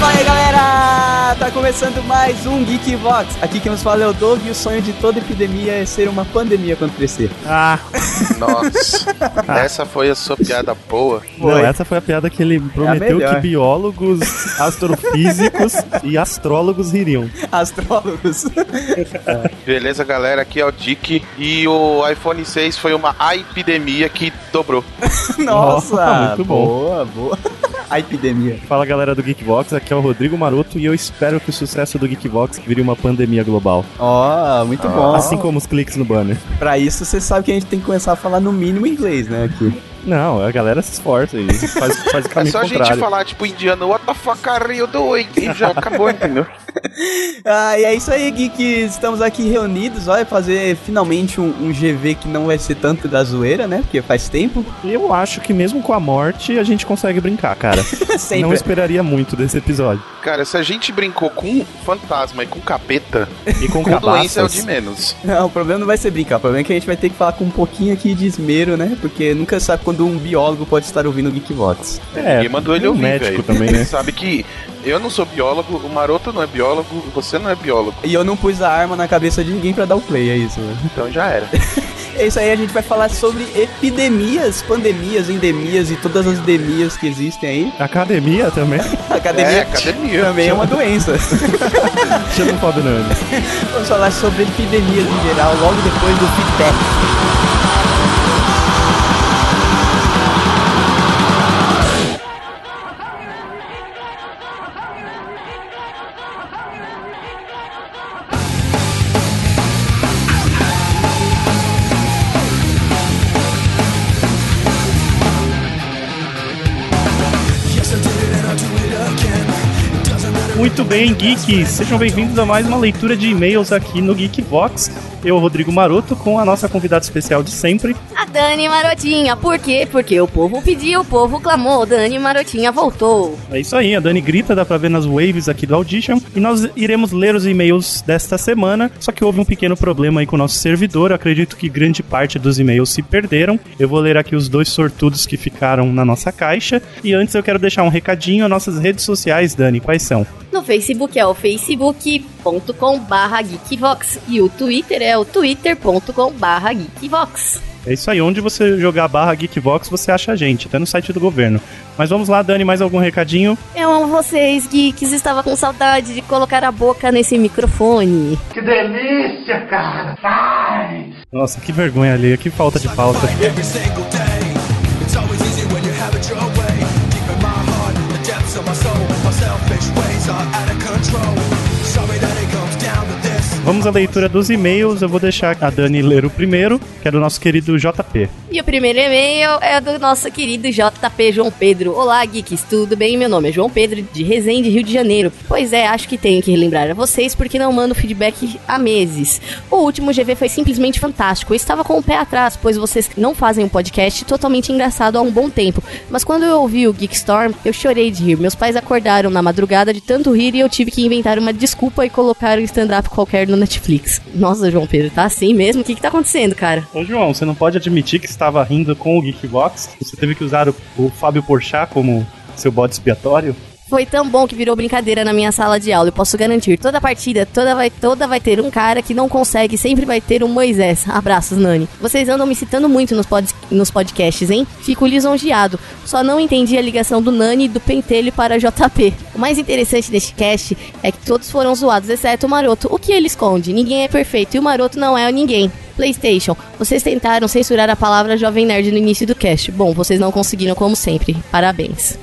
Fala aí, galera! Tá começando mais um Geek Vox. Aqui quem nos fala é o Doug e o sonho de toda epidemia é ser uma pandemia quando crescer. Ah, Nossa, essa foi a sua piada boa. não, é. essa foi a piada que ele prometeu melhor. que biólogos, astrofísicos e astrólogos ririam. Astrólogos. Beleza, galera? Aqui é o Dick. E o iPhone 6 foi uma epidemia que dobrou. É Nossa! Muito bom. Boa, boa. A epidemia. Fala galera do Geekbox, aqui é o Rodrigo Maroto e eu espero que o sucesso do Geekbox vire uma pandemia global. Ó, muito bom. Assim como os cliques no banner. Pra isso, você sabe que a gente tem que começar a falar no mínimo inglês, né? Aqui. Não, a galera se esforça e faz, faz o É caminho só a gente contrário. falar, tipo, indiano, what the fuck are you doing? E já acabou, entendeu? Ah, e é isso aí, Geeks. Estamos aqui reunidos. Olha, fazer finalmente um, um GV que não vai ser tanto da zoeira, né? Porque faz tempo. Eu acho que mesmo com a morte a gente consegue brincar, cara. Não Sempre. esperaria muito desse episódio. Cara, se a gente brincou com um fantasma e com capeta, E com, com doença é o cabaças, de menos. Não, o problema não vai ser brincar, o problema é que a gente vai ter que falar com um pouquinho aqui de esmero, né? Porque nunca sabe quando um biólogo pode estar ouvindo o Geekbox. É, Ninguém mandou ele um ouvir, médico velho. também, né? Ele sabe que eu não sou biólogo, o Maroto não é biólogo, você não é biólogo. E eu não pus a arma na cabeça de ninguém pra dar o play, é isso. né? Então já era. É isso aí, a gente vai falar sobre epidemias, pandemias, endemias e todas as endemias que existem aí. academia também. Academia É, academia. também é uma doença. Chama o Fábio Nunes. Vamos falar sobre epidemias em geral logo depois do feedback. Muito bem, geeks! Sejam bem-vindos a mais uma leitura de e-mails aqui no Geekbox. Eu, Rodrigo Maroto, com a nossa convidada especial de sempre. A Dani Marotinha, por quê? Porque o povo pediu, o povo clamou, Dani Marotinha voltou. É isso aí, a Dani grita, dá pra ver nas waves aqui do Audition. E nós iremos ler os e-mails desta semana, só que houve um pequeno problema aí com o nosso servidor. Eu acredito que grande parte dos e-mails se perderam. Eu vou ler aqui os dois sortudos que ficaram na nossa caixa. E antes eu quero deixar um recadinho, as nossas redes sociais, Dani, quais são? No Facebook é o facebook.com geekvox e o Twitter é o twitter.com geekvox. É isso aí, onde você jogar barra Geekbox, você acha a gente, até no site do governo. Mas vamos lá, Dani, mais algum recadinho? Eu amo É um vocês, geeks, estava com saudade de colocar a boca nesse microfone. Nossa, que vergonha ali, que falta de pauta. Vamos à leitura dos e-mails, eu vou deixar a Dani ler o primeiro, que é do nosso querido JP. E o primeiro e-mail é do nosso querido JP João Pedro. Olá, geeks, tudo bem? Meu nome é João Pedro, de Resende, Rio de Janeiro. Pois é, acho que tenho que relembrar a vocês porque não mando feedback há meses. O último GV foi simplesmente fantástico. Eu estava com o pé atrás, pois vocês não fazem um podcast totalmente engraçado há um bom tempo. Mas quando eu ouvi o Geek Storm, eu chorei de rir. Meus pais acordaram na madrugada de tanto rir e eu tive que inventar uma desculpa e colocar um stand-up qualquer no Netflix. Nossa, João Pedro, tá assim mesmo? O que que tá acontecendo, cara? Ô João, você não pode admitir que estava rindo com o Geekbox? Você teve que usar o, o Fábio Porchat como seu bode expiatório? Foi tão bom que virou brincadeira na minha sala de aula. Eu posso garantir, toda partida, toda vai, toda vai ter um cara que não consegue, sempre vai ter um Moisés. Abraços, Nani. Vocês andam me citando muito nos, pod, nos podcasts, hein? Fico lisonjeado. Só não entendi a ligação do Nani e do Pentelho para JP. O mais interessante deste cast é que todos foram zoados, exceto o Maroto. O que ele esconde? Ninguém é perfeito e o Maroto não é ninguém. PlayStation, vocês tentaram censurar a palavra Jovem Nerd no início do cast. Bom, vocês não conseguiram como sempre. Parabéns.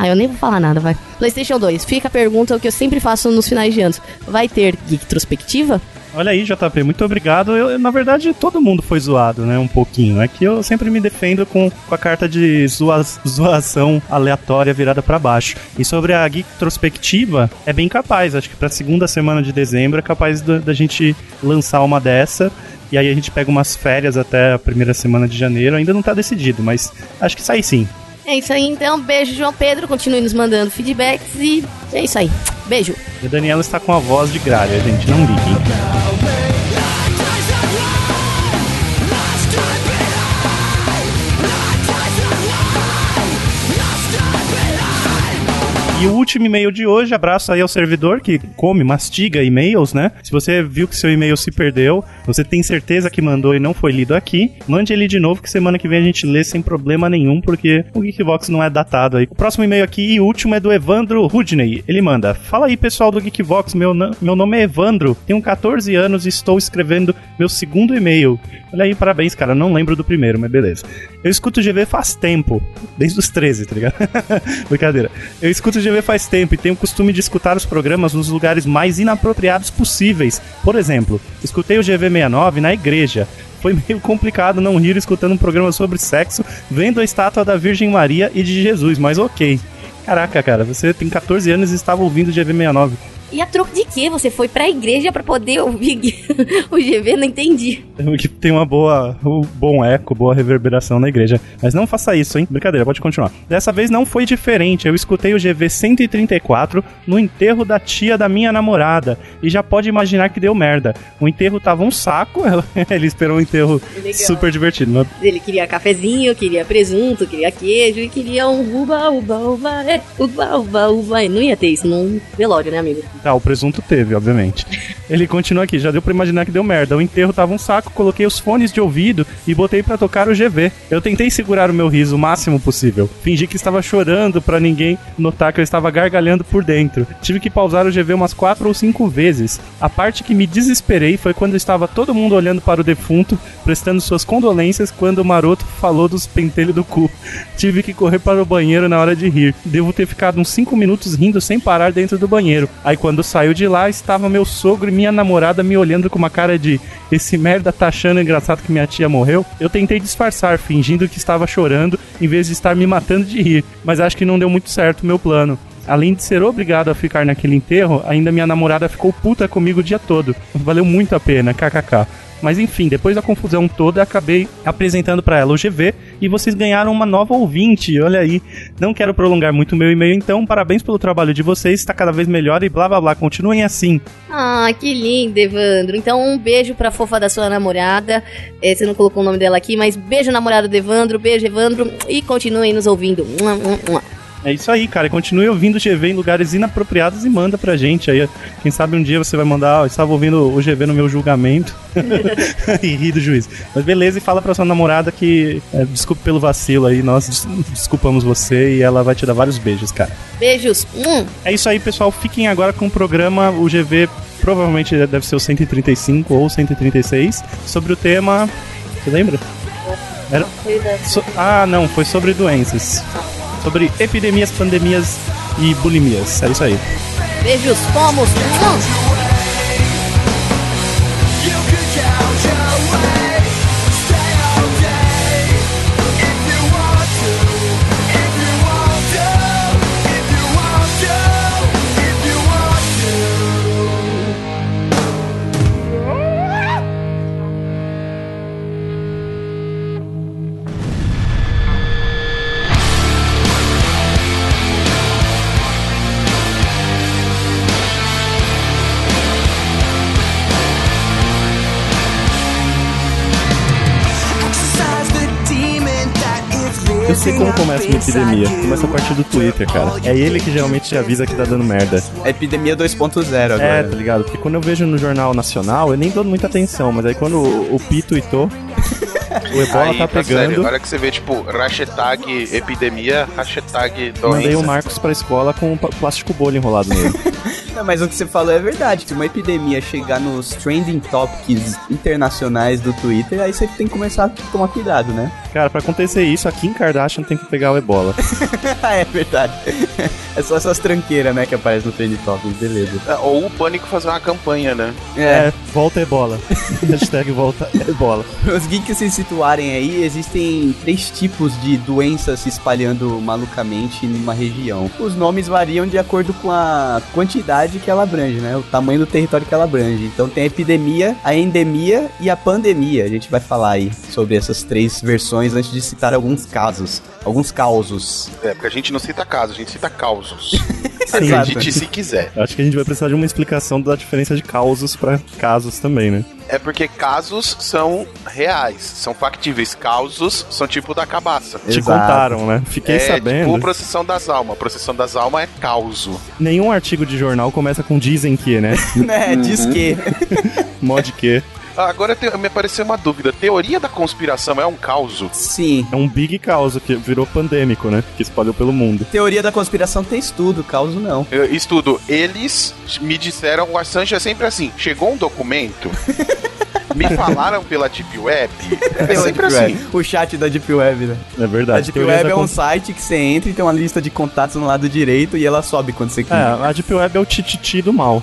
Ah, eu nem vou falar nada, vai. PlayStation 2, fica a pergunta que eu sempre faço nos finais de ano. Vai ter geek retrospectiva? Olha aí, JP, muito obrigado. Eu, eu, na verdade, todo mundo foi zoado, né? Um pouquinho. É que eu sempre me defendo com, com a carta de zoa- zoação aleatória virada pra baixo. E sobre a Geek Retrospectiva, é bem capaz. Acho que pra segunda semana de dezembro é capaz da- da gente lançar uma dessa. E aí a gente pega umas férias até a primeira semana de janeiro. Ainda não tá decidido, mas acho que sai sim. É isso aí, então. Beijo, João Pedro. Continue nos mandando feedbacks e é isso aí. Beijo. E a Daniela está com a voz de gralha, gente. Não liguem. E o último e-mail de hoje, abraço aí ao servidor que come, mastiga e-mails, né? Se você viu que seu e-mail se perdeu, você tem certeza que mandou e não foi lido aqui, mande ele de novo que semana que vem a gente lê sem problema nenhum, porque o Geekbox não é datado aí. O próximo e-mail aqui e último é do Evandro Rudney. Ele manda: Fala aí pessoal do Geekbox, meu, na- meu nome é Evandro, tenho 14 anos e estou escrevendo meu segundo e-mail. Olha aí, parabéns, cara, não lembro do primeiro, mas beleza. Eu escuto o GV faz tempo, desde os 13, tá ligado? Brincadeira. Eu escuto o GV faz tempo e tenho o costume de escutar os programas nos lugares mais inapropriados possíveis. Por exemplo, escutei o GV69 na igreja. Foi meio complicado não rir escutando um programa sobre sexo, vendo a estátua da Virgem Maria e de Jesus, mas ok. Caraca, cara, você tem 14 anos e estava ouvindo o GV69. E a troco de quê? Você foi pra igreja pra poder ouvir o GV? Não entendi. que tem uma boa, um bom eco, boa reverberação na igreja. Mas não faça isso, hein? Brincadeira, pode continuar. Dessa vez não foi diferente. Eu escutei o GV 134 no enterro da tia da minha namorada. E já pode imaginar que deu merda. O enterro tava um saco, ela- ele esperou um enterro Legal. super divertido. Mas Ele queria cafezinho, queria presunto, queria queijo e queria um uba, uba, uba, é, uba, uba, uba. E Não ia ter isso num velório, né, amigo? Tá, o presunto teve, obviamente. Ele continua aqui, já deu pra imaginar que deu merda. O enterro tava um saco, coloquei os fones de ouvido e botei pra tocar o GV. Eu tentei segurar o meu riso o máximo possível. Fingi que estava chorando pra ninguém notar que eu estava gargalhando por dentro. Tive que pausar o GV umas quatro ou cinco vezes. A parte que me desesperei foi quando estava todo mundo olhando para o defunto, prestando suas condolências quando o maroto falou dos pentelhos do cu. Tive que correr para o banheiro na hora de rir. Devo ter ficado uns 5 minutos rindo sem parar dentro do banheiro. Aí quando saiu de lá, estava meu sogro e minha namorada me olhando com uma cara de esse merda tá achando engraçado que minha tia morreu. Eu tentei disfarçar, fingindo que estava chorando, em vez de estar me matando de rir, mas acho que não deu muito certo o meu plano. Além de ser obrigado a ficar naquele enterro, ainda minha namorada ficou puta comigo o dia todo. Valeu muito a pena, kkk. Mas enfim, depois da confusão toda, acabei apresentando pra ela o GV e vocês ganharam uma nova ouvinte. Olha aí, não quero prolongar muito o meu e-mail, então parabéns pelo trabalho de vocês, tá cada vez melhor e blá blá blá. Continuem assim. Ah, que lindo, Evandro. Então, um beijo pra fofa da sua namorada. É, você não colocou o nome dela aqui, mas beijo, namorado do Evandro. Beijo, Evandro. E continuem nos ouvindo. Mua, mua, mua. É isso aí, cara. Continue ouvindo o GV em lugares inapropriados e manda pra gente aí. Quem sabe um dia você vai mandar, ó, estava ouvindo o GV no meu julgamento e ri do juiz. Mas beleza, e fala pra sua namorada que é, desculpe pelo vacilo aí, nós des- desculpamos você e ela vai te dar vários beijos, cara. Beijos. Hum. É isso aí, pessoal. Fiquem agora com o programa. O GV provavelmente deve ser o 135 ou 136. Sobre o tema. Você lembra? Era- So- Ah, não. Foi sobre doenças. Sobre epidemias, pandemias e bulimias. É isso aí. Beijos. Fomos. Hum. Mua. Eu sei como começa uma epidemia. Começa a partir do Twitter, cara. É ele que geralmente te avisa que tá dando merda. É epidemia 2.0 agora. É, tá ligado? Porque quando eu vejo no Jornal Nacional, eu nem dou muita atenção, mas aí quando o o Pi tweetou, o Ebola Aí, tá tá sério, pegando. agora que você vê, tipo, hashtag epidemia, hashtag Mandei um o doença. Marcos pra escola com um pa- plástico bolha enrolado nele. Não, mas o que você falou é verdade. Se uma epidemia chegar nos trending topics internacionais do Twitter, aí você tem que começar a tomar cuidado, né? Cara, pra acontecer isso, a Kim Kardashian tem que pegar o ebola. é verdade. É só essas tranqueiras, né, que aparecem no trending topics, beleza. É, Ou o pânico fazer uma campanha, né? É, volta ebola. Hashtag volta ebola. Os geeks se situarem aí, existem três tipos de doenças se espalhando malucamente numa região. Os nomes variam de acordo com a quantidade que ela abrange, né? O tamanho do território que ela abrange. Então tem a epidemia, a endemia e a pandemia. A gente vai falar aí sobre essas três versões definições antes de citar alguns casos, alguns causos. É, porque a gente não cita casos, a gente cita causos. Sim. Acredite se quiser. Acho que a gente vai precisar de uma explicação da diferença de causos pra casos também, né? É porque casos são reais, são factíveis. Causos são tipo da cabaça. Te Exato. contaram, né? Fiquei é sabendo. tipo processão das almas. Processão das almas é causo. Nenhum artigo de jornal começa com dizem que, né? Uhum. né? Diz que. Mod que. Ah, Agora te- me apareceu uma dúvida. Teoria da conspiração é um causo? Sim. É um big causa que virou pandêmico, né? Que espalhou pelo mundo. Teoria da conspiração tem estudo, causo não. Eu estudo. Eles me disseram, o Assange é sempre assim, chegou um documento, me falaram pela Deep Web, é sempre Deep Web. assim. O chat da Deep Web, né? É A verdade. Deep Teorias Web é da um cons- site que você entra e tem uma lista de contatos no lado direito e ela sobe quando você clica. É, a Deep Web é o tititi do mal.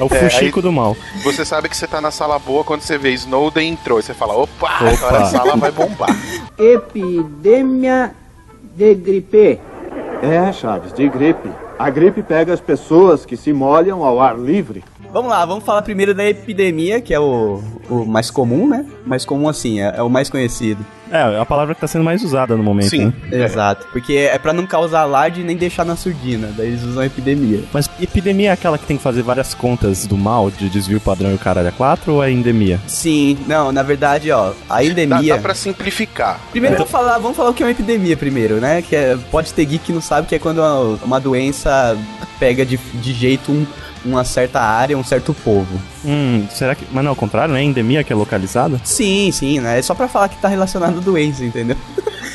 É o É, fuxico do mal. Você sabe que você tá na sala boa quando você vê Snowden entrou, e você fala, opa, agora a Opa. sala vai bombar. Epidemia de gripe. É, Chaves, de gripe. A gripe pega as pessoas que se molham ao ar livre. É. Vamos lá, vamos falar primeiro da epidemia, que é o, o mais comum, né? Mais comum assim, é, é o mais conhecido. É, a palavra que tá sendo mais usada no momento. Sim. né? Exato. Porque é pra não causar alarde e nem deixar na surdina. Daí eles usam a epidemia. Mas epidemia é aquela que tem que fazer várias contas do mal, de desvio padrão e o caralho a quatro, ou é endemia? Sim, não, na verdade, ó, a Dá, endemia. dá pra simplificar. Primeiro vamos falar, vamos falar o que é uma epidemia primeiro, né? Que é- pode ter geek que não sabe que é quando uma, uma doença pega de, de jeito um- uma certa área, um certo povo. Hum, será que. Mas não, ao contrário, né? Endemia que é localizada? Sim, sim, né? É só pra falar que tá relacionado à doença, entendeu?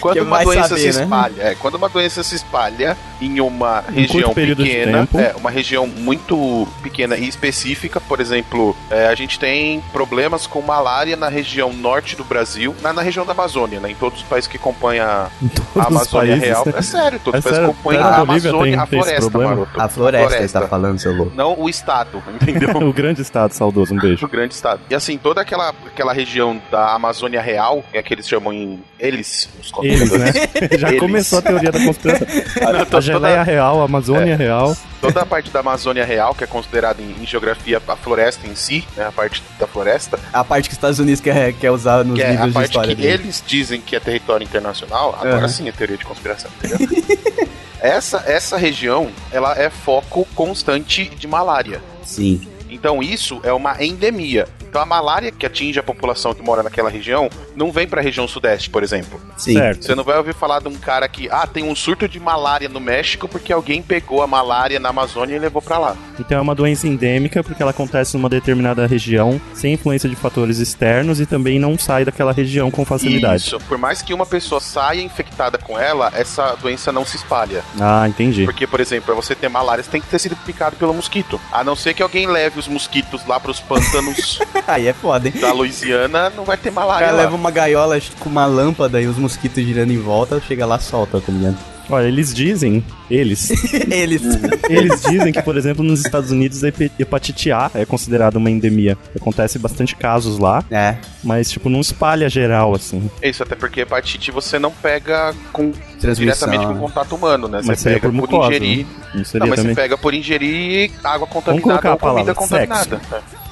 Quando Quem uma vai doença saber, se né? espalha, é, quando uma doença se espalha em uma região curto período de pequena, tempo. é, uma região muito pequena e específica, por exemplo, é, a gente tem problemas com malária na região norte do Brasil, na, na região da Amazônia, né, em todos os países que acompanham a Em todos a os Amazônia países, real. né? É sério, todos É os países sério, que compõem até na a Bolívia Amazônia, tem- a tem esse floresta, problema? maroto. A floresta, ele tá falando, seu louco. Não o estado, entendeu? o grande estado saudoso, um beijo. o grande estado. E assim, toda aquela, aquela região da Amazônia real, é que eles chamam em. Eles, os Eles, contadores. né? Já Eles. começou a teoria da conspiração. Não, tô- A geleia toda, real, a Amazônia real. toda a parte da Amazônia real, que é considerada em, em geografia a floresta em si, né? A parte da floresta, A parte que os Estados Unidos quer, quer usar nos que é a livros de parte que história dele. eles dizem que é território internacional, agora Aham. sim é teoria de conspiração, entendeu? essa, essa região, ela é foco constante de malária. Sim. Então isso é uma endemia. Então a malária que atinge a população que mora naquela região não vem pra região sudeste, por exemplo. Sim. Certo. Você não vai ouvir falar de um cara que, ah, tem um surto de malária no México porque alguém pegou a malária na Amazônia e levou pra lá. Então é uma doença endêmica porque ela acontece numa determinada região, sem influência de fatores externos e também não sai daquela região com facilidade. Isso. Por mais que uma pessoa saia infectada com ela, essa doença não se espalha. Ah, entendi. Porque, por exemplo, pra você ter malária, você tem que ter sido picado pelo mosquito. A não ser que alguém leve os mosquitos lá pros pântanos Aí é foda, hein? da Louisiana, não vai ter O malária cara leva lá. uma gaiola com uma lâmpada e os mosquitos girando em volta, chega lá solta, tá ligado? Olha, eles dizem, eles, Eles. Hum. eles dizem que, por exemplo, nos Estados Unidos a hepe- hepatite A é considerada uma endemia. Acontece bastante casos lá, é. mas tipo não espalha geral assim. É Isso, até porque hepatite você não pega com um- Transmissão. diretamente com né? contato humano, né? Mas você seria pega por por, mucosa, ingerir. Não Não, seria mas você também. pega por ingerir água colocar contaminada a ou comida palavra, contaminada.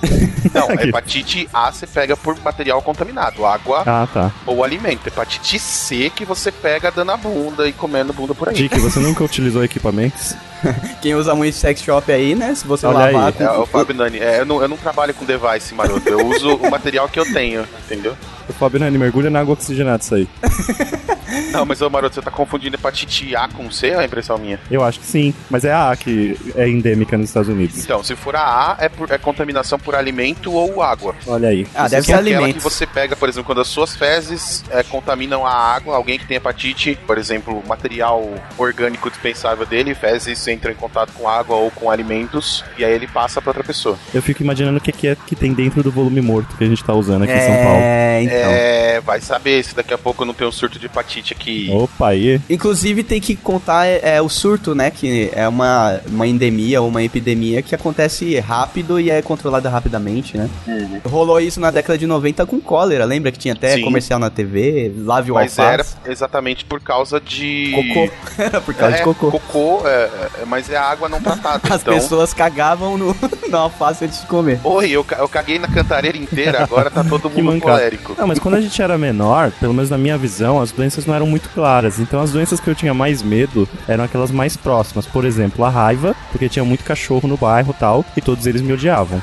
Não, Aqui. hepatite A você pega por material contaminado, água Ah, tá. ou alimento. É Hepatite C que você pega dando a bunda e comendo bunda por aí. Dick, você nunca utilizou equipamentos? Quem usa muito sex shop aí, né? Se você Olha lavar aí. com É, o Fábio Nani, é, eu, não, eu não trabalho com device, maroto. Eu uso o material que eu tenho, entendeu? O Fábio Nani mergulha na água oxigenada isso aí. Não, mas ô maroto, você tá confundindo hepatite A com C, é a impressão minha. Eu acho que sim, mas é a A que é endêmica nos Estados Unidos. Então, se for a A, é, por- é contaminação por alimento ou água. Olha aí. Ah, Isso deve é ser aquela alimento. que você pega, por exemplo, quando as suas fezes é, contaminam a água, alguém que tem hepatite, por exemplo, material orgânico dispensável dele, fezes entram em contato com água ou com alimentos, e aí ele passa pra outra pessoa. Eu fico imaginando o que, que é que tem dentro do volume morto que a gente tá usando aqui em São Paulo. É, então. É, vai saber se daqui a pouco não tem um surto de hepatite hepatite aqui. Opa, aí. Inclusive tem que contar é, é, o surto, né? Que é uma, uma endemia ou uma epidemia que acontece rápido e é controlada rapidamente, né? Rolou isso na década de 90 com cólera, lembra que tinha até Uhum. Sim. comercial na TV, lave o Mas era alface. exatamente por causa de. Cocô. Era por causa é, de cocô. é, é, mas é água não tratada. As então. pessoas cagavam no, na alface antes de comer. Oi, eu, ca- eu caguei na cantareira inteira, agora tá todo Que mundo mancada. colérico. Não, mas quando a gente era menor, pelo menos na minha visão, as doenças não eram muito claras. Então as doenças que eu tinha mais medo eram aquelas mais próximas. Por exemplo, a raiva, porque tinha muito cachorro no bairro e tal, e todos eles me odiavam.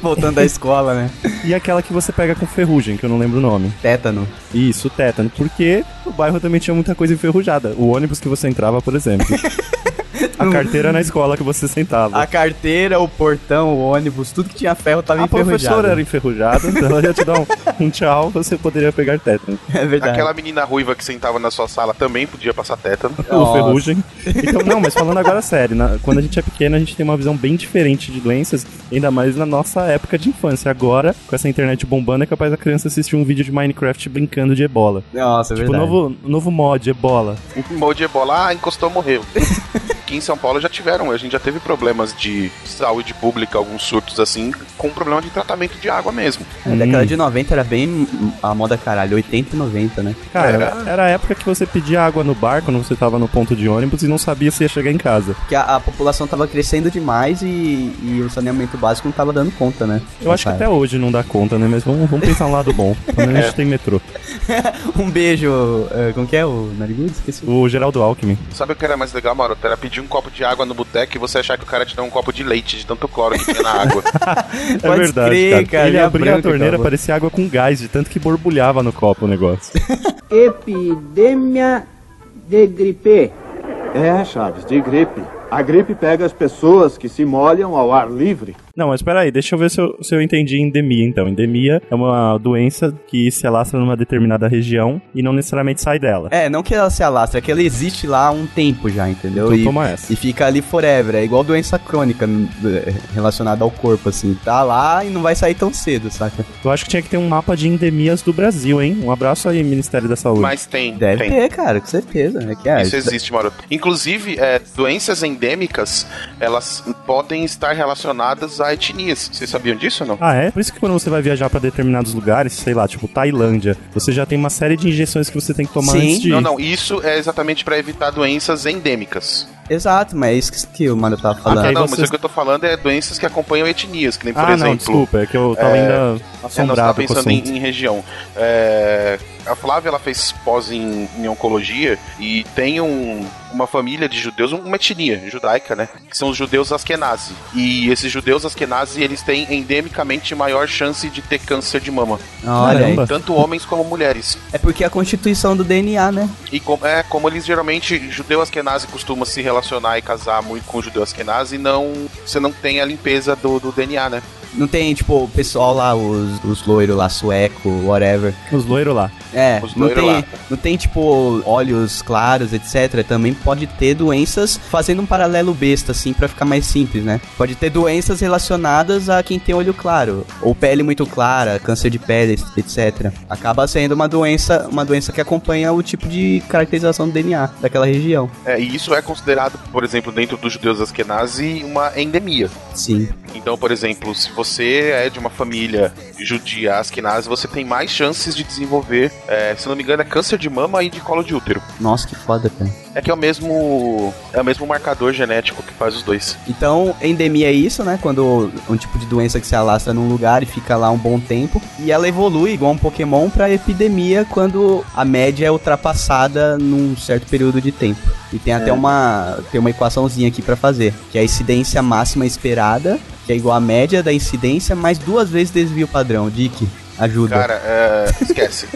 Voltando da escola, né? E aquela que você pega com ferrugem, que eu não lembro o nome. Tétano. Isso, tétano. Porque o bairro também tinha muita coisa enferrujada. O ônibus que você entrava, por exemplo. a carteira na escola que você sentava. A carteira, o portão, o ônibus, tudo que tinha ferro tava A professora enferrujado. era enferrujada, então ela ia te dar um, um tchau, você poderia pegar tétano. É verdade. Aquela menina ruiva que sentava na sua sala também podia passar tétano. Ou Nossa. ferrugem. Então, não, mas falando agora sério, na- quando a gente é pequeno, a gente tem uma visão bem diferente de doenças, ainda mais na nossa época de infância. Agora, com essa internet bombando, é capaz da criança assistir um vídeo de Minecraft brincando de ebola. Nossa, é Tipo, verdade. novo, novo mod, ebola. O molde de ebola, ah, encostou, morreu. Aqui em São Paulo já tiveram, a gente já teve problemas de saúde pública, alguns surtos assim, com problema de tratamento de água mesmo. A década de 90 era bem a moda caralho, 80 e 90, né? Cara, era a época que você pedia água no bar quando você tava no ponto de ônibus e não sabia se ia chegar em casa. Porque a, a população tava crescendo demais e, e o saneamento básico não tava dando conta, né? Eu acho que até hoje não dá conta, né? Mas vamos, vamos pensar um lado bom. Pelo É. menos a gente tem metrô. Um beijo, eh, como que é o narigudo? Esqueci. O Geraldo Alckmin. Sabe o que era mais legal, Maroto? Era pedir um copo de água no boteco e você achar que o cara te dá um copo de leite de tanto cloro que tinha na água. É Pode verdade, crer, cara. cara, Ele linha abria a branca, torneira, acabou. parecia água com gás, de tanto que borbulhava no copo o negócio. Epidemia de gripe. É, Chaves, de gripe. A gripe pega as pessoas que se molham ao ar livre. Não, mas peraí, deixa eu ver se eu, se eu entendi endemia, então. Endemia é uma doença que se alastra numa determinada região e não necessariamente sai dela. É, não que ela se alastra, é que ela existe lá há um tempo já, entendeu? Então e, toma essa. e fica ali forever, é igual doença crônica n- eh, relacionada ao corpo, assim. Tá lá e não vai sair tão cedo, saca? Eu acho que tinha que ter um mapa de endemias do Brasil, hein? Um abraço aí, Ministério da Saúde. Mas tem, Deve tem. ter, cara, com certeza. É que é, Isso existe, Maroto. Inclusive, é, doenças endêmicas, elas podem estar relacionadas a etnias. Vocês sabiam disso ou não? Ah, é? Por isso que quando você vai viajar pra determinados lugares, sei lá, tipo Tailândia, você já tem uma série de injeções que você tem que tomar Sim. antes de ir. Não, não, isso é exatamente para evitar doenças endêmicas. Exato, mas é isso que, que o mano tava Ah, falando. Tá. aí não, vocês- mas o que eu tô falando é doenças que acompanham etnias, que nem, por ah, exemplo. não, desculpa, é que eu tava é, ainda É, não, você tá assombrado com o pensando assunto. em, em região. É, a Flávia ela fez pós em, em oncologia e tem um- uma família de judeus, uma etnia judaica, né? Que são os judeus askenazi. E esses judeus askenazi, eles têm endemicamente maior chance de ter câncer de mama. Olha aí. Caramba. Tanto homens como mulheres. É porque a constituição do DNA, né? E com- é, como eles geralmente, judeu askenazi costuma se relacionar e casar muito com judeu askenazi, não, você não tem a limpeza do, do DNA, né? Não tem, tipo, o pessoal lá, os, os loiros lá, sueco, whatever. Os loiros lá. É, Os não loiro tem, lá. não tem, tipo, olhos claros, etc. Também pode ter doenças, fazendo um paralelo besta, assim, pra ficar mais simples, né? Pode ter doenças relacionadas a quem tem olho claro, ou pele muito clara, câncer de pele, etc. Acaba sendo uma doença, uma doença que acompanha o tipo de caracterização do DNA daquela região. É, e isso é considerado, por exemplo, dentro dos judeus askenazi, uma endemia. Sim. Então, por exemplo, se você é de uma família judia askenazi, você tem mais chances de desenvolver, é, se não me engano, é câncer de mama e de colo de útero. Nossa, que foda, cara. É que é o mesmo, é o mesmo marcador genético que faz os dois. Então, endemia é isso, né? Quando um tipo de doença que se alastra num lugar e fica lá um bom tempo. E ela evolui, igual um Pokémon, pra epidemia quando a média é ultrapassada num certo período de tempo. E tem É. até uma, tem uma equaçãozinha aqui pra fazer, que é a incidência máxima esperada, que é igual à média da incidência, mais duas vezes desvio padrão. Dick, ajuda. Cara, é, esquece.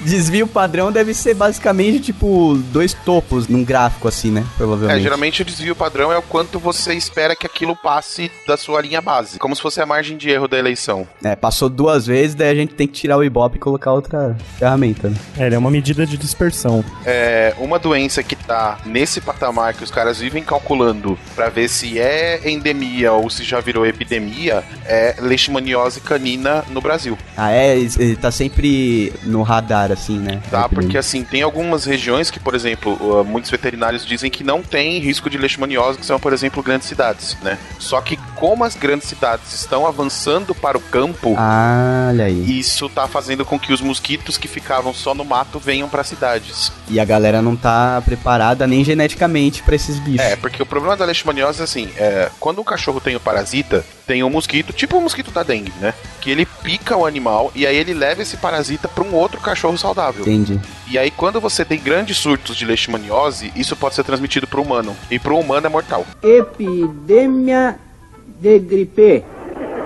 Desvio padrão deve ser basicamente, tipo, dois topos num gráfico assim, né? Provavelmente. É, geralmente o desvio padrão é o quanto você espera que aquilo passe da sua linha base, como se fosse a margem de erro da eleição. É, passou duas vezes, daí a gente tem que tirar o Ibope e colocar outra ferramenta. Né? É, ele é uma medida de dispersão. É uma doença que tá nesse patamar que os caras vivem calculando pra ver se é endemia ou se já virou epidemia é leishmaniose canina no Brasil. Brasil. Ah, é? Ele tá sempre no radar, assim, né? Tá, É, porque assim, tem algumas regiões que, por exemplo, uh, muitos veterinários dizem que não tem risco de leishmaniose, que são, por exemplo, grandes cidades, né? Só que como as grandes cidades estão avançando para o campo, Ah, olha aí. isso tá fazendo com que os mosquitos que ficavam só no mato venham para cidades. E a galera não tá preparada nem geneticamente pra esses bichos. É, porque o problema da leishmaniose é assim, é, quando um cachorro tem o parasita, tem um mosquito, tipo o mosquito da dengue, né? Que ele pica o animal e aí ele leva esse parasita para um outro cachorro saudável. Entende? E aí, quando você tem grandes surtos de leishmaniose, isso pode ser transmitido para o humano. E para o humano é mortal. Epidemia de gripe.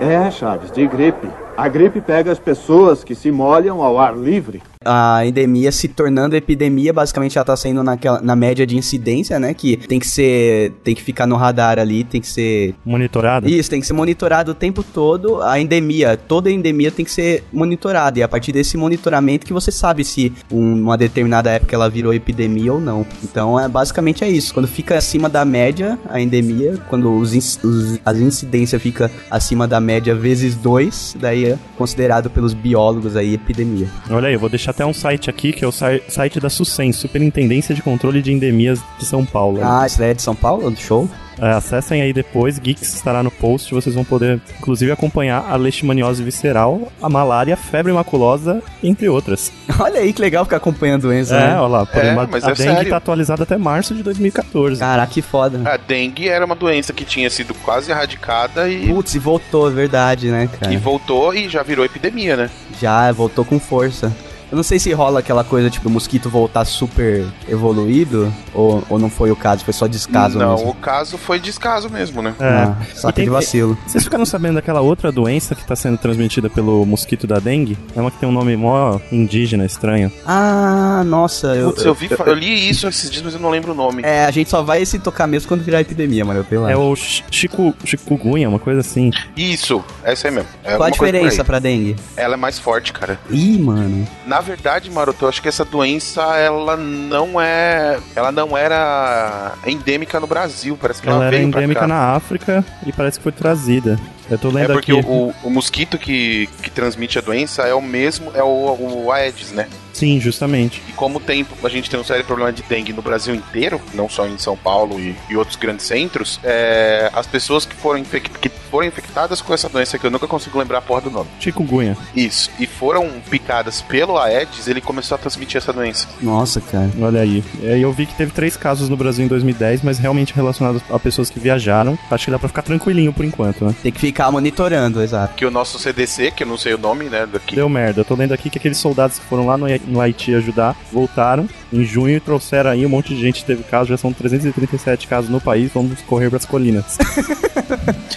É, Chaves, de gripe. A gripe pega as pessoas que se molham ao ar livre. A endemia se tornando epidemia, basicamente ela tá saindo naquela, na média de incidência, né? Que tem que ser. Tem que ficar no radar ali, tem que ser Monitorado? Isso, tem que ser monitorado o tempo todo. A endemia, toda endemia tem que ser monitorada. E a partir desse monitoramento que você sabe se um- uma determinada época ela virou epidemia ou não. Então, é, basicamente é isso. Quando fica acima da média, a endemia, quando os, inc- os- as incidências fica acima da média vezes 2, daí é considerado pelos biólogos aí epidemia. Olha aí, eu vou deixar até um site aqui, que é o sai- site da SUSEM, Superintendência de Controle de Endemias de São Paulo. Ah, isso daí é de São Paulo? Show? É, acessem aí depois, Geeks estará no post, vocês vão poder, inclusive, acompanhar a leishmaniose visceral, a malária, a febre maculosa, entre outras. Olha aí que legal ficar acompanhando a doença, É, né? olha lá, por É, exemplo, mas a é dengue sério. tá atualizada até março de 2014. Caraca, que foda. A dengue era uma doença que tinha sido quase erradicada e, Putz, e voltou, é verdade, né, cara? e voltou e já virou epidemia, né? Já, voltou com força. Eu não sei se rola aquela coisa, tipo, o mosquito voltar super evoluído, ou, ou não foi o caso, foi só descaso Não, mesmo. o caso foi descaso mesmo, né? É. Ah, só E tem aquele que- vacilo. Vocês ficaram sabendo daquela outra doença que tá sendo transmitida pelo mosquito da dengue? É uma que tem um nome mó indígena, estranho. Ah, nossa, eu, Putz, eu, vi, eu li isso esses dias, mas eu não lembro o nome. É, a gente só vai se tocar mesmo quando virar epidemia, mano, pelo É o chi- chiku, chikungunya, uma coisa assim. Isso, essa aí mesmo. É Qual a alguma coisa por diferença aí. pra dengue? Ela é mais forte, cara. Ih, mano. Na verdade, Maroto, eu acho que essa doença, ela não é... Ela não era endêmica no Brasil, parece que ela, Ela era veio pra cá. endêmica na África e parece que foi trazida. Eu tô É lendo porque aqui. o, o mosquito que, que transmite a doença é o mesmo, é o, o Aedes, né? Sim, justamente. E como tem, a gente tem um sério problema de dengue no Brasil inteiro, não só em São Paulo e, e outros grandes centros, é, as pessoas que foram, infec- que foram infectadas com essa doença que eu nunca consigo lembrar a porra do nome. Chikungunya. Isso. E foram picadas pelo Aedes, ele começou a transmitir essa doença. Nossa, cara. Olha aí. É, Eu vi que teve três casos no Brasil em 2010, mas realmente relacionados a pessoas que viajaram. Acho que dá pra ficar tranquilinho por enquanto, né? Tem que ficar monitorando, exato. Que o nosso CDC, que eu não sei o nome, né, daqui. Deu merda. Eu tô lendo aqui que aqueles soldados que foram lá no, no Haiti ajudar voltaram em junho e trouxeram aí um monte de gente que teve caso. Já são 337 casos no país. Vamos correr pras colinas.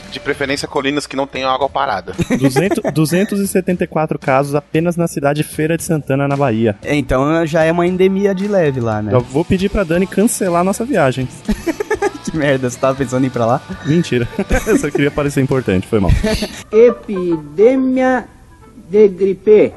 De preferência, colinas que não tenham água parada. 200, 274 casos apenas na cidade Feira de Santana, na Bahia. Então já é uma endemia de leve lá, né? Eu vou pedir pra Dani cancelar nossa viagem. Que merda, você tava pensando em ir pra lá? Mentira. Eu só queria parecer importante, foi mal. Epidemia de gripe.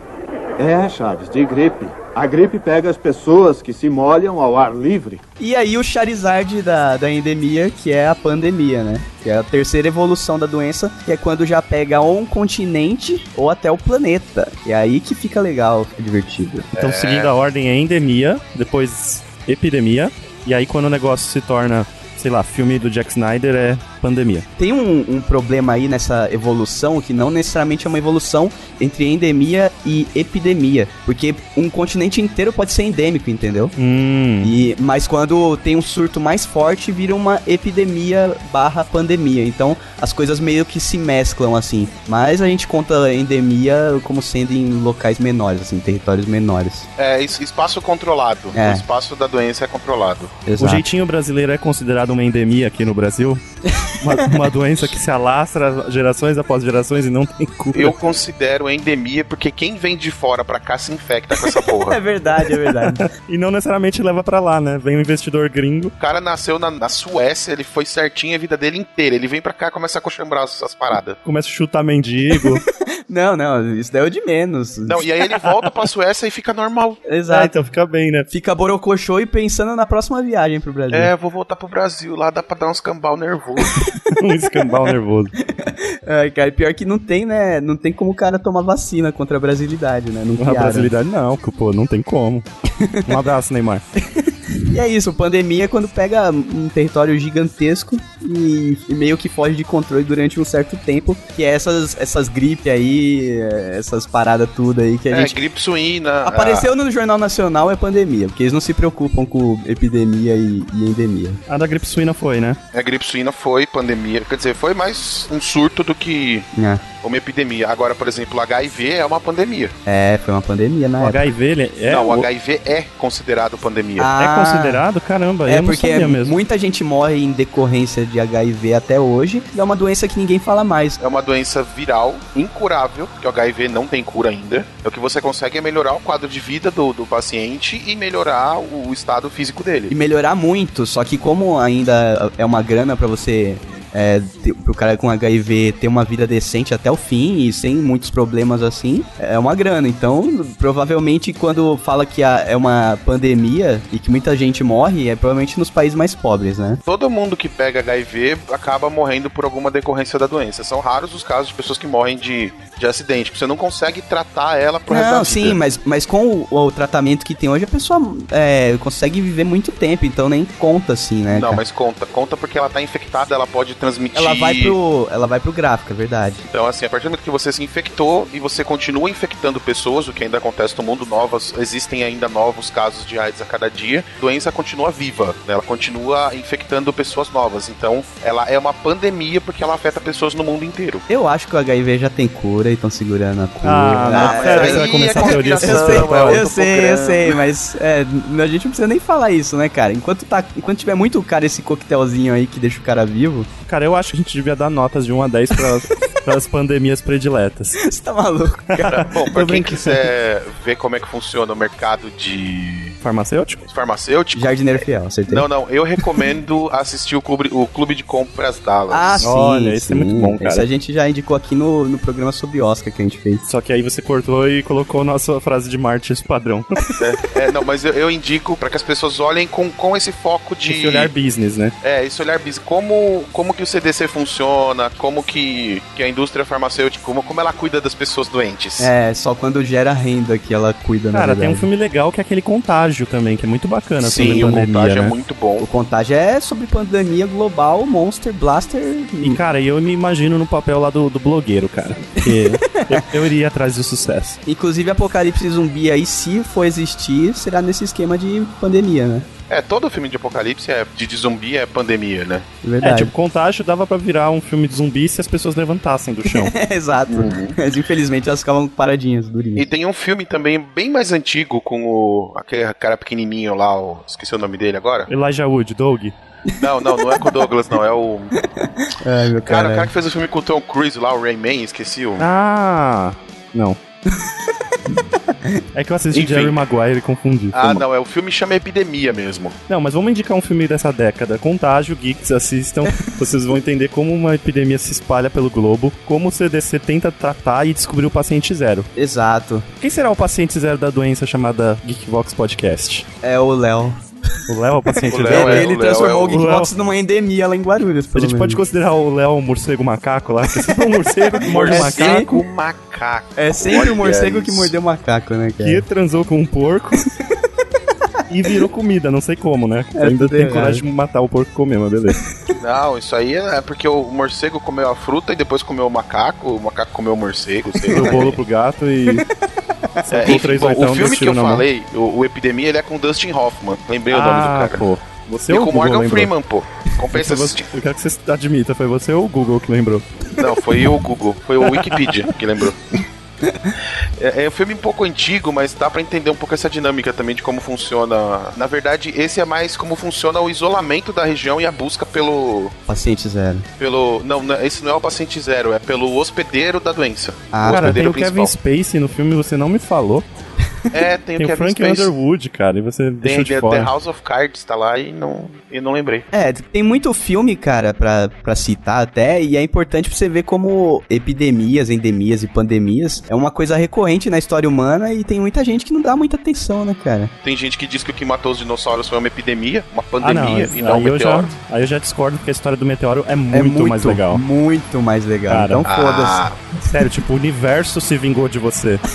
É, Chaves, de gripe. A gripe pega as pessoas que se molham ao ar livre. E aí o Charizard da, da endemia, que é a pandemia, né? Que é a terceira evolução da doença, que é quando já pega ou um continente ou até o planeta. E aí que fica legal, fica divertido. Então, seguindo a ordem, é endemia, depois epidemia, e aí quando o negócio se torna, sei lá, filme do Jack Snyder é pandemia. Tem um, um problema aí nessa evolução, que não necessariamente é uma evolução entre endemia e epidemia. Porque um continente inteiro pode ser endêmico, entendeu? Hum. E, mas quando tem um surto mais forte, vira uma epidemia barra pandemia. Então as coisas meio que se mesclam assim. Mas a gente conta a endemia como sendo em locais menores, assim, territórios menores. É, es- espaço controlado. É. O espaço da doença é controlado. O jeitinho brasileiro é considerado uma endemia aqui no Brasil? Uma, uma doença que se alastra gerações após gerações e não tem cura. Eu considero endemia porque quem vem de fora pra cá se infecta com essa porra. É verdade, é verdade. E não necessariamente leva pra lá, né? Vem um investidor gringo. O cara nasceu na, na Suécia, ele foi certinho a vida dele inteira. Ele vem pra cá e começa a cochambrar essas paradas. Começa a chutar mendigo. não, não, isso daí é o de menos. Não, e aí ele volta pra Suécia e fica normal. ah, Exato. então fica bem, né? Fica borocochô e pensando na próxima viagem pro Brasil. É, vou voltar pro Brasil, lá dá pra dar uns cambal nervoso. Um escambau nervoso. Ai, cara, pior que não tem, né? Não tem como o cara tomar vacina contra a brasilidade, né? Não A criaram. brasilidade não, que, pô, não tem como. Um abraço, Neymar. E é isso, pandemia é quando pega um território gigantesco e, e meio que foge de controle durante um certo tempo, que é essas, essas gripes aí, é, essas paradas tudo aí que a É, gente... gripe suína. Apareceu no Jornal Nacional é pandemia, porque eles não se preocupam com epidemia e, e endemia. A da gripe suína foi, né? A, a é, gripe suína foi pandemia. Quer dizer, foi mais um surto do que uma epidemia. Agora, por exemplo, HIV é uma pandemia. É, foi uma pandemia na O época. HIV, ele é, não, o- o HIV é considerado pandemia. é considerado? Caramba, Ah. É eu não porque sabia mesmo. muita gente morre em decorrência de HIV até hoje, e é uma doença que ninguém fala mais. É uma doença viral, incurável, que o HIV não tem cura ainda. O que você consegue é melhorar o quadro de vida do, do paciente e melhorar o estado físico E dele. melhorar muito, só que como ainda é uma grana pra você. É, ter, pro cara com HIV ter uma vida decente até o fim e sem muitos problemas assim, é uma grana. Então, provavelmente, quando fala que a- é uma pandemia e que muita gente morre, é provavelmente nos países mais pobres, né? Todo mundo que pega HIV acaba morrendo por alguma decorrência da doença. São raros os casos de pessoas que morrem de, de acidente, porque você não consegue tratar ela pro resto Não, da vida. sim, mas, mas com o, o tratamento que tem hoje, a pessoa é, consegue viver muito tempo, então nem conta assim, né? Não, cara? mas conta. Conta porque ela tá infectada, ela pode transmitir. Ela vai pro. Ela vai pro gráfico, é verdade. Então, assim, a partir do momento que você se infectou e você continua infectando pessoas, o que ainda acontece no mundo, novas, existem ainda novos casos de AIDS a cada dia, a doença continua viva, né? ela continua infectando pessoas novas. Então, ela é uma pandemia porque ela afeta pessoas no mundo inteiro. Eu acho que o HIV já tem cura e estão segurando a cura. Ah, não, Ah, sério, é, você vai aí começar é a teoria conspiração, conspiratória. é Eu tô sei, eu procurando. sei, mas é, n- a gente não precisa nem falar isso, né, cara? Enquanto, tá, enquanto tiver muito cara esse coquetelzinho aí que deixa o cara vivo, Cara, eu acho que a gente devia dar notas de 1 a 10 para as pandemias prediletas. você tá maluco, cara. Bom, pra Tô quem brincando. quiser ver como é que funciona o mercado de Farmacêutico? farmacêutico. Jardineiro fiel, acertei. Não, não, eu recomendo assistir o clube, o clube de compras Dallas. Ah, sim. Olha, isso é muito sim. bom, cara. Isso a gente já indicou aqui no, no programa sobre Oscar que a gente fez. Só que aí você cortou e colocou nossa frase de Martins padrão. É, não, mas eu, eu indico pra que as pessoas olhem com, com esse foco de. Esse olhar business, né? É, esse olhar bis. Como, como que o CDC funciona, como que, que a indústria farmacêutica, como, como ela cuida das pessoas doentes. É, só quando gera renda que ela cuida, na Cara, tem um verdade. filme legal que é aquele Contágio também, que é muito bacana sobre Sim, o pandemia, contágio né? é muito bom. O contágio é sobre pandemia global, monster, blaster... E, cara, eu me imagino no papel lá do, do blogueiro, cara. Porque eu, eu iria atrás do sucesso. Inclusive, apocalipse zumbi aí, se for existir, será nesse esquema de pandemia, né? É, todo filme de apocalipse é de, de zumbi é pandemia, né? É É, Verdade. tipo, Contágio dava pra virar um filme de zumbi se as pessoas levantassem do chão. Exato. Uhum. Mas infelizmente elas ficavam paradinhas, E durinhas. tem um filme também bem mais antigo com o aquele cara pequenininho lá, o, esqueci o nome dele agora. Elijah Wood, Doug. Não, não, não é com o Douglas, não, é o Ai, É, meu cara, o caralho. cara que fez o filme com o Tom Cruise lá, o Rayman, esqueci o. Ah, não. É que eu assisti Enfim. Jerry Maguire e confundi. foi Ah, mal. não, é o filme chama Epidemia mesmo. Não, mas vamos indicar um filme dessa década. Contágio, Geeks, assistam. Vocês vão entender como uma epidemia se espalha pelo globo, como o CDC tenta tratar e descobrir o paciente zero. Exato. Quem será o paciente zero da doença chamada Geekbox Podcast? É o Léo. O Léo é o paciente O Léo zero? é, ele o Léo transformou é, o o Geekbox numa endemia lá em Guarulhos, A pelo gente menos. pode considerar o Léo um morcego macaco lá, que é sempre um morcego que morde um macaco, Morcego macaco. É sempre Olha o morcego que isso. mordeu o macaco, né, cara? que transou com um porco e virou comida, não sei como, né? É, Ainda tudo tem errado. coragem de matar o porco e comer, mas beleza. Não, isso aí é porque o morcego comeu a fruta e depois comeu o macaco, o macaco comeu o morcego, sei Deu lá. bolo pro gato e... É, sacou enfim, três bom, oitão, o filme que tiro eu na mão. falei, o, o Epidemia, ele é com Dustin Hoffman. Lembrei o nome do ah, cara. é pô. Você e ou com o Google Morgan lembrou? Freeman, pô. Foi Compensa você- assistir. eu quero que você admita, foi você ou o Google que lembrou? Não, foi o Google, foi o Wikipedia que lembrou. É, é um filme um pouco antigo, mas dá pra entender um pouco essa dinâmica também de como funciona. Na verdade, esse é mais como funciona o isolamento da região e a busca pelo. Paciente zero. pelo não, não, esse não é o paciente zero, é pelo hospedeiro da doença. Ah, Cara, tem hospedeiro o Kevin Spacey no filme, você não me falou. É, tem, Tem o o Kevin Frank Spacey. Underwood, cara, e você deixou Tem de The, The fora. House of Cards, tá lá e não, e não lembrei. É, tem muito filme, cara, pra, pra citar até, e é importante pra você ver como epidemias, endemias e pandemias é uma coisa recorrente na história humana e tem muita gente que não dá muita atenção, né, cara? Tem gente que diz que o que matou os dinossauros foi uma epidemia, uma Ah, não, pandemia, aí, e não um eu já, meteoro. aí eu já discordo porque a história do meteoro é muito, é mais legal. Muito mais legal. Cara, então foda-se. Ah, Sério, tipo, o universo se vingou de você.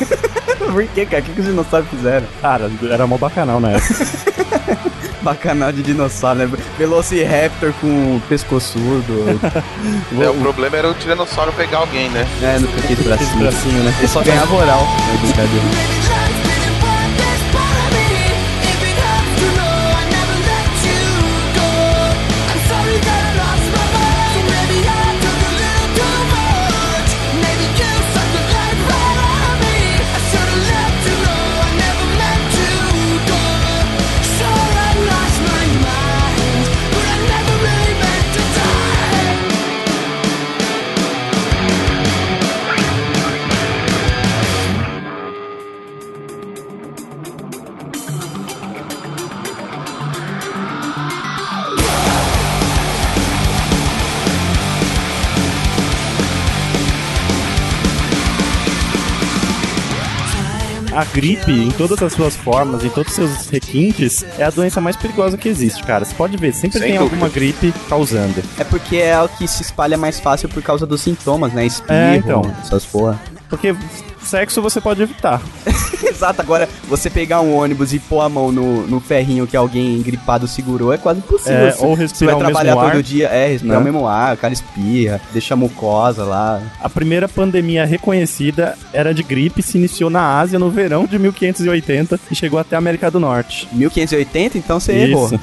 Por que, cara? O que, que os dinossauros fizeram? Cara, era mó bacanal na época. Bacanal de dinossauro, né? Velociraptor com pescoçudo. é, o problema era o tiranossauro pegar alguém, né? é, não fiquei esse bracinho. bracinho, né? Ele só ganhava oral. É brincadeira. Die. A gripe, em todas as suas formas, em todos os seus requintes, é a doença mais perigosa que existe, cara. Você pode ver, sempre Sem tem dúvida. alguma gripe causando. É porque é o que se espalha mais fácil por causa dos sintomas, né? Espirro, É, então. essas porra. Porque sexo você pode evitar. Exato, agora você pegar um ônibus e pôr a mão no, no ferrinho que alguém gripado segurou é quase impossível. É, Você- você vai ou respirar o trabalhar mesmo todo ar. dia, é, respirar né? o mesmo ar, o cara espirra, deixa a mucosa lá. A primeira pandemia reconhecida era de gripe, se iniciou na Ásia no verão de 1580 e chegou até a América do Norte. 1580, então você Isso. errou.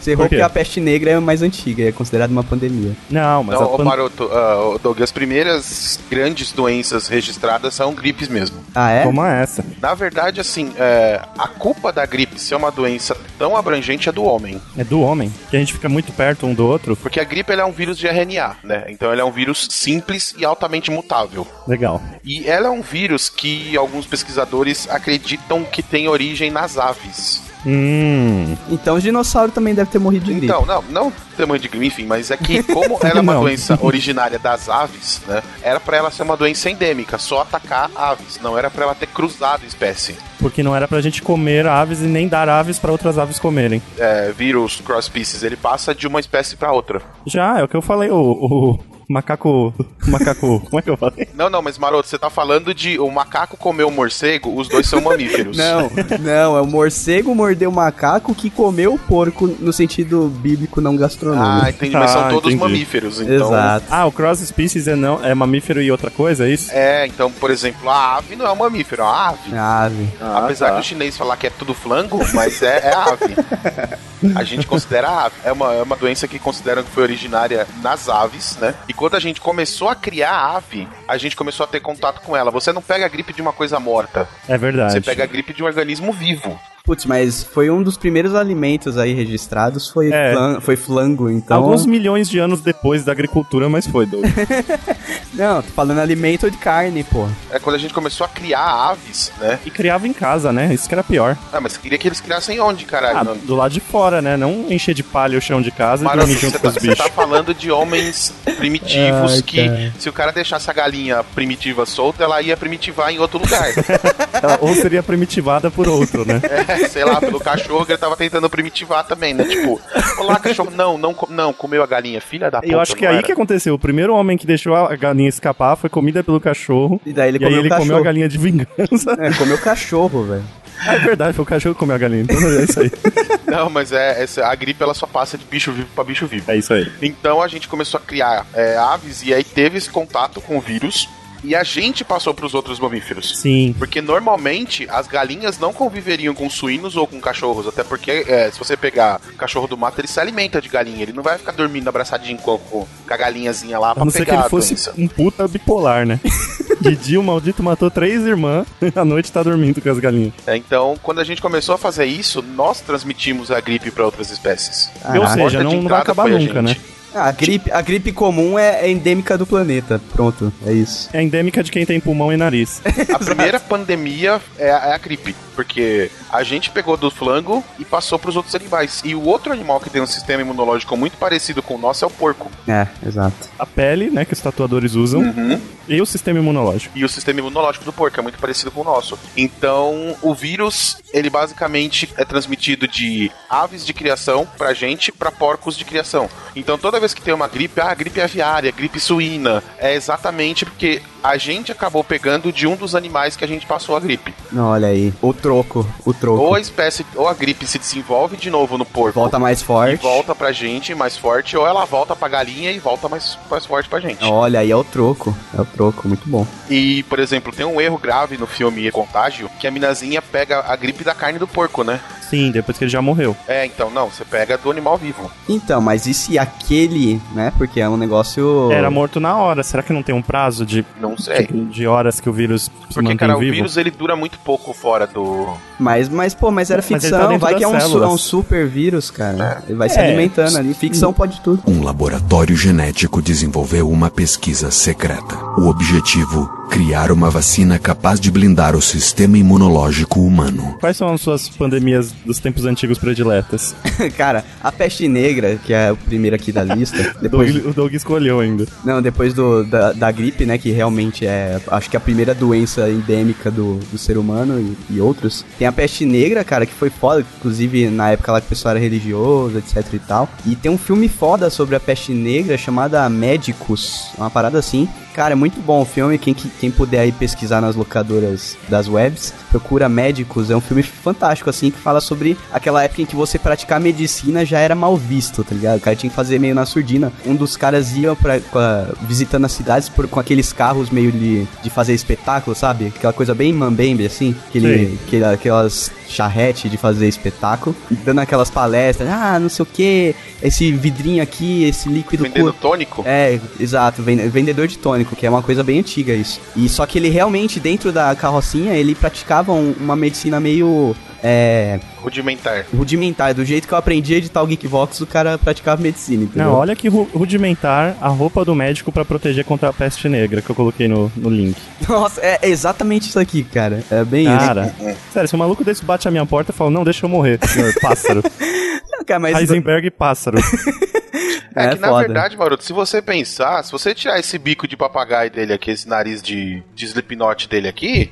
Você errou Por quê? porque a peste negra é mais antiga, é considerada uma pandemia. Não, mas Não, a ô, pan- Maroto, ah, ô, Doug, as primeiras grandes doenças registradas são gripes mesmo. Ah, é? como essa. Na verdade, assim, é, a culpa da gripe ser uma doença tão abrangente é do homem. É do homem, que a gente fica muito perto um do outro. Porque a gripe ela é um vírus de RNA, né? Então ele é um vírus simples e altamente mutável. Legal. E ela é um vírus que alguns pesquisadores acreditam que tem origem nas aves. Hum. Então os dinossauros também devem ter morrido de gripe. Então, não, não tamanho de gripe, enfim, mas é que como ela é uma Não. doença originária das aves, né? Era pra ela ser uma doença endêmica, só atacar aves, não era pra ela ter cruzado espécie. Porque não era pra gente comer aves e nem dar aves pra outras aves comerem. É, vírus cross species, ele passa de uma espécie pra outra. Já, é o que eu falei, o, o macaco. o Macaco. como é que eu falei? Não, não, mas Maroto, você tá falando de o macaco comer o morcego, os dois são mamíferos. Não, não, é o morcego mordeu o macaco que comeu o porco no sentido bíblico não gastronômico. Ah, entendi, mas são Ah, todos entendi. mamíferos, então. Uhum. Exato. Ah, o cross species é, não, é mamífero e outra coisa, é isso? É, então, por exemplo, a ave não é um mamífero, é uma ave. Ave. Ah, Apesar tá. que o chinês falar que é tudo flango, mas é, é ave. A gente considera a ave. É uma, é uma doença que consideram que foi originária nas aves, né? E quando a gente começou a criar a ave, a gente começou a ter contato com ela. Você não pega a gripe de uma coisa morta. É verdade. Você pega a gripe de um organismo vivo. Putz, mas foi um dos primeiros alimentos aí registrados, foi, É. flan- foi flango, então... Alguns milhões de anos depois da agricultura, mas foi, Doug. Não, tô falando alimento de carne, pô. É quando a gente começou a criar aves, né? E criava em casa, né? Isso que era pior. Ah, mas queria que eles criassem onde, caralho? Ah, Não- do lado de fora, né? Não encher de palha o chão de casa e Mano, dormir você junto tá, com os você bichos. tá falando de homens primitivos Ai, que, cara. se o cara deixasse a galinha primitiva solta, ela ia primitivar em outro lugar. Ela- Ou seria primitivada por outro, né? É, sei lá, pelo cachorro que ele tava tentando primitivar também, né? Tipo, olá, cachorro. Não, não, com- não comeu a galinha, filha da puta. Eu acho que é não aí era. que aconteceu. O primeiro homem que deixou a galinha escapar foi comida pelo cachorro. E daí ele e aí comeu o ele comeu cachorro. a galinha de vingança. É, comeu cachorro, velho. Ah, é verdade, foi o cachorro que comeu a galinha. Então é isso aí. Não, mas é, essa- a gripe ela só passa de bicho vivo pra bicho vivo. É isso aí. Então a gente começou a criar é, aves e aí teve esse contato com o vírus e a gente passou pros outros mamíferos. Sim. Porque normalmente as galinhas não conviveriam com suínos ou com cachorros, até porque é, se você pegar cachorro do mato, ele se alimenta de galinha, ele não vai ficar dormindo abraçadinho com, com com a galinhazinha lá A Tá pra não ser que pegar ele a fosse doença. um puta bipolar, né? De dia o maldito matou três irmãs, à noite tá dormindo com as galinhas. É, Então, quando a gente começou a fazer isso, nós transmitimos a gripe para outras espécies. Ou Caraca. seja, Porta não, de não vai entrada acabar foi a nunca, né? gente. Ah, a, gripe, a gripe comum é, é endêmica do planeta. Pronto, é isso. É endêmica de quem tem pulmão e nariz. A primeira pandemia é, a- é a gripe, porque a gente pegou do flango e passou pros outros animais. E o outro animal que tem um sistema imunológico muito parecido com o nosso é o porco. É, exato. A pele, né, que os tatuadores usam, e o sistema imunológico. E o sistema imunológico do porco é muito parecido com o nosso. Então, o vírus, ele basicamente é transmitido de aves de criação pra gente, pra porcos de criação. Então, toda vez que tem uma gripe, ah, gripe aviária, gripe suína, é exatamente porque a gente acabou pegando de um dos animais que a gente passou a gripe. Não, olha aí. O troco, o troco. Ou a espécie, ou a gripe se desenvolve de novo no porco. Volta mais e forte. volta pra gente mais forte, ou ela volta pra galinha e volta mais, mais forte pra gente. Olha aí, é o troco. É o troco, muito bom. E, por exemplo, tem um erro grave no filme Contágio, que a minazinha pega a gripe da carne do porco, né? Sim, depois que ele já morreu. É, então, não, você pega do animal vivo. Então, mas e se aquele, né? Porque é um negócio. Era morto na hora. Será que não tem um prazo de, tipo, Não sei. de, de horas que o vírus se É. Porque, mantém cara, o vivo? vírus ele dura muito pouco fora do. Mas, mas, pô, mas era Mas ele tá ficção. dentro Vai que é das um, su- é células. um super vírus, cara. Ele vai se É. Uhum. alimentando ali. Ficção pode tudo. Um laboratório genético desenvolveu uma pesquisa secreta. O objetivo: criar uma vacina capaz de blindar o sistema imunológico humano. Quais são as suas pandemias dos tempos antigos prediletas? cara, a peste negra, que é o primeiro aqui da lista. Depois, Doug- o Doug escolheu ainda. não, depois do, da, da gripe, né? Que realmente é, acho que a primeira doença endêmica do, do ser humano e, e outros. Tem a peste negra, cara, que foi foda. Inclusive, na época lá que o pessoal era religioso, etc e tal. E tem um filme foda sobre a peste negra chamada Médicos. Uma parada assim. Cara, é muito bom o filme. Quem, que- quem puder aí pesquisar nas locadoras das webs, procura Médicos. É um filme fantástico, assim, que fala sobre aquela época em que você praticar medicina já era mal visto, tá ligado? O cara tinha que fazer meio na surdina. Um dos caras ia pra, com a- visitando as cidades por- com aqueles carros meio de, de fazer espetáculo, sabe? Aquela coisa bem mambembe, assim. Aquele, Sim. aquele- aquelas charrete de fazer espetáculo. Dando aquelas palestras. Ah, não sei o que. Esse vidrinho aqui, esse líquido... Vendendo cor- tônico. é, exato, vende- vendedor de tônico, que é uma coisa bem antiga isso. E só que ele realmente, dentro da carrocinha, ele praticava um- uma medicina meio é, Rudimentar. rudimentar. Do jeito que eu aprendi a editar o Geekvox, o cara praticava medicina, entendeu? Não, olha que ru- rudimentar a roupa do médico pra proteger contra a peste negra que eu coloquei no, no link. Nossa, é é exatamente isso aqui, cara. É bem Cara, sério, se um maluco desse bate a minha porta e fala, não, deixa eu morrer, senhor pássaro. isso. Cara, mas Heisenberg pássaro. É, É que, na foda. verdade, Maroto, se você pensar, se você tirar esse bico de papagaio dele aqui, esse nariz de, de Slipknot dele aqui,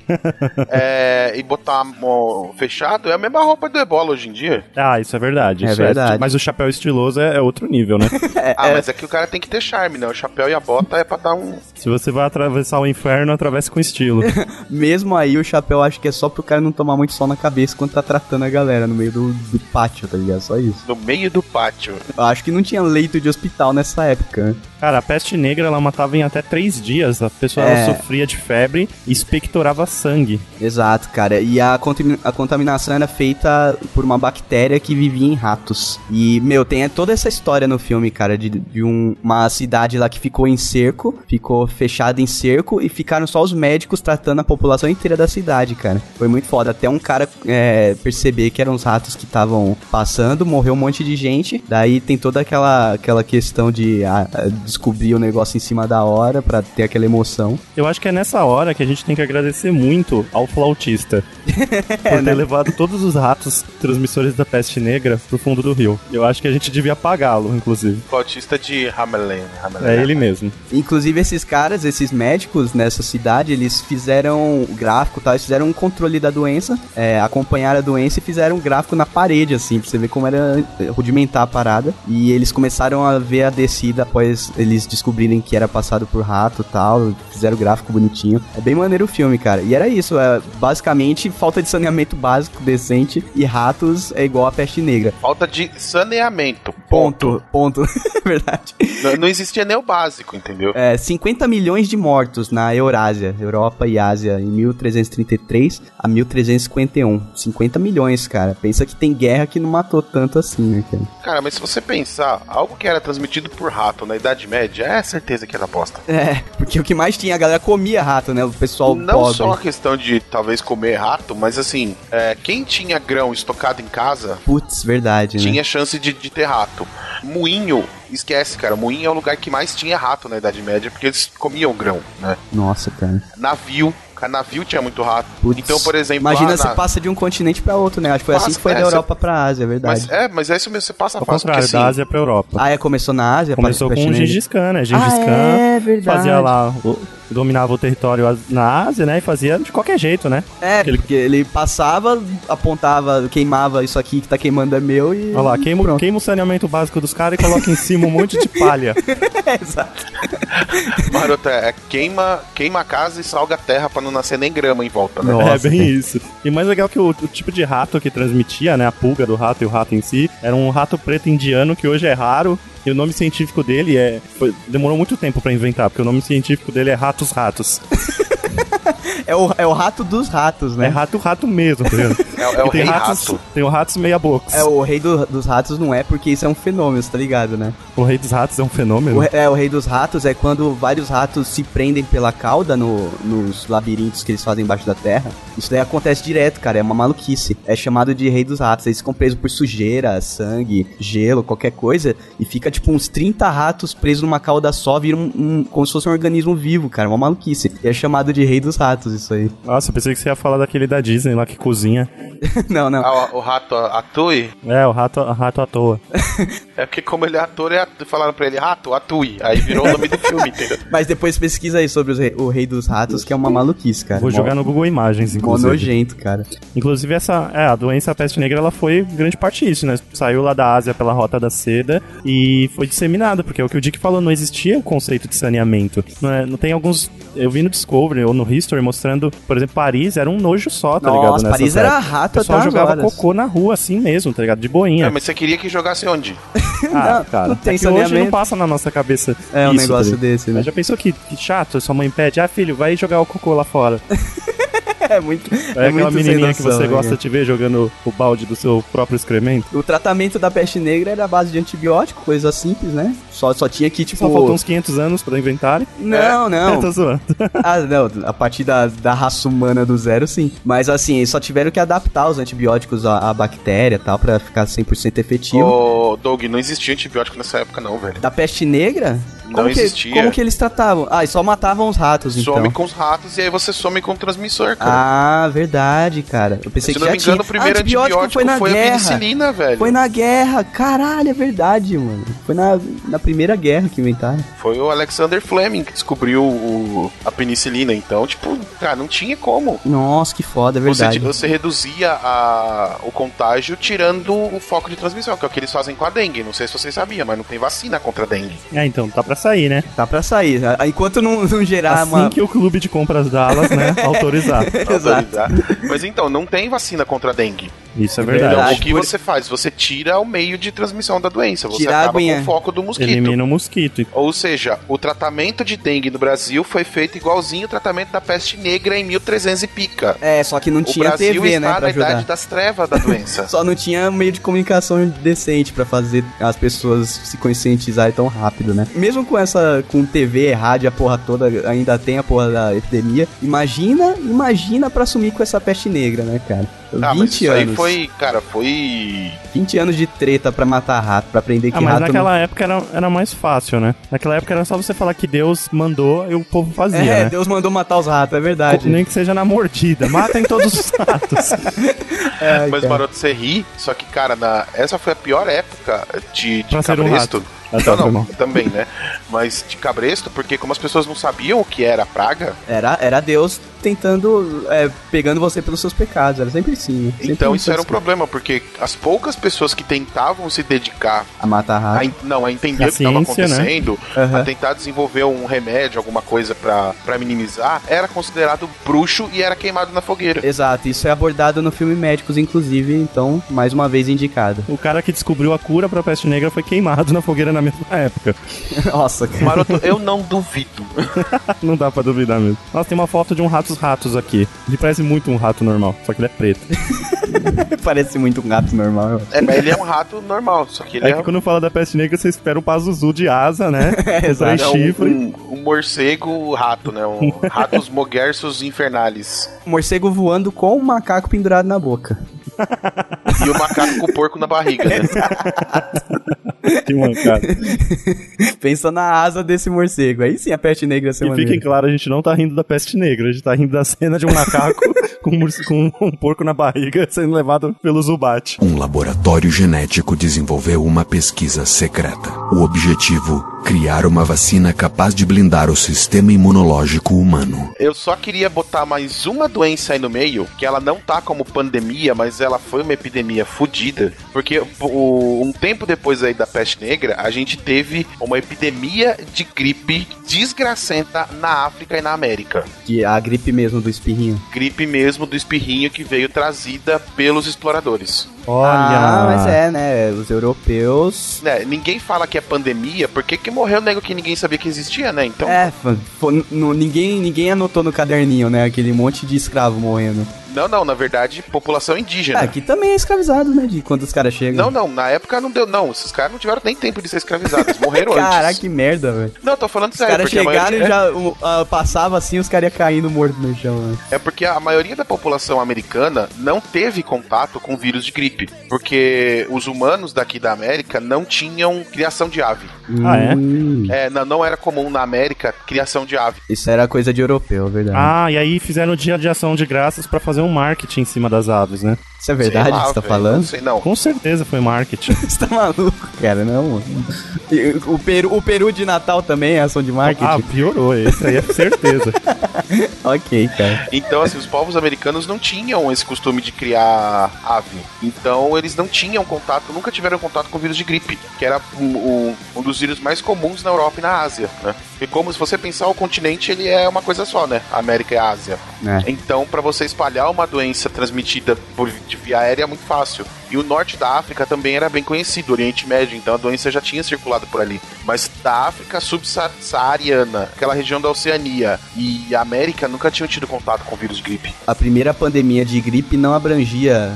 é, e botar mo- fechado, é a mesma roupa do Ebola hoje em dia. Ah, isso é verdade. É isso verdade. mas o chapéu estiloso é, é outro nível, né? ah, mas é que o cara tem que ter charme, né? O chapéu e a bota é pra dar um. se você vai atravessar o inferno, atravesse com estilo. mesmo aí o chapéu acho que é só pro cara não tomar muito sol na cabeça quando tá tratando a galera no meio do, do pátio, tá ligado? Só isso. no meio do pátio. Eu acho que não tinha leito de hospital nessa época. né? Cara, a peste negra, ela matava em até três dias. A pessoa É. ela sofria de febre e expectorava sangue. Exato, cara. E a, contami- a contaminação era feita por uma bactéria que vivia em ratos. E, meu, tem toda essa história no filme, cara, de, de um- uma cidade lá que ficou em cerco, ficou fechada em cerco e ficaram só os médicos tratando a população inteira da cidade, cara. Foi muito foda. Até um cara é, perceber que eram os ratos que estavam passando, morreu um monte de gente. Daí tem toda aquela, aquela questão de ah, descobrir o negócio em cima da hora pra ter aquela emoção. Eu acho que é nessa hora que a gente tem que agradecer muito ao flautista por ter Né? levado todos os ratos transmissores da peste negra pro fundo do rio. Eu acho que a gente devia pagá-lo, inclusive. Flautista de Hamelin. Hamelin. né? É ele mesmo. Inclusive, esses caras, esses médicos nessa cidade, eles fizeram o gráfico e tal, eles fizeram um controle da doença, é, acompanharam a doença e fizeram um gráfico na parede, assim, pra você ver como era eh, rudimentar a parada. E eles começaram a ver a descida após eles descobrirem que era passado por rato e tal, fizeram o gráfico bonitinho. É bem maneiro o filme, cara. E era isso, é, basicamente falta de saneamento básico decente e ratos é igual a peste negra. Falta de saneamento. Ponto, ponto. É Verdade. Não, não existia nem o básico, entendeu? É, 50 milhões de mortos na Eurásia, Europa e Ásia, em 1333 a 1351. 50 um. milhões, cara. Pensa que tem guerra que não matou tanto assim, né, cara? Cara, mas se você pensar, algo que era transmitido por rato na Idade Média, é certeza que era bosta. É, porque o que mais tinha, a galera comia rato, né? O pessoal não pobre. só a questão de talvez comer rato, mas assim, é, quem tinha grão estocado em casa Putz, verdade, né? tinha chance de, de ter rato. Moinho Esquece, cara. Moinho é o lugar que mais tinha rato na Idade Média, porque eles comiam grão, né? Nossa, cara. Navio. Cara, navio tinha muito rato. Putz, então, por exemplo, Imagina lá você na- passa de um continente pra outro, né? Acho que foi assim Passa, que foi é, da você- Europa pra Ásia, é verdade. Mas é, mas é isso mesmo, você passa Ao fácil, contrário, porque assim, da Ásia pra Europa. Ah, é, começou na Ásia? Começou pra- pra com o China. Gengis Khan, né? Gengis Ah, Khan é verdade. fazia lá, o- dominava o território as- na Ásia, né? E fazia de qualquer jeito, né? É, Aquele- porque ele passava, apontava, queimava isso aqui que tá queimando é meu e... Olha lá, queima, o- Pronto. queima o saneamento básico dos caras e coloca em cima um monte de palha. É, exato. Marota, é queima, queima a casa e salga a terra pra não nascer nem grama em volta, né? é bem isso. E mais legal que o, o tipo de rato que transmitia, né? A pulga do rato e o rato em si, era um rato preto indiano que hoje é raro. E o nome científico dele é. foi- demorou muito tempo pra inventar, porque o nome científico dele é Ratos Ratos. É o, é o rato dos ratos, É né? rato rato mesmo, tá ligado? É, é o E tem rei ratos, rato. Tem o ratos meia boca. É o rei do- dos ratos não é porque isso é um fenômeno, você tá ligado, né? O rei dos ratos é um fenômeno. O, re- é, o rei dos ratos é quando vários ratos se prendem pela cauda no- nos labirintos que eles fazem embaixo da terra. Isso daí acontece direto, cara. É uma maluquice. É chamado de rei dos ratos. Eles ficam presos por sujeira, sangue, gelo, qualquer coisa. E fica tipo uns 30 ratos presos numa cauda só, vira um, um- como se fosse um organismo vivo, cara. Uma maluquice. E é chamado de rei dos ratos, isso aí. Nossa, eu pensei que você ia falar daquele da Disney lá que cozinha. não, não. Ah, o, o rato a- atui. É, o rato, rato à toa. É porque como ele é ator, é ator, falaram pra ele, rato, atui. Aí virou o nome do filme, entendeu? Mas depois pesquisa aí sobre os rei- o rei dos ratos, que é uma maluquice, cara. Vou jogar no Google Imagens, Mó inclusive. nojento, cara. Inclusive, essa, é, a doença peste negra ela foi grande parte disso, né? Saiu lá da Ásia pela Rota da Seda e foi disseminada, porque é o que o Dick falou, não existia o conceito de saneamento. Não, é- não tem alguns. Eu vi no Discovery ou no History mostrando, por exemplo, Paris era um nojo só, tá ligado? Nossa, Nessa Paris época. era rato O pessoal até as jogava horas. cocô na rua assim mesmo, tá ligado? De boinha. É, mas você queria que jogasse onde? Ah, Não, cara. não tem é que hoje saneamento. não passa na nossa cabeça. É um isso, negócio tá ligado? desse, né? Mas já pensou que, que chato? Sua mãe pede, ah, filho, vai jogar o cocô lá fora. É muito. É, aquela muito sem menininha que noção, você né, gosta cara? de ver jogando o balde do seu próprio excremento. O tratamento da peste negra era à base de antibiótico, coisa simples, né? Só, só tinha que, tipo. Só faltam uns 500 anos pra inventarem. Não, É, não. tô zoando. ah, não. A partir da, da raça humana do zero, sim. Mas assim, eles só tiveram que adaptar os antibióticos à, à bactéria e tal, pra ficar 100% efetivo. Ô, Doug, não existia antibiótico nessa época não, velho. Da peste negra? Não como existia. Que, como que eles tratavam? Ah, e só matavam os ratos, então. Some com os ratos e aí você some com o transmissor, cara. Ah, verdade, cara. Eu pensei que Se não já me engano, tinha. o primeiro Ah, antibiótico, foi na foi, a guerra. penicilina, velho. Foi na guerra, caralho, é verdade, mano. Foi na, na primeira guerra que inventaram. Foi o Alexander Fleming que descobriu o- a penicilina. Então, tipo, cara, não tinha como. Nossa, que foda, é Você, verdade. você reduzia a- o contágio tirando o foco de transmissão, que é o que eles fazem com a dengue. Não sei se vocês sabiam, mas não tem vacina contra a dengue. É, então, tá pra sair, né? Tá pra sair. né? Enquanto não, não gerar assim uma. que o clube de compras Dallas, né, autorizar. Exato. Autorizar. Mas então, não tem vacina contra a dengue. Isso é verdade. verdade. Então, Verdade, o que por- você faz? Você tira o meio de transmissão da doença. Você Tirar a acaba com aguinha. o foco do mosquito. Elimina o mosquito. E Ou seja, o tratamento de dengue no Brasil foi feito igualzinho o tratamento da peste negra em 1300 e pica. É, só que não O tinha Brasil TV, está né, pra na ajudar. idade das trevas da doença. Só não tinha meio de comunicação decente pra fazer as pessoas se conscientizarem tão rápido, né? Mesmo com essa, com TV, rádio, a porra toda, ainda tem a porra da epidemia. Imagina, imagina pra sumir com essa peste negra, né, cara? Ah, 20 mas isso anos. aí foi, cara, foi 20 anos de treta pra matar rato, pra aprender que Ah, mas rato não naquela época era, era mais fácil, né? Naquela época era só você falar que Deus mandou e o povo fazia, É, né? Deus mandou matar os ratos, é verdade. Nem que seja na mordida. Matem todos os ratos. Ai, É, Mas, cara. Maroto, você ri, só que, cara, na... essa foi a pior época de, de Pra ser um cabresto. Ah, tá, não, foi não, mal. também, né? Mas de cabresto, porque como as pessoas não sabiam o que era a praga, Era, era Deus tentando, é, pegando você pelos seus pecados, era sempre assim. né? Sempre então isso era um assim. problema, porque as poucas pessoas que tentavam se dedicar A matar a, rato. en- não, a entender Ah, A o que estava ciência, né? acontecendo, Aham. a tentar desenvolver um remédio, alguma coisa pra pra minimizar, era considerado bruxo e era queimado na fogueira. Exato, isso é abordado no filme Médicos, inclusive, então, mais uma vez indicado. O cara que descobriu a cura pra peste negra foi queimado na fogueira na mesma época. Nossa, cara. Maroto, eu não duvido. Não dá pra duvidar mesmo. Nossa, tem uma foto de um ratos ratos aqui. Ele parece muito um rato normal, só que ele é preto. Parece muito um gato normal. É, mas ele é um rato normal, só que ele É é, que um- quando fala da peste negra, você espera um Pazuzu de asa, né? É, Com três é um, chifres. um- um morcego rato, né? Um ratos mogersos infernalis. Morcego voando com um macaco pendurado na boca. E o macaco com o porco na barriga, né? Que mancada. Pensa na asa desse morcego. Aí sim a peste negra ia ser E maneiro. fiquem claro, a gente não tá rindo da peste negra, a gente tá rindo da cena de um macaco com, um urso- com um porco na barriga sendo levado pelo Zubat. Um laboratório genético desenvolveu uma pesquisa secreta. O objetivo: criar uma vacina capaz de blindar o sistema imunológico humano. Eu só queria botar mais uma doença aí no meio, que ela não tá como pandemia, mas ela foi uma epidemia fodida. Porque o- um tempo depois aí da peste negra, a gente teve uma epidemia de gripe desgracenta na África e na América. Que é a gripe mesmo do espirrinho. Gripe mesmo do espirrinho que veio trazida pelos exploradores. Olha, Ah, mas é, né? Os europeus. Né, ninguém fala que é pandemia, porque que morreu nego que ninguém sabia que existia, né? Então, É, fa- fo- n- n- ninguém, ninguém anotou no caderninho, né? Aquele monte de escravo morrendo. não, não, na verdade, população indígena. Ah, aqui também é escravizado, né? De quando os caras chegam. Não, não, na época não deu, não. Esses caras não tiveram nem tempo de ser escravizados, morreram Caraca, antes. que merda, velho. Não, tô falando Os sério, caras porque a chegaram maioria, e já o- ah, passava assim, os caras iam caindo morto no chão, né? é porque a maioria da população americana não teve contato com vírus de gripe, porque os humanos daqui da América não tinham criação de ave. Ah, é? Hum, É, não, não era comum na América criação de ave. Isso era coisa de europeu, é verdade. Ah, e aí fizeram o dia de ação de graças pra fazer um marketing em cima das aves, né? Isso é verdade Sei lá, que você tá velho, Não falando? sei, não. Com certeza foi marketing. Você tá maluco, cara, não. E O Peru, o Peru de Natal também é ação de Ah, marketing? piorou, esse aí é certeza. Ah. ok, cara. Então, assim, os povos americanos não tinham esse costume de criar ave. Então, eles não tinham contato, nunca tiveram contato com o vírus de gripe, que era um, um- um dos vírus mais comuns na Europa e na Ásia, né? E como se você pensar, o continente, ele é uma coisa só, né? A América e a Ásia. É. Então, para você espalhar uma doença transmitida por de via aérea é muito fácil. E o norte da África também era bem conhecido, Oriente Médio, então a doença já tinha circulado por ali. Mas da África subsaariana, aquela região da Oceania e América nunca tinham tido contato com o vírus de gripe. A primeira pandemia de gripe não abrangia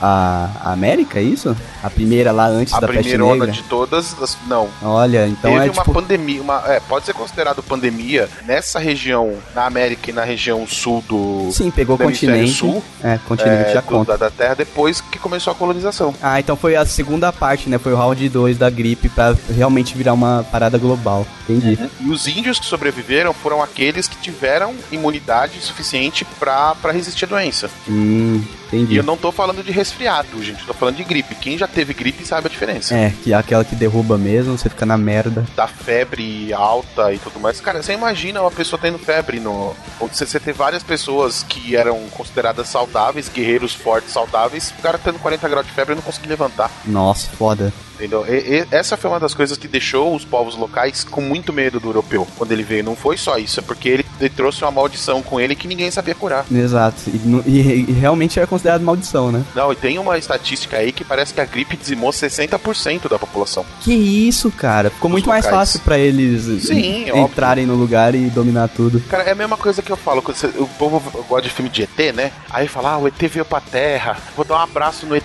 a, a América, é isso? A primeira lá antes a da peste primeira onda negra? de todas, as- não. Olha, então Teve é uma tipo... pandemia, uma, é, pode ser considerado pandemia nessa região, na América e na região sul do tipo, Sim, pegou o hemisfério continente. sul, É, continente é, já do- conta. da, da Terra, depois que começou a colonização. Ah, então foi a segunda parte, né? Foi o round 2 da gripe pra realmente virar uma parada global. Entendi. E os índios que sobreviveram foram aqueles que tiveram imunidade suficiente pra pra resistir à doença. Hum, E entendi. eu não tô falando de resfriado, gente, eu tô falando de gripe. Quem já teve gripe sabe a diferença. É, que é aquela que derruba mesmo, você fica na merda. Da febre alta e tudo mais. Cara, você imagina uma pessoa tendo febre no. Ou você, você ter várias pessoas que eram consideradas saudáveis, guerreiros fortes, saudáveis, o cara tendo 40 graus de febre e não conseguir levantar. Nossa, foda. Entendeu? E- e- essa foi uma das coisas que deixou os povos locais com muito medo do europeu quando ele veio. Não foi só isso, é porque ele, ele trouxe uma maldição com ele que ninguém sabia curar. Exato. E, nu- e- e realmente era considerado maldição, né? Não, e tem uma estatística aí que parece que a gripe dizimou 60% da população. Que isso, cara. Ficou muito mais locais. fácil pra eles Sim, eh, óbvio. entrarem no lugar e dominar tudo. Cara, é a mesma coisa que eu falo. quando você- O povo gosta de filme de ET, né? Aí fala, ah, o ET veio pra terra, vou dar um abraço no ET.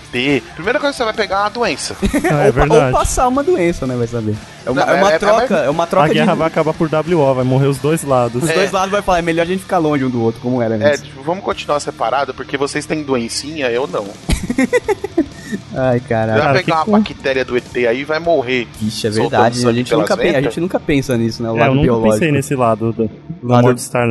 Primeira coisa que você vai pegar é uma doença. Ah, ou, pa- é ou verdade. passar uma doença, né? Vai saber. É uma, Não, é uma é- é- troca, é uma A troca de. guerra vai acabar por WO, vai morrer os dois lados. Os dois lados vai falar, é melhor a gente ficar longe um do outro, como era É, antes. tipo, vamos continuar separado, porque vocês têm doencinha, eu não. Ai, caralho. vai cara, pegar que uma com- bactéria do ET aí e vai morrer. Vixe, é Soltando verdade. A sangue gente, pelas nunca pensa, a ventas? gente nunca pensa nisso, né? O É, eu lado nunca pensei biológico. nesse lado do, da Lado- morte estar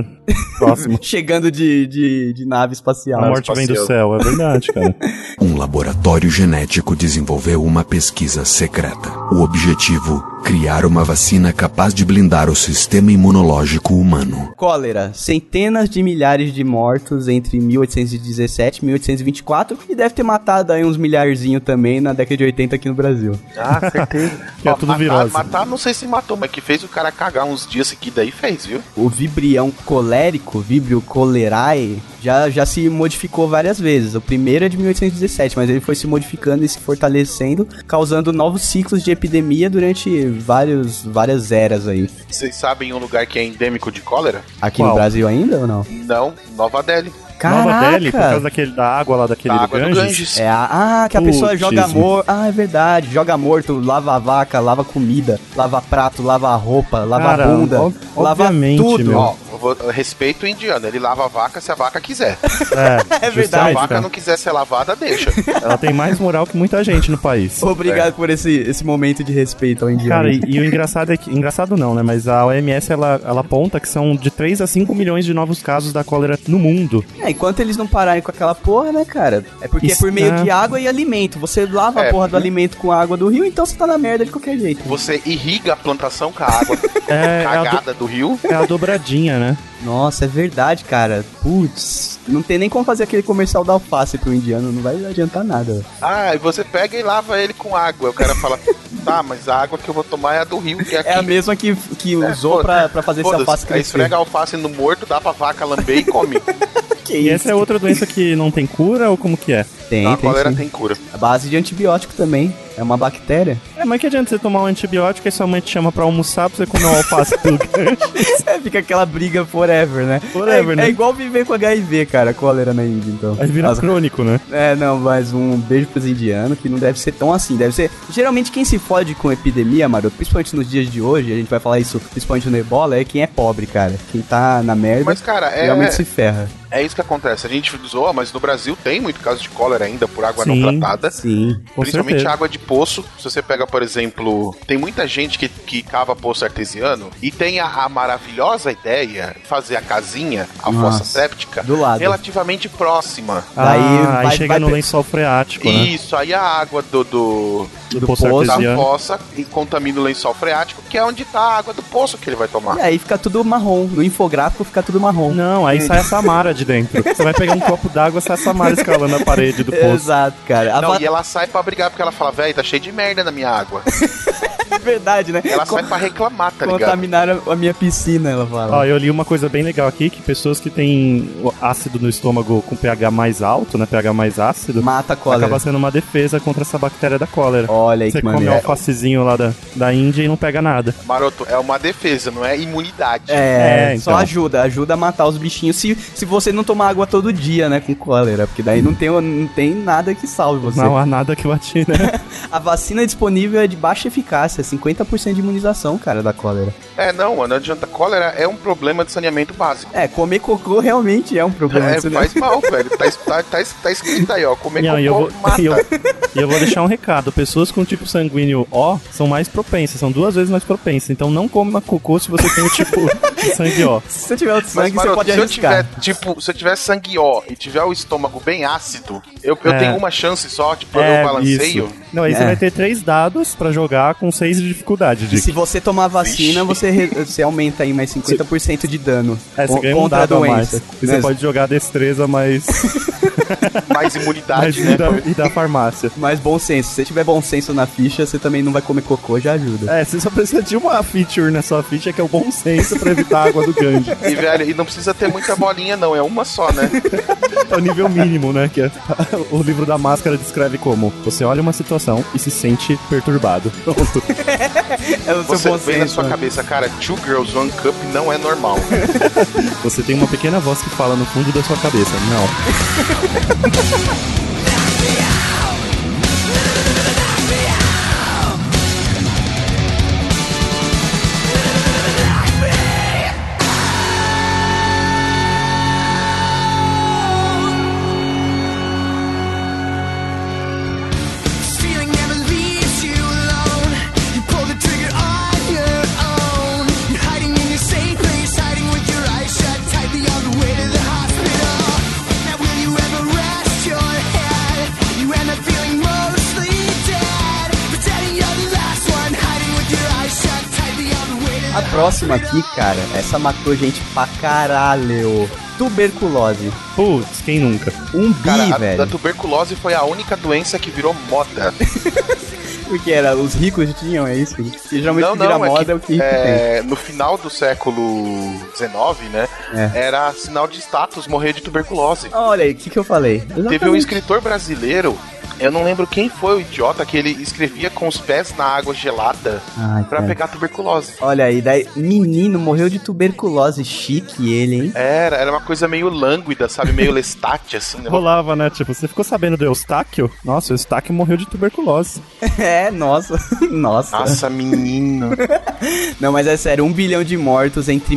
próximo. Chegando de, de, de nave espacial. A morte vem do céu, é verdade, cara. Um laboratório genético desenvolveu uma pesquisa secreta. O objetivo: criar uma vacina capaz de blindar o sistema imunológico humano. Cólera. Centenas de milhares de mortos entre 1817 e 1824. E deve ter matado aí uns milharzinho também na década de 80 aqui no Brasil. Ah, certeza. Que é tudo virose. Matar, matar, não sei se matou, mas que fez o cara cagar uns dias seguidos aí, fez, viu? O vibrião colérico, vibrio colerae, já, já se modificou várias vezes. O primeiro é de 1817, mas ele foi se modificando e se fortalecendo, causando novos ciclos de epidemia durante vários, várias eras aí. Vocês sabem um lugar que é endêmico de cólera? Aqui no Qual? Brasil ainda ou não? Não, Nova Delhi. Nova Delhi, por causa daquele, da água lá daquele da água do Ganges. É a, ah, que a Putz, pessoa joga isso. amor. Ah, é verdade. Joga morto, lava a vaca, lava comida, lava prato, lava a roupa, lava a Cara, bunda, ob- lava obviamente, tudo. meu. Ó, vou- eu respeito o indiano, ele lava a vaca se a vaca quiser. É, É Se a verdade, justamente, vaca cara. não quiser ser lavada, deixa. Ela tem mais moral que muita gente no país. Obrigado por esse, esse momento de respeito ao indiano. É. Cara, e, e o engraçado é que. Engraçado não, né? Mas a OMS ela, ela aponta que são de 3 a 5 milhões de novos casos da cólera no mundo. É, enquanto eles não pararem com aquela porra, né, cara? É porque é por Está- meio de água e alimento. Você lava É. a porra do alimento com a água do rio, então você tá na merda de qualquer jeito. Você irriga a plantação com a água É, é a, do- cagada do rio. é a dobradinha, né? Nossa, é verdade, cara. Putz, não tem nem como fazer aquele comercial da alface pro indiano, não vai adiantar nada. velho. Ah, e você pega e lava ele com água. O cara fala, tá, mas a água que eu vou tomar é a do rio, que é aqui. É a mesma que, que usou foda- pra, pra fazer esse Foda-se. alface Aí crescer. esfrega a alface no morto, dá pra vaca lamber e come. Que E isso? essa é outra doença que não tem cura ou como que é? Tem, tem, a Tá, cólera sim. tem cura. A base de antibiótico também. É uma bactéria. É, mas que adianta você tomar um antibiótico e sua mãe te chama pra almoçar pra você comer um alface do gancho? É, fica aquela briga forever, né? Forever, é, né? É igual viver com HIV, cara, cólera na Índia, então. Aí vira As- crônico, né? É, não, mas um beijo pros indianos, que não deve ser tão assim. Deve ser. Geralmente quem se fode com epidemia, maroto, principalmente nos dias de hoje, a gente vai falar isso principalmente no Ebola, é quem é pobre, cara. Quem tá na merda Mas, cara, é, realmente se ferra. é isso que acontece. A gente zoa, mas no Brasil tem muito caso de cólera ainda por água Sim. não tratada. Sim. Com Principalmente certeza. água de poço. Se você pega, por exemplo, tem muita gente que, que cava poço artesiano e tem a, a maravilhosa ideia de fazer a casinha, a Nossa. fossa séptica, Do lado. relativamente próxima. Daí ah, aí vai- chega vai no pe- lençol freático, né? Isso, aí a água do, do, Do poço da artesiano. fossa e contamina o lençol freático, que é onde tá a água do poço que ele vai tomar. E aí fica tudo marrom. No infográfico fica tudo marrom. Não, aí sai a Samara de dentro. Você vai pegar um copo d'água, sai a Samara escalando a parede do poço. Exato, cara. A Não, va- e ela sai pra brigar porque ela fala, velho, tá cheio de merda na minha água. É verdade, né? Ela Co- sai pra reclamar, tá ligado? Contaminaram a minha piscina, ela fala. Ó, eu li uma coisa bem legal aqui, que pessoas que têm o ácido no estômago com pH mais alto, né, pH mais ácido, Mata a cólera. acaba sendo uma defesa contra essa bactéria da cólera. Olha aí Você que come um maneiro. alfacezinho lá da, da Índia e não pega nada. Maroto, é uma defesa, não é imunidade. É, É, só então. ajuda, ajuda a matar os bichinhos se, se você não tomar água todo dia, né, com cólera, porque daí não tem, não tem nada que salve você. Não é. há nada que bate, né? A vacina disponível é de baixa eficácia, 50% de imunização, cara, da cólera. É, não, mano, não adianta. Cólera é um problema de saneamento básico. É, comer cocô realmente é um problema. É, isso, né? faz mal, velho. Tá, es- tá, tá, es- tá escrito aí, ó. Comer Não, e eu, cocô vou, mata. e, eu, e eu vou deixar um recado. Pessoas com tipo sanguíneo O são mais propensas, são duas vezes mais propensas. Então não coma cocô se você tem o tipo de sangue O. Se você tiver outro Mas, sangue, você Maroto, pode se eu arriscar. tiver, tipo, se eu tiver sangue ó e tiver o estômago bem ácido, eu, eu É. tenho uma chance só, tipo, eu balanceio. isso. Não, aí É. você vai ter três dados pra jogar com seis de dificuldade. E Dick. se você tomar a vacina, você, re- você aumenta aí mais 50% de dano É, você con- ganha um dado a mais. E você Né? pode jogar destreza mais, Mais mais imunidade, e, né? da, e da farmácia. Mas bom senso, se você tiver bom senso na ficha, você também não vai comer cocô, já ajuda. É, você só precisa de uma feature na sua ficha que é o bom senso pra evitar a água do Ganges. E, velho, e não precisa ter muita bolinha, não. É uma só, né? É o nível mínimo, né? Que é- o livro da máscara descreve como você olha uma situação e se sente perturbado. Pronto. É, o seu Você bom vê na senso. sua né? cabeça, cara, Two Girls, One Cup não é normal. Você tem uma pequena voz que fala no fundo da sua cabeça. Não. Feeling never leaves you alone. You pull the trigger on your own. You're hiding in your safe place, hiding with your eyes shut tight beyond the way to the hospital. Now will you ever rest your head? You end up feeling mostly dead. Pretending you're the last one, hiding with your eyes shut tight beyond the way to A the próxima aqui, cara, essa matou gente pra caralho. Tuberculose. Putz, quem nunca? Um bi, Cara, a, velho. a tuberculose foi a única doença que virou moda. Porque era, os ricos tinham, é isso? E geralmente o que vira moda é o que rico é, no final do século XIX, né? É. Era sinal de status morrer de tuberculose. tem. Olha aí, o que, que eu falei? Teve um Exatamente. escritor brasileiro Eu não lembro quem foi o idiota que ele escrevia com os pés na água gelada Ai, pra cara. pegar tuberculose. Olha aí, daí, menino morreu de tuberculose, chique ele, hein? Era, era uma coisa meio lânguida, sabe? Meio lestate, assim. né? Rolava, né? Tipo, você ficou sabendo do Eustáquio? Nossa, o Eustáquio morreu de tuberculose. É, nossa, nossa. Nossa, menino. Não, mas é sério, um bilhão de mortos entre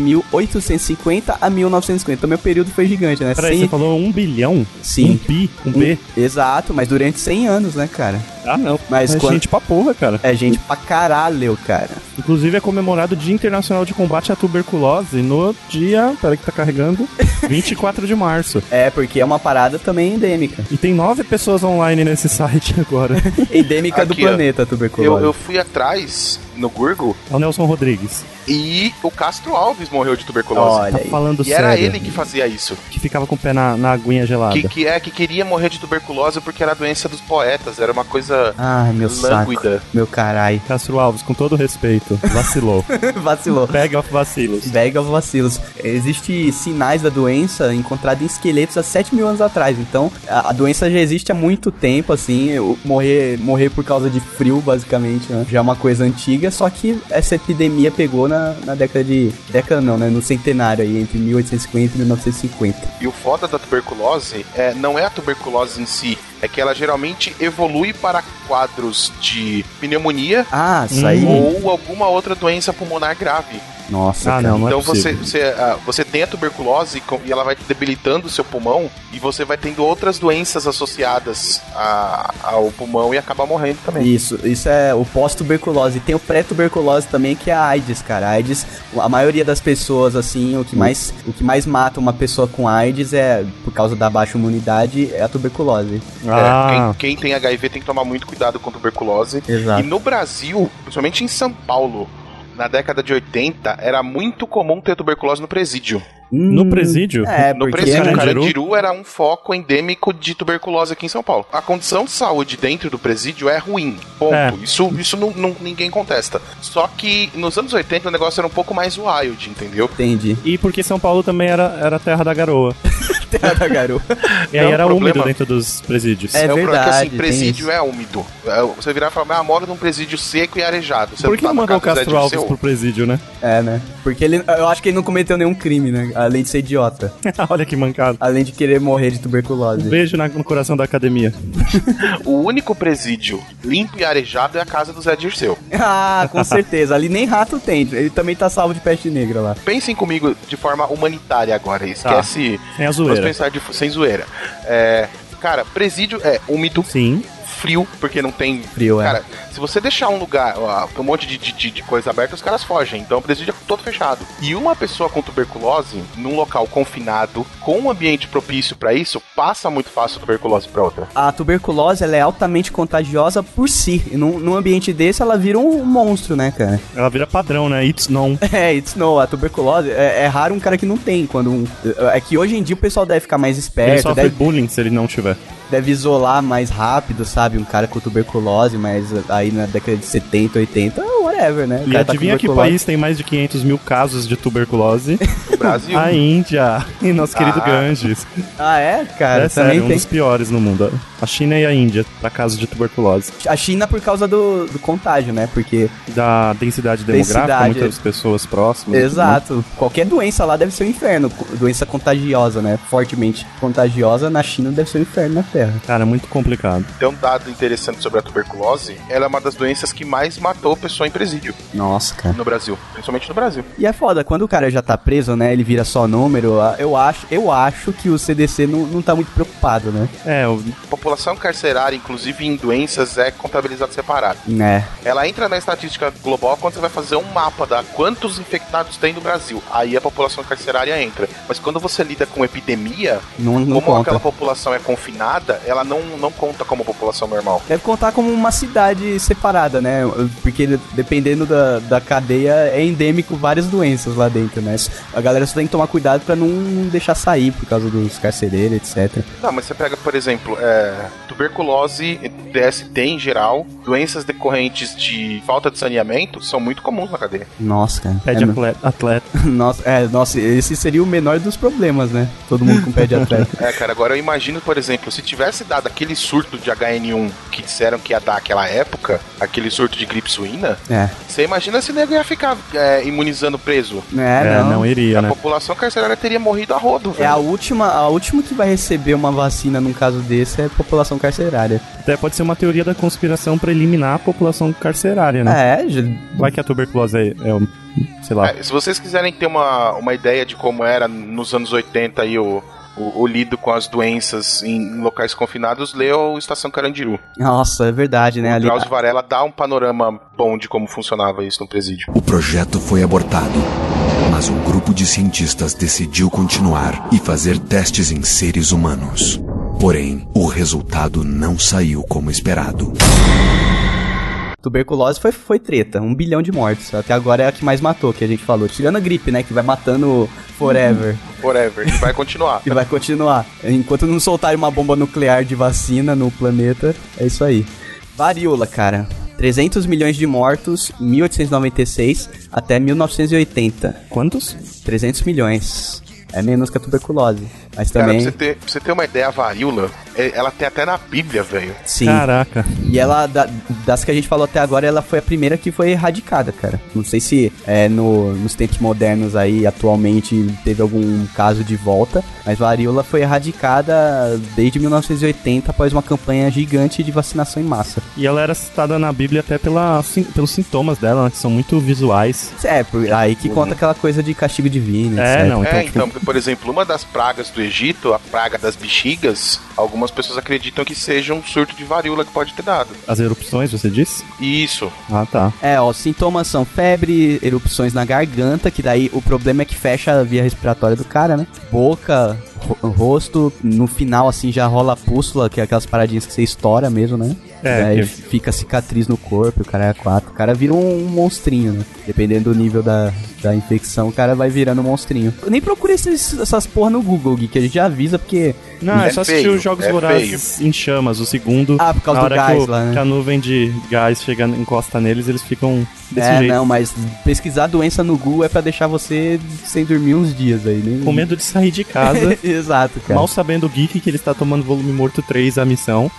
1850 a 1950. Então meu período foi gigante, né? Peraí, Cem- você falou um bilhão? Um Sim. bi? Um B? Exato, mas durante 100 anos, né, cara? Ah, não. Mas Mas quando- gente pra porra, cara. É gente pra caralho, cara. Inclusive é comemorado o Dia Internacional de Combate à Tuberculose no dia. Peraí que tá carregando. 24 de março. É, porque é uma parada também endêmica. E tem nove pessoas online nesse site agora. Endêmica do Aqui, ó. planeta, Eu, tuberculose. eu fui atrás no Google É o Nelson Rodrigues. e o Castro Alves morreu de tuberculose. Olha Tá aí. falando E era sério. ele que fazia isso. que ficava com o pé na, na aguinha gelada. Que, que é que queria morrer de tuberculose porque era a doença dos poetas. Era uma coisa Ai, meu saco. lânguida. Meu caralho. Castro Alves, com todo respeito, vacilou. Vacilou. Bag of vacilos. Bag of Bacillus. Existem sinais da doença encontrada em esqueletos há 7 mil anos atrás. Então, a, a doença já existe há muito tempo, assim. eu- Morrer, morrer por causa de frio, basicamente, né? Já é uma coisa antiga, só que essa epidemia pegou na, na década de... Década não, né? No centenário aí, entre 1850 e 1950. E o foda da tuberculose é, não é a tuberculose em si, é que ela geralmente evolui para quadros de pneumonia Ah, isso aí... ou alguma outra doença pulmonar grave. Nossa, Hum. Ah, cara. não, não então é você, possível. você, ah, você tem a tuberculose e co- e ela vai debilitando o seu pulmão e você vai tendo outras doenças associadas a- ao pulmão e acaba morrendo também. Isso, isso é o pós-tuberculose. E Tem o pré-tuberculose também, que é a AIDS, cara. A AIDS, a maioria das pessoas, assim, o que mais, o que mais mata uma pessoa com AIDS é, por causa da baixa imunidade, é a tuberculose. É, Ah, quem, quem tem HIV tem que tomar muito cuidado com tuberculose. E Exato. no Brasil, principalmente em São Paulo, na década de 80, era muito comum ter tuberculose no presídio. hum, no presídio? É, No porque presídio, era- cara, Carandiru? Carandiru era um foco endêmico de tuberculose aqui em São Paulo. A condição de saúde dentro do presídio é ruim. Ponto. É. Isso, isso não, não- ninguém contesta. Só que nos anos 80 o negócio era um pouco mais wild, entendeu? Entendi. E porque São Paulo também era, era a terra da garoa. Terra da garoa. E aí Não, era o É um problema- úmido dentro dos presídios. É o problema verdade, assim, tem presídio isso. é úmido. É, Você virar e falar, ah, moro num presídio seco e arejado. Você Por que tá não na mandou o casa do Zé Castro Alves Dirceu? pro presídio, né? É, né? Porque ele, eu acho que ele não cometeu nenhum crime, né? Além de ser idiota. Olha que mancada. Um Além de querer morrer de tuberculose. Beijo na- no coração da academia. O único presídio limpo e arejado é a casa do Zé Dirceu. ah, com certeza. Ali nem rato tem. Ele também tá salvo de peste negra lá. Pensem comigo de forma humanitária agora. Esquece. Tá. Sem a Vamos zoeira. pensar de, sem zoeira. É, cara, presídio é úmido, Sim. frio, porque não tem. Frio, é. Cara, se você deixar um lugar, ó, um monte de, de- de- de coisa aberta, os caras fogem. Então o presídio é todo fechado. E uma pessoa com tuberculose, num local confinado, com um ambiente propício pra isso, passa muito fácil a tuberculose pra outra. a tuberculose ela é altamente contagiosa por si. E num, num ambiente desse, ela vira um monstro, né, cara? Ela vira padrão, né? It's non. É, it's no, a tuberculose é, é raro um cara que não tem. Quando um, é que hoje em dia o pessoal deve ficar mais Ele esperto, sofre deve, bullying se ele não tiver. deve isolar mais rápido, sabe? Um cara com tuberculose, mas aí na década de 70, 80, whatever, né? O E cara tá com adivinha que tuberculose. país tem mais de 500 mil casos de tuberculose? O Brasil. a Índia. E nosso querido Ah. Ganges. Ah, é, cara? também é sério, um tem. dos piores no mundo. A China e a Índia, pra casos de tuberculose. A China por causa do, do contágio, né? Porque, Da densidade demográfica, Densidade. muitas pessoas próximas. exato, qualquer doença lá deve ser um inferno. co- Doença contagiosa, né? Fortemente contagiosa, na China deve ser um inferno na Terra. Cara, muito complicado. Tem um dado interessante sobre a tuberculose. Ela é uma das doenças que mais matou pessoa em presídio Nossa, cara. no Brasil. Principalmente no Brasil. E é foda, quando o cara já tá preso, né? Ele vira só número, a- eu acho, eu acho que o CDC não, não tá muito preocupado, né? É, o- População carcerária, inclusive em doenças, é contabilizada separada. Né. Ela entra na estatística global quando você vai fazer um mapa da quantos infectados tem no Brasil. Aí a população carcerária entra. Mas quando você lida com epidemia, Não, não como conta. aquela população é confinada, ela não, não conta como população normal. Deve contar como uma cidade separada, né? Porque dependendo dependendo da, da cadeia, é endêmico várias doenças lá dentro, né? A galera só tem que tomar cuidado pra não deixar sair por causa dos carcereiros, etc. Não, mas você pega, por exemplo, é, tuberculose, DST em geral, doenças decorrentes de falta de saneamento são muito comuns na cadeia. Nossa, cara. Pede é, atleta, atleta. nossa, é, nossa, esse seria o menor dos problemas, né? Todo mundo com pé de atleta. É, cara, agora eu imagino, por exemplo, se tivesse dado aquele surto de HN1 que disseram que ia dar aquela época, aquele surto de gripe suína, É. você imagina se o nego ia ficar é, imunizando preso. É, É, não. não iria, A né? população carcerária teria morrido a rodo, É velho. a última, a última que vai receber uma vacina num caso desse é a população carcerária. Até pode ser uma teoria da conspiração pra eliminar a população carcerária, né? É, já- Vai que a tuberculose é, é o- sei lá. É, se vocês quiserem ter uma, uma ideia de como era nos anos 80 aí o, o, o lido com as doenças em locais confinados, leia o Estação Carandiru. nossa, é verdade, né? Ali, Drauzio Varela dá um panorama bom de como funcionava isso no presídio. O projeto foi abortado, mas um grupo de cientistas decidiu continuar e fazer testes em seres humanos. Porém, o resultado não saiu como esperado. tuberculose foi, foi treta, um bilhão de mortes. Até agora é a que mais matou, que a gente falou. Tirando a gripe, né? Que vai matando forever. Forever. E vai continuar. E vai continuar. Enquanto não soltarem uma bomba nuclear de vacina no planeta, é isso aí. Varíola, cara. 300 milhões de mortos, 1896 até 1980. Quantos? 300 milhões. É menos que a tuberculose. Mas Cara, pra também. você, ter, pra você ter uma ideia, a varíola, é- ela tem até na Bíblia, velho. Sim. Caraca. E ela, da- das que a gente falou até agora, ela foi a primeira que foi erradicada, cara. Não sei se é, no, nos tempos modernos aí, atualmente, teve algum caso de volta, mas varíola foi erradicada desde 1980 após uma campanha gigante de vacinação em massa. E ela era citada na Bíblia até pela, sim- pelos sintomas dela, né, que são muito visuais. É, por- aí que conta aquela coisa de castigo divino, Uhum. É, etc. não, então, é, tipo, então, por exemplo, uma das pragas do Egito, a praga das bexigas, algumas pessoas acreditam que seja um surto de varíola que pode ter dado. as erupções, você disse? Isso. Ah, tá. É, ó, os sintomas são febre, erupções na garganta, que daí o problema é que fecha a via respiratória do cara, né? Boca, ro- rosto, no final assim já rola a pústula, que é aquelas paradinhas que você estoura mesmo, né? É, Daí que- fica a cicatriz no corpo, o cara é quatro. O cara vira um monstrinho, né? Dependendo do nível da, da infecção, o cara vai virando um monstrinho. Eu nem procure esses- essas porra no Google, Gui, que a gente já avisa, porque. Não, é, É só assistir feio, os Jogos é Vorazes em chamas, o segundo. Ah, por causa na do hora gás que, o- lá, né? que a nuvem de gás chega, encosta neles, eles ficam desse é, jeito. não, mas pesquisar doença no Google é pra deixar você sem dormir uns dias aí, né? Com medo de sair de casa. Exato, cara. Mal sabendo o geek que ele está tomando volume morto 3 a missão.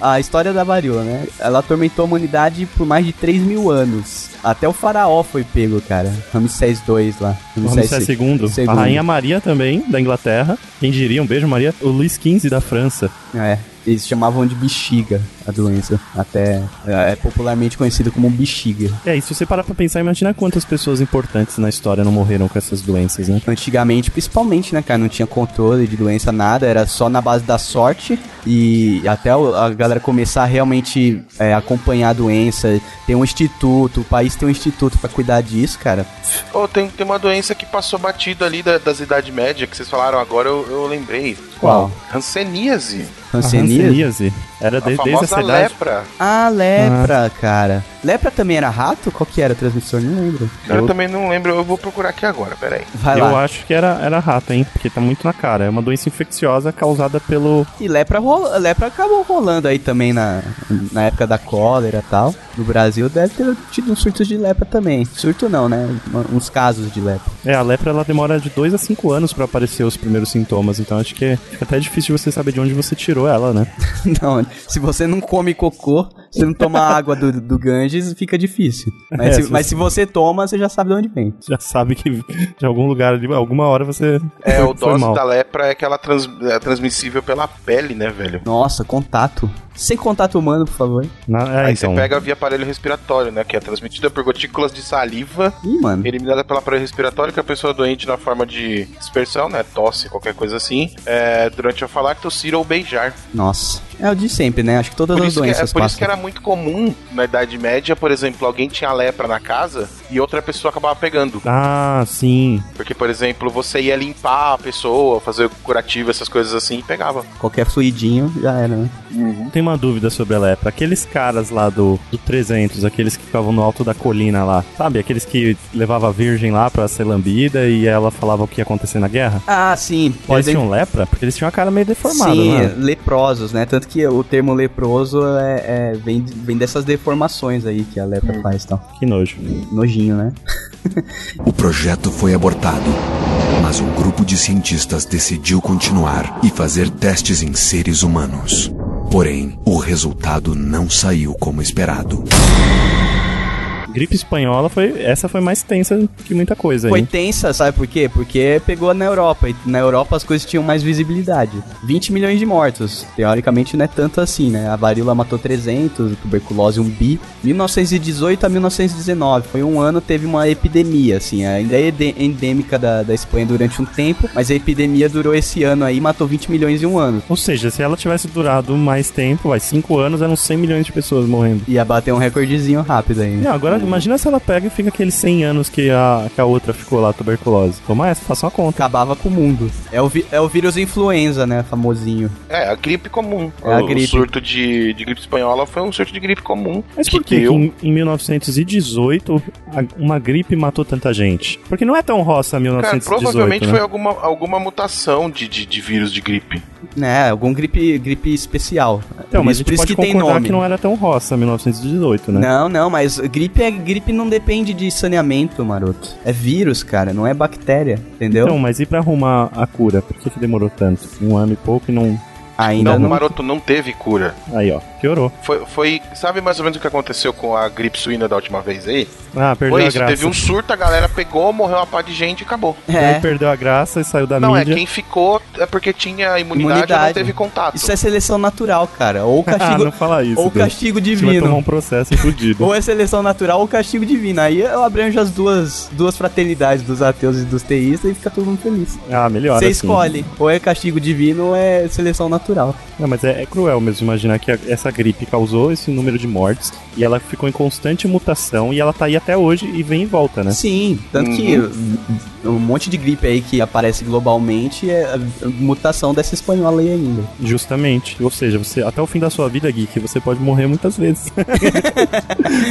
A história da varíola, né? Ela atormentou a humanidade por mais de 3 mil anos. Até o faraó foi pego, cara. Ramsés II lá. Ramsés II. A segundo. Rainha Maria também, da Inglaterra. Quem diria? Um beijo, Maria. O Luiz XV da França. É. Eles chamavam de bexiga a doença. Até é é popularmente conhecida como bexiga. É, e se você parar pra pensar, imagina quantas pessoas importantes na história não morreram com essas doenças, né? Antigamente, principalmente, né, cara? Não tinha controle de doença, nada. Era só na base da sorte. E até o- a galera começar a realmente é, acompanhar a doença. Tem um instituto, o país tem um instituto pra cuidar disso, cara. Ô, tem, tem uma doença que passou batido ali da- das Idade Média, que vocês falaram agora, eu, eu lembrei. Qual? Hanseníase. A Hanseníase? hanseníase. Era A de- desde famosa essa idade. lepra. Ah, lepra, cara. Lepra também era rato? Qual que era o transmissor? Não lembro. Eu... também não lembro, eu vou procurar aqui agora, peraí. Vai Eu lá. acho que era, era rato, hein? Porque tá muito na cara. É uma doença infecciosa causada pelo. E lepra, rola- lepra acabou rolando aí também na, na época da cólera e tal. No Brasil deve ter tido uns surtos de lepra também. Surto não, né? Um- Uns casos de lepra. É, a lepra ela demora de 2 a 5 anos pra aparecer os primeiros sintomas. Então acho que fica até difícil você saber de onde você tirou ela, né? Não, se você não come cocô, se não toma água do, do Ganges, fica difícil. Mas, É, se, se mas se você toma, você já sabe de onde vem. Já sabe que de algum lugar ali, alguma hora você. É, foi- o foi dose mal. da lepra é que ela trans- é transmissível pela pele, né, velho? Nossa, contato. Sem contato humano, por favor. Na- é, Aí então. você pega via aparelho respiratório, né? Que é transmitida por gotículas de saliva, Ih, mano. eliminada pelo aparelho respiratório, que a pessoa doente na forma de dispersão, né? Tosse, qualquer coisa assim, é, durante a falar, tossir ou beijar. Nossa. É o de sempre, né? Acho que todas Por as isso, que, é doenças por isso que passam. era muito comum na Idade Média, por exemplo, alguém tinha lepra na casa e outra pessoa acabava pegando. Ah, sim. Porque, por exemplo, você ia limpar a pessoa, fazer curativo, essas coisas assim, e pegava. Qualquer fluidinho já era, né? Tem uma dúvida sobre a lepra. Aqueles caras lá do, do 300, aqueles que ficavam no alto da colina lá, sabe? Aqueles que levava a virgem lá pra ser lambida e ela falava o que ia acontecer na guerra. Ah, sim. Eles podem- tinham lepra? Porque eles tinham a cara meio deformada, Sim, um né? leprosos, né? Tanto que o termo leproso é, é- vem, vem dessas deformações aí que a lepra faz e tal. é. Que nojo. Nojinho, né? O projeto foi abortado, mas um grupo de cientistas decidiu continuar e fazer testes em seres humanos. Porém, o resultado não saiu como esperado. Gripe espanhola foi. Essa foi mais tensa que muita coisa Foi aí. tensa, sabe por quê? Porque pegou na Europa. E na Europa as coisas tinham mais visibilidade. 20 milhões de mortos. Teoricamente não é tanto assim, né? A varíola matou 300, a tuberculose um bi. 1918 a 1919. Foi um ano, teve uma epidemia, assim. Ainda é ede- endêmica da, da Espanha durante um tempo, mas a epidemia durou esse ano aí, matou 20 milhões em um ano. Ou seja, se ela tivesse durado mais tempo, vai, 5 anos, eram 100 milhões de pessoas morrendo. Ia bater um recordezinho rápido aí. né? Não, agora imagina se ela pega e fica aqueles 100 anos que a, que a outra ficou lá, tuberculose. Toma essa, faça uma conta. Acabava com o mundo. É o, vi- é o vírus influenza, né? Famosinho. É, a gripe comum. É a o gripe. surto de, de gripe espanhola foi um surto de gripe comum. Mas por que, que em, em 1918 a- uma gripe matou tanta gente? Porque não é tão roça Cara, 1918, provavelmente né? foi alguma, alguma mutação de, de, de vírus de gripe. Né? Algum gripe, gripe especial. Então, Por mas isso- a por gente isso pode que tem concordar nome. que não era tão roça 1918, né? Não, não, mas gripe é gripe não depende de saneamento, maroto. É vírus, cara, não é bactéria, entendeu? Então, mas e pra arrumar a cura? Por que, que demorou tanto? Um ano e pouco e não... Ainda não, não. o maroto não teve cura. Aí, ó, piorou. Foi, foi- sabe mais ou menos o que aconteceu com a gripe suína da última vez aí? Ah, perdeu foi a isso, graça. teve um surto, a galera pegou, morreu uma pá de gente e acabou. Aí É. perdeu a graça e saiu da não, mídia. é quem ficou é porque tinha imunidade, ou Imunidade. não teve contato. Isso é seleção natural, cara. Ou ah, castigo, não fala isso. ou Deus. castigo Você vai tomar divino. um processo fudido. Ou é seleção natural ou castigo divino. Aí eu abranjo as duas, duas fraternidades dos ateus e dos teístas e fica todo mundo feliz. Ah, melhor. Você assim. escolhe, ou é castigo divino ou é seleção natural. Não, mas é, é cruel mesmo imaginar que a- essa gripe causou esse número de mortes e ela ficou em constante mutação e ela tá aí até hoje e vem e volta, né? Sim, tanto que um monte de gripe aí que aparece globalmente é a mutação dessa espanhola aí ainda. Justamente. Ou seja, você até o fim da sua vida, Geek, você pode morrer muitas vezes.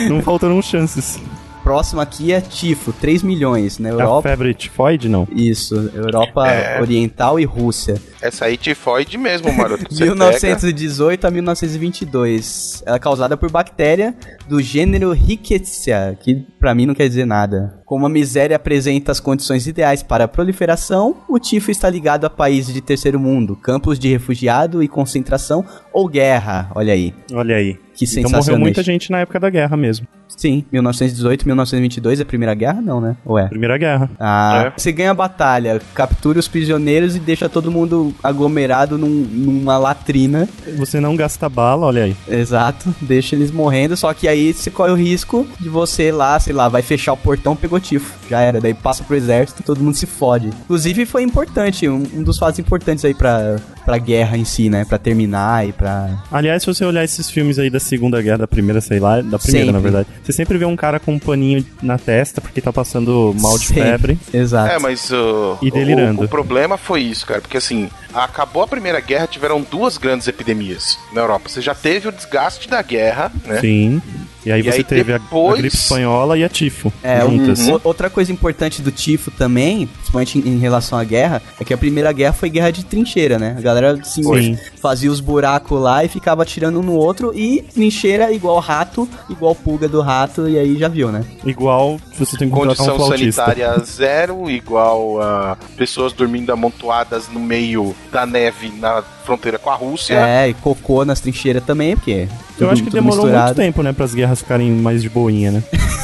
não faltaram chances. Próximo aqui é tifo, 3 milhões na A Europa. febre tifoide, não. Isso, Europa Oriental e Rússia. Essa aí tifoide mesmo, maroto. Você 1918 a 1922. Ela é causada por bactéria do gênero Rickettsia, que pra mim não quer dizer nada. Como a miséria apresenta as condições ideais para a proliferação, o tifo está ligado a países de terceiro mundo, campos de refugiado e concentração ou guerra. Olha aí, Olha aí. que Então sensacional. morreu muita gente na época da guerra mesmo. Sim, 1918, 1922 é a Primeira Guerra? Não, né? Ou é? Primeira guerra. Ah, É. você ganha a batalha, captura os prisioneiros e deixa todo mundo aglomerado num- numa latrina. Você não gasta bala, olha aí. Exato, deixa eles morrendo, só que aí você corre o risco de você lá, sei lá, vai fechar o portão, pegou tifo. Já era, daí passa pro exército, todo mundo se fode. Inclusive foi importante, um, um dos fatos importantes aí pra, pra guerra em si, né? Pra terminar e pra. Aliás, se você olhar esses filmes aí da Segunda Guerra, da Primeira, sei lá, da Primeira, Sempre. na verdade, você sempre vê um cara com um paninho na testa porque tá passando mal de Sempre. febre. Exato. É, mas uh, E delirando. O, o problema foi isso, cara, porque assim, acabou a Primeira Guerra, tiveram duas grandes epidemias na Europa. Você já teve o desgaste da guerra, né? Sim. E aí E você aí teve a- a depois- um gripe espanhola e a tifo. É, juntas. o- o- outra coisa importante do tifo também, principalmente em, em relação à guerra, é que a primeira guerra foi guerra de trincheira, né? A galera assim, Sim. fazia os buracos lá e ficava atirando um no outro e trincheira igual rato, igual pulga do rato, e aí já viu, né? Igual você tem que contratar um Condição flautista. sanitária zero, igual a pessoas dormindo amontoadas no meio da neve na fronteira com a Rússia. É, e cocô nas trincheiras também, porque. Eu tudo- acho que tudo demorou muito misturado. tempo, né, pras guerras ficarem mais de boinha, né?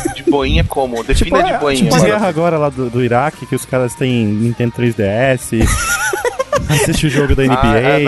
É. De boinha como? Defina de é, boinha, tipo a mano. guerra agora lá do, do Iraque, que os caras têm Nintendo 3DS, assiste o jogo da NBA.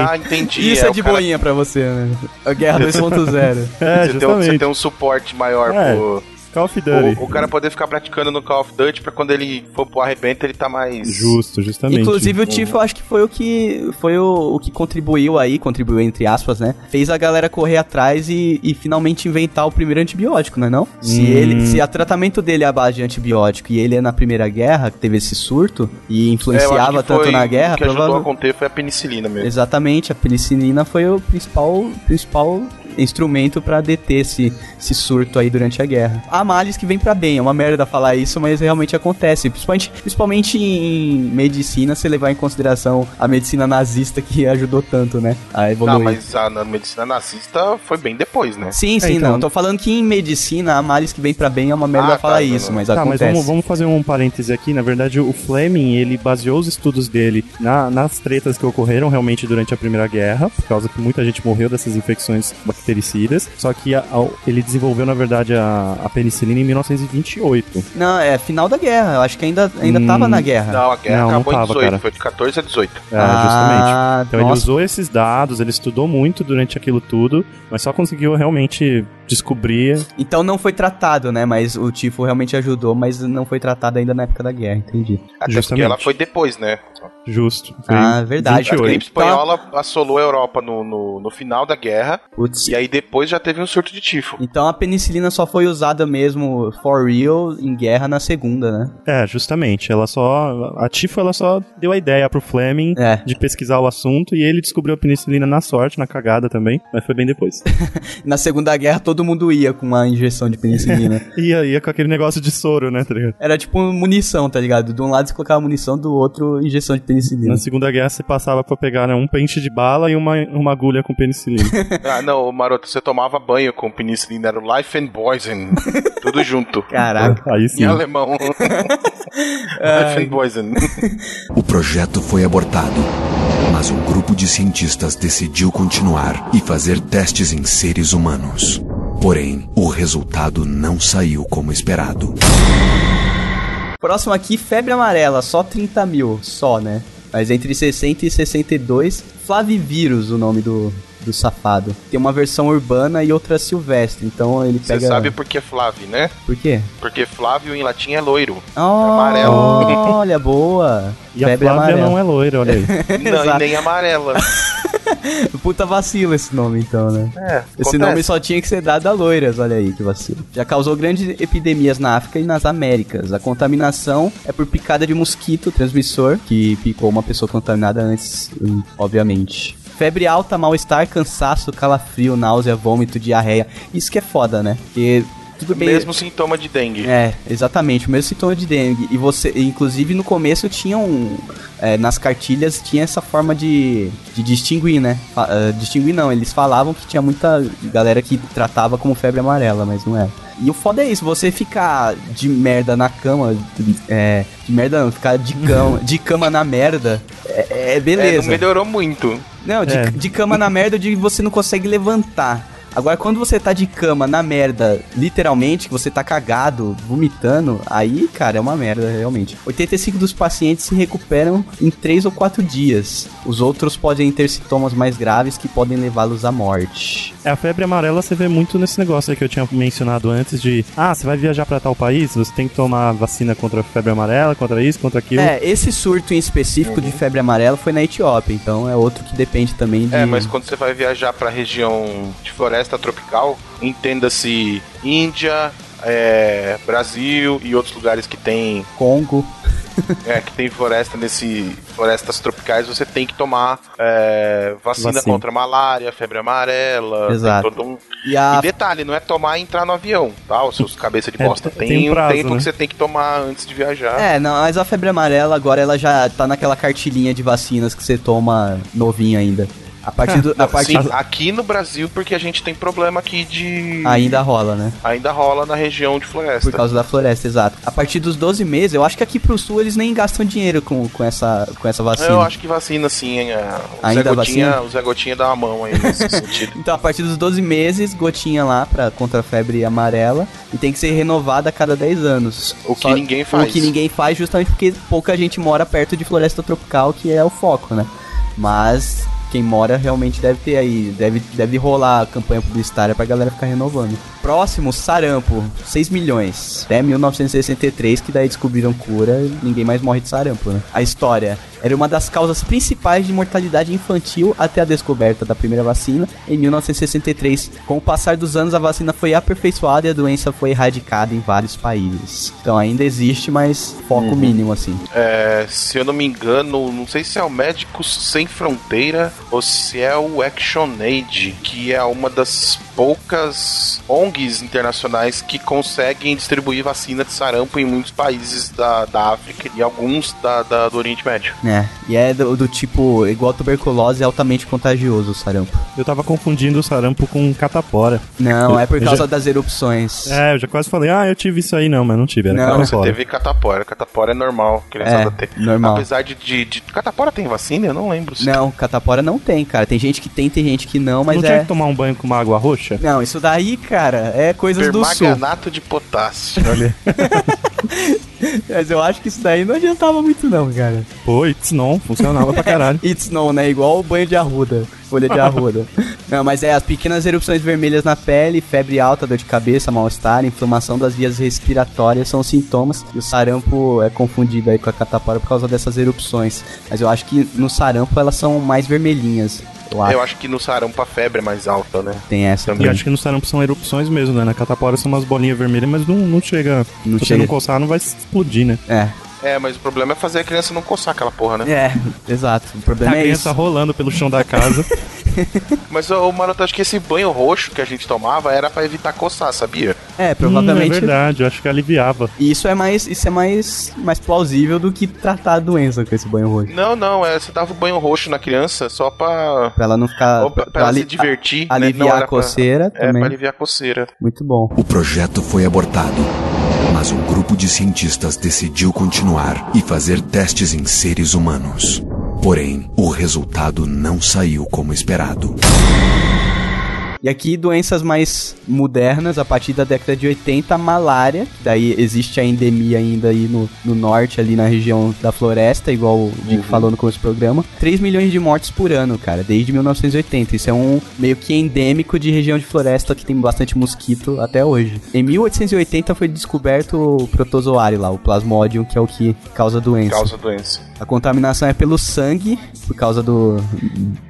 Ah, ah, entendi. Isso é, o de cara- boinha pra você, né? A guerra 2.0. É, Você tem, um, você justamente. tem um suporte maior É. pro. Call of Duty. O, o cara poder ficar praticando no Call of Duty pra quando ele for pro arrebento ele tá mais. Justo, justamente. Inclusive o Tiff, eu acho que foi o que foi o, o que contribuiu aí, contribuiu entre aspas, né? Fez a galera correr atrás e, e finalmente inventar o primeiro antibiótico, não é não? Se Hum. ele, se o tratamento dele é a base de antibiótico e ele é na Primeira Guerra, que teve esse surto e É, eu acho influenciava que tanto foi- na guerra, O que ajudou a provavelmente. conter foi a penicilina mesmo. Exatamente, a penicilina foi o principal, principal instrumento pra deter esse, esse surto aí durante a guerra. Há males que vem pra bem, é uma merda falar isso, mas realmente acontece, principalmente, principalmente em medicina, se levar em consideração a medicina nazista que ajudou tanto, né, a evoluir. Não, mas a na- medicina nazista foi bem depois, né? Sim, sim, então- não, tô falando que em medicina há males que vem pra bem, é uma merda Ah, falar tá, isso, tá, mas Tá, mas acontece. vamos, vamos fazer um parêntese aqui. Na verdade, o Fleming, ele baseou os estudos dele na- nas tretas que ocorreram realmente durante a Primeira Guerra, por causa que muita gente morreu dessas infecções bactericidas. Só que a- a- ele desenvolveu, na verdade, a, a penicilina em 1928. Não, é final da guerra, eu acho que ainda, ainda Hum, tava na guerra. Não, a guerra Não, não acabou em tava, 18, cara. foi de 14 a 18. É, justamente. ah, Então ele nossa, usou esses dados, ele estudou muito durante aquilo tudo, mas só conseguiu realmente descobrir Então não foi tratado, né? Mas o tifo realmente ajudou, mas não foi tratado ainda na época da guerra, entendi. Até porque Justamente. ela foi depois, né? justo. Foi ah, verdade. A 28. gripe espanhola Tá. assolou a Europa no, no, no final da guerra, Putz. e aí depois já teve um surto de tifo. Então a penicilina só foi usada mesmo for real em guerra na segunda, né? É, justamente. Ela só. A Tifo ela só deu a ideia pro Fleming É. de pesquisar o assunto e ele descobriu a penicilina na sorte, na cagada também, mas foi bem depois. Na segunda guerra todo mundo ia com uma injeção de penicilina. e aí é com aquele negócio de soro, né, tá ligado? Era tipo munição, tá ligado? De um lado você colocava munição, do outro injeção de penicilina. Na Segunda Guerra você passava pra pegar né, um pente de bala e uma, uma agulha com penicilina. ah, não, maroto, você tomava banho com penicilina, era o Life and Poison, tudo junto. Caraca. aí sim. Em alemão. Life and Poison. O projeto foi abortado, mas um grupo de cientistas decidiu continuar e fazer testes em seres humanos. Porém, o resultado não saiu como esperado. Próximo aqui, febre amarela, só 30 mil, só, né? Mas entre 60 e 62, Flavivírus, o nome do, do safado. Tem uma versão urbana e outra silvestre, então ele Você pega... sabe por que Flávio, né? Por quê? Porque Flávio em latim é loiro. amarelo. amarelo. Olha, boa. E a Flávia amarela. não é loira, olha aí. Não, e nem amarela. Puta vacilo esse nome, então, né? É, Esse acontece. nome só tinha que ser dado a loiras, olha aí que vacilo. Já causou grandes epidemias na África e nas Américas. A contaminação é por picada de mosquito transmissor, que picou uma pessoa contaminada antes, hum, obviamente. Febre alta, mal-estar, cansaço, calafrio, náusea, vômito, diarreia. Isso que é foda, né? Porque tudo bem. Mesmo sintoma de dengue. É, exatamente, o mesmo sintoma de dengue. E você, inclusive no começo tinha um. é, nas cartilhas tinha essa forma de, de distinguir, né? Fa- eh, distinguir não, eles falavam que tinha muita galera que tratava como febre amarela, mas não era. E o foda é isso, você ficar de merda na cama, é, de merda não, ficar de cama, de cama na merda, é, é É, beleza. não melhorou muito. Não, de, É. de cama na merda, eu digo que você não consegue levantar. Agora, quando você tá de cama na merda, literalmente, que você tá cagado, vomitando, aí, cara, é uma merda, realmente. 85 dos pacientes se recuperam em 3 ou 4 dias. Os outros podem ter sintomas mais graves que podem levá-los à morte. É, a febre amarela você vê muito nesse negócio aí que eu tinha mencionado antes de, ah, você vai viajar pra tal país, você tem que tomar vacina contra a febre amarela, contra isso, contra aquilo. É, esse surto em específico Uhum. de febre amarela foi na Etiópia, então é outro que depende também de... É, mas quando você vai viajar pra região de floresta tropical, entenda-se Índia, é, Brasil e outros lugares que tem, Congo. é, que tem floresta nesse florestas tropicais, você tem que tomar é, vacina, Vacina. contra malária, febre amarela, tem Exato. todo um- E a E detalhe, não é tomar e entrar no avião, tá? Os seus cabeça de É, bosta tem tem, um um prazo, tempo né? que você tem que tomar antes de viajar. É, não, mas a febre amarela agora ela já tá naquela cartilinha de vacinas que você toma novinho ainda. A partir do. a partir Sim, aqui no Brasil, porque a gente tem problema aqui de. Ainda rola, né? ainda rola na região de floresta. Por causa da floresta, exato. A partir dos 12 meses, eu acho que aqui pro sul eles nem gastam dinheiro com, com, essa, com essa vacina. Eu acho que vacina sim, hein? é. O Ainda Zé Gotinha, vacina? o Zé Gotinha dá uma mão aí nesse sentido. Então, a partir dos 12 meses, gotinha lá pra, contra a febre amarela. E tem que ser renovada a cada 10 anos. O que ninguém faz. O que ninguém faz, justamente porque pouca gente mora perto de floresta tropical, que é o foco, né? Mas quem mora realmente deve ter aí. Deve, deve rolar a campanha publicitária pra galera ficar renovando. Próximo, sarampo. 6 milhões. Até 1963, que daí descobriram cura e ninguém mais morre de sarampo, né? A história era uma das causas principais de mortalidade infantil até a descoberta da primeira vacina em 1963. Com o passar dos anos, a vacina foi aperfeiçoada e a doença foi erradicada em vários países. Então ainda existe, mas foco Uhum. mínimo, assim. É, se eu não me engano, não sei se é o Médicos Sem Fronteira ou se é o ActionAid, que é uma das poucas ONGs internacionais que conseguem distribuir vacina de sarampo em muitos países da, da África e alguns da, da- do Oriente Médio. É, e é do, do tipo, igual tuberculose, é altamente contagioso o sarampo. Eu tava confundindo o sarampo com catapora. Não, é por Eu causa já- das erupções. É, eu já quase falei, ah, eu tive isso aí, não, mas não tive, era Não, Você catapora. teve catapora. Catapora é normal, criançada ter. É, normal. Apesar de, de, de- Catapora tem vacina? Eu não lembro. se- Não, catapora não tem, cara. Tem gente que tem, tem gente que não, mas não tinha é. que tomar um banho com uma água roxa? Não, isso daí, cara, é coisas do sul. Permanganato de potássio. Mas eu acho que isso daí não adiantava muito, não, cara. Pois não, funcionava pra caralho. It's snow, né? Igual o banho de arruda, folha de arruda. não, mas é as pequenas erupções vermelhas na pele, febre alta, dor de cabeça, mal-estar, inflamação das vias respiratórias são os sintomas. E o sarampo é confundido aí com a catapora por causa dessas erupções. Mas eu acho que no sarampo elas são mais vermelhinhas. Eu acho, Eu acho que no sarampo a febre é mais alta, né? que tem essa E também. acho que no sarampo são erupções mesmo, né? Na catapora são umas bolinhas vermelhas, mas não, não chega. Não Se você chega. não coçar, não vai explodir, né? É, É, mas o problema é fazer a criança não coçar aquela porra, né? é, exato. O Tá a problema é criança isso. rolando pelo chão da casa. Hum, Mas, ô, Maroto, acho que esse banho roxo que a gente tomava era pra evitar coçar, sabia? É, Hum, é provavelmente verdade, eu acho que aliviava. E isso é mais, isso é mais, mais plausível do que tratar a doença com esse banho roxo. Não, não, é, você dava o banho roxo na criança só pra, Pra ela não ficar. ou pra, pra ela ali- se divertir. a- né? Não aliviar era a coceira Pra, é, também. pra aliviar a coceira. Muito bom. O projeto foi abortado, mas um grupo de cientistas decidiu continuar e fazer testes em seres humanos. Porém, o resultado não saiu como esperado. E aqui doenças mais modernas, a partir da década de 80, a malária, que daí existe a endemia ainda aí no, no norte, ali na região da floresta, igual o Uhum. Dick falou no começo do programa. 3 milhões de mortes por ano, cara, desde 1980. Isso é um meio que endêmico de região de floresta que tem bastante mosquito até hoje. Em 1880 foi descoberto o protozoário lá, o plasmodium, que é o que causa doença. Causa doença. A contaminação é pelo sangue, por causa do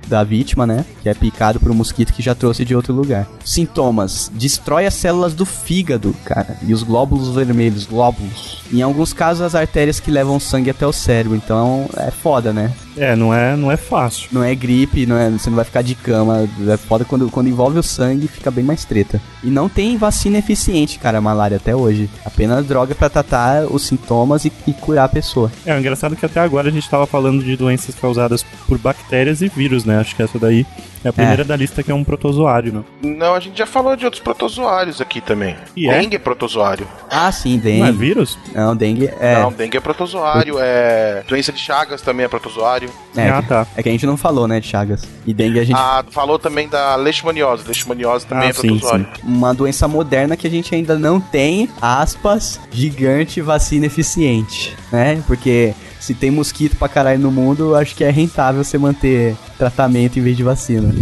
da vítima, né? Que é picado por um mosquito que já trouxe de outro lugar. Sintomas: destrói as células do fígado, cara, e os glóbulos vermelhos, glóbulos. Em alguns casos, as artérias que levam sangue até o cérebro. Então é foda, né? É, não é, não é fácil. Não é gripe, não é, você não vai ficar de cama. É foda quando, quando envolve o sangue, fica bem mais treta. E não tem vacina eficiente, cara, a malária até hoje. Apenas droga pra tratar os sintomas e- e curar a pessoa. É, o engraçado é que até agora a gente tava falando de doenças causadas por bactérias e vírus, né? Acho que essa daí é a primeira da lista que é um protozoário, né? Não, a gente já falou de outros protozoários aqui também. E é? dengue é protozoário. Ah, sim, dengue. Não é vírus? Não, dengue é. Não, dengue é protozoário, é. Doença de Chagas também é protozoário. É, Ah, que- tá. é que a gente não falou, né, de Chagas. E dengue a gente. Ah, falou também da leishmaniose. Leishmaniose também Ah, é sim, protozoário. Uma doença moderna que a gente ainda não tem, aspas, gigante vacina eficiente. Né? Porque se tem mosquito pra caralho no mundo, eu acho que é rentável você manter tratamento em vez de vacina.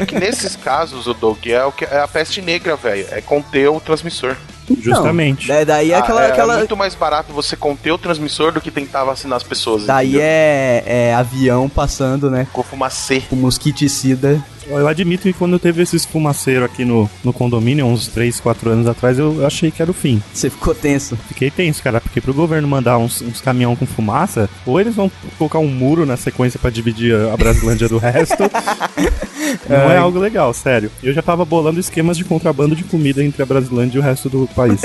É que nesses casos, o Doug, é, o que, é a peste negra, velho. É conter o transmissor. Justamente. É, daí é Ah, aquela. é, aquela- é muito mais barato você conter o transmissor do que tentar vacinar as pessoas. Daí entendeu? é, é avião passando, né? Com fumacê. Com mosquiticida. Eu admito que quando teve esse esfumaceiro aqui no, no condomínio, uns 3, 4 anos atrás, eu achei que era o fim. Você ficou tenso. Fiquei tenso, cara, porque pro governo mandar uns, uns caminhão com fumaça, ou eles vão colocar um muro na sequência pra dividir a Brasilândia do resto. Não é algo legal, sério. Eu já tava bolando esquemas de contrabando de comida entre a Brasilândia e o resto do país.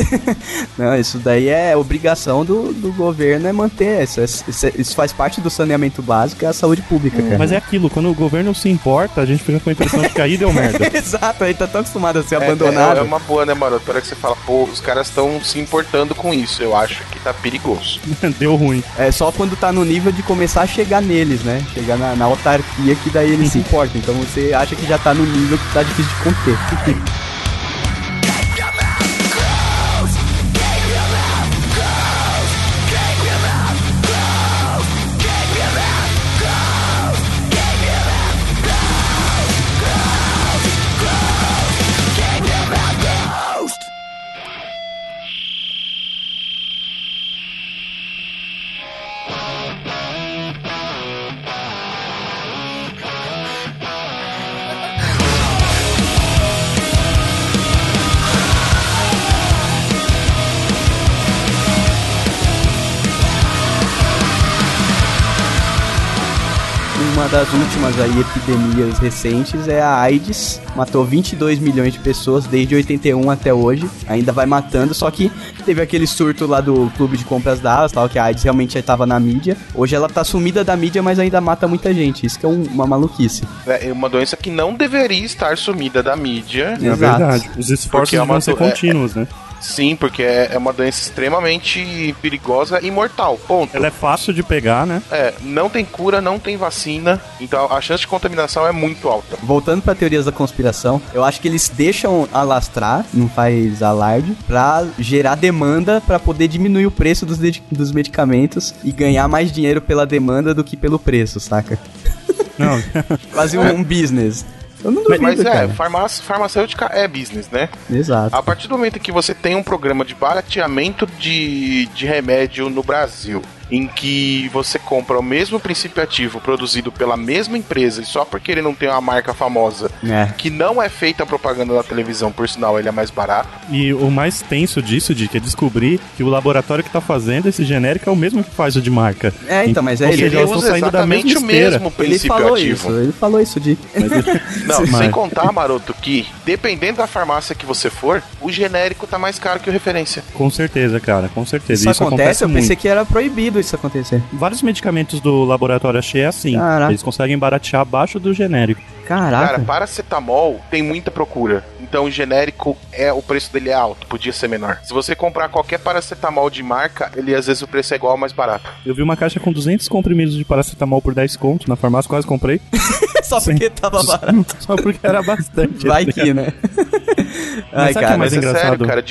Não, isso daí é obrigação do, do governo é manter. Isso, isso, é, isso faz parte do saneamento básico, é a saúde pública, cara. Mas é aquilo, quando o governo se importa, a gente fica com a impressão de que aí deu merda. Exato, ele tá tão acostumado a ser É, abandonado. É, é uma boa, né, Maroto? Para que você fala, pô, os caras estão se importando com isso. Eu acho que tá perigoso. deu ruim. É só quando tá no nível de começar a chegar neles, né? Chegar na, na autarquia que daí eles se importam. Então você acha que já tá no nível que tá difícil de conter. uma das últimas aí epidemias recentes é a AIDS, matou 22 milhões de pessoas desde 81 até hoje, ainda vai matando, só que teve aquele surto lá do clube de compras da Alas, tal, que a AIDS realmente já tava na mídia. Hoje ela tá sumida da mídia, mas ainda mata muita gente. Isso que é um- uma maluquice. É uma doença que não deveria estar sumida da mídia. É Exato. verdade. Os esforços Porque é uma vão ser do- é- contínuos, né? Sim, porque é é uma doença extremamente perigosa e mortal. Ponto. Ela é fácil de pegar, né? É, não tem cura, não tem vacina, então a chance de contaminação é muito alta. Voltando pra teorias da conspiração, eu acho que eles deixam alastrar, não faz alarde, pra gerar demanda pra poder diminuir o preço dos, dedi- dos medicamentos e ganhar mais dinheiro pela demanda do que pelo preço, saca? Não, Quase um, um business. Eu não duvido, Mas é, cara. farmácia, farmacêutica é business, né? Exato. A partir do momento que você tem um programa de barateamento de, de remédio no Brasil, em que você compra o mesmo princípio ativo produzido pela mesma empresa e só porque ele não tem uma marca famosa, É. que não é feita a propaganda na televisão, por sinal ele é mais barato. E o mais tenso disso, Dick, é descobrir que o laboratório que tá fazendo esse genérico é o mesmo que faz o de marca. É, então, mas é, Ou ele- seja, elas estão saindo da mesma o esteira. mesmo Ele princípio falou ativo. isso, ele falou isso de. Mas ele- Não, Sim. sem Mas- contar, Maroto, que dependendo da farmácia que você for, o genérico tá mais caro que o referência. com certeza, cara, com certeza. Isso, acontece, eu muito. pensei que era proibido isso acontecer. Vários medicamentos do laboratório achei assim. Caraca. Eles conseguem baratear abaixo do genérico. Caraca. Ah, tá. Cara, paracetamol tem muita procura. Então o genérico é o preço dele é alto, podia ser menor. Se você comprar qualquer paracetamol de marca, ele às vezes o preço é igual ou mais barato. Eu vi uma caixa com 200 comprimidos de paracetamol por 10 conto na farmácia, quase comprei. Só porque tava barato. Só porque era bastante. assim. Vai que, né? Ai, sabe que é cara. mais Mas é engraçado. sério, cara,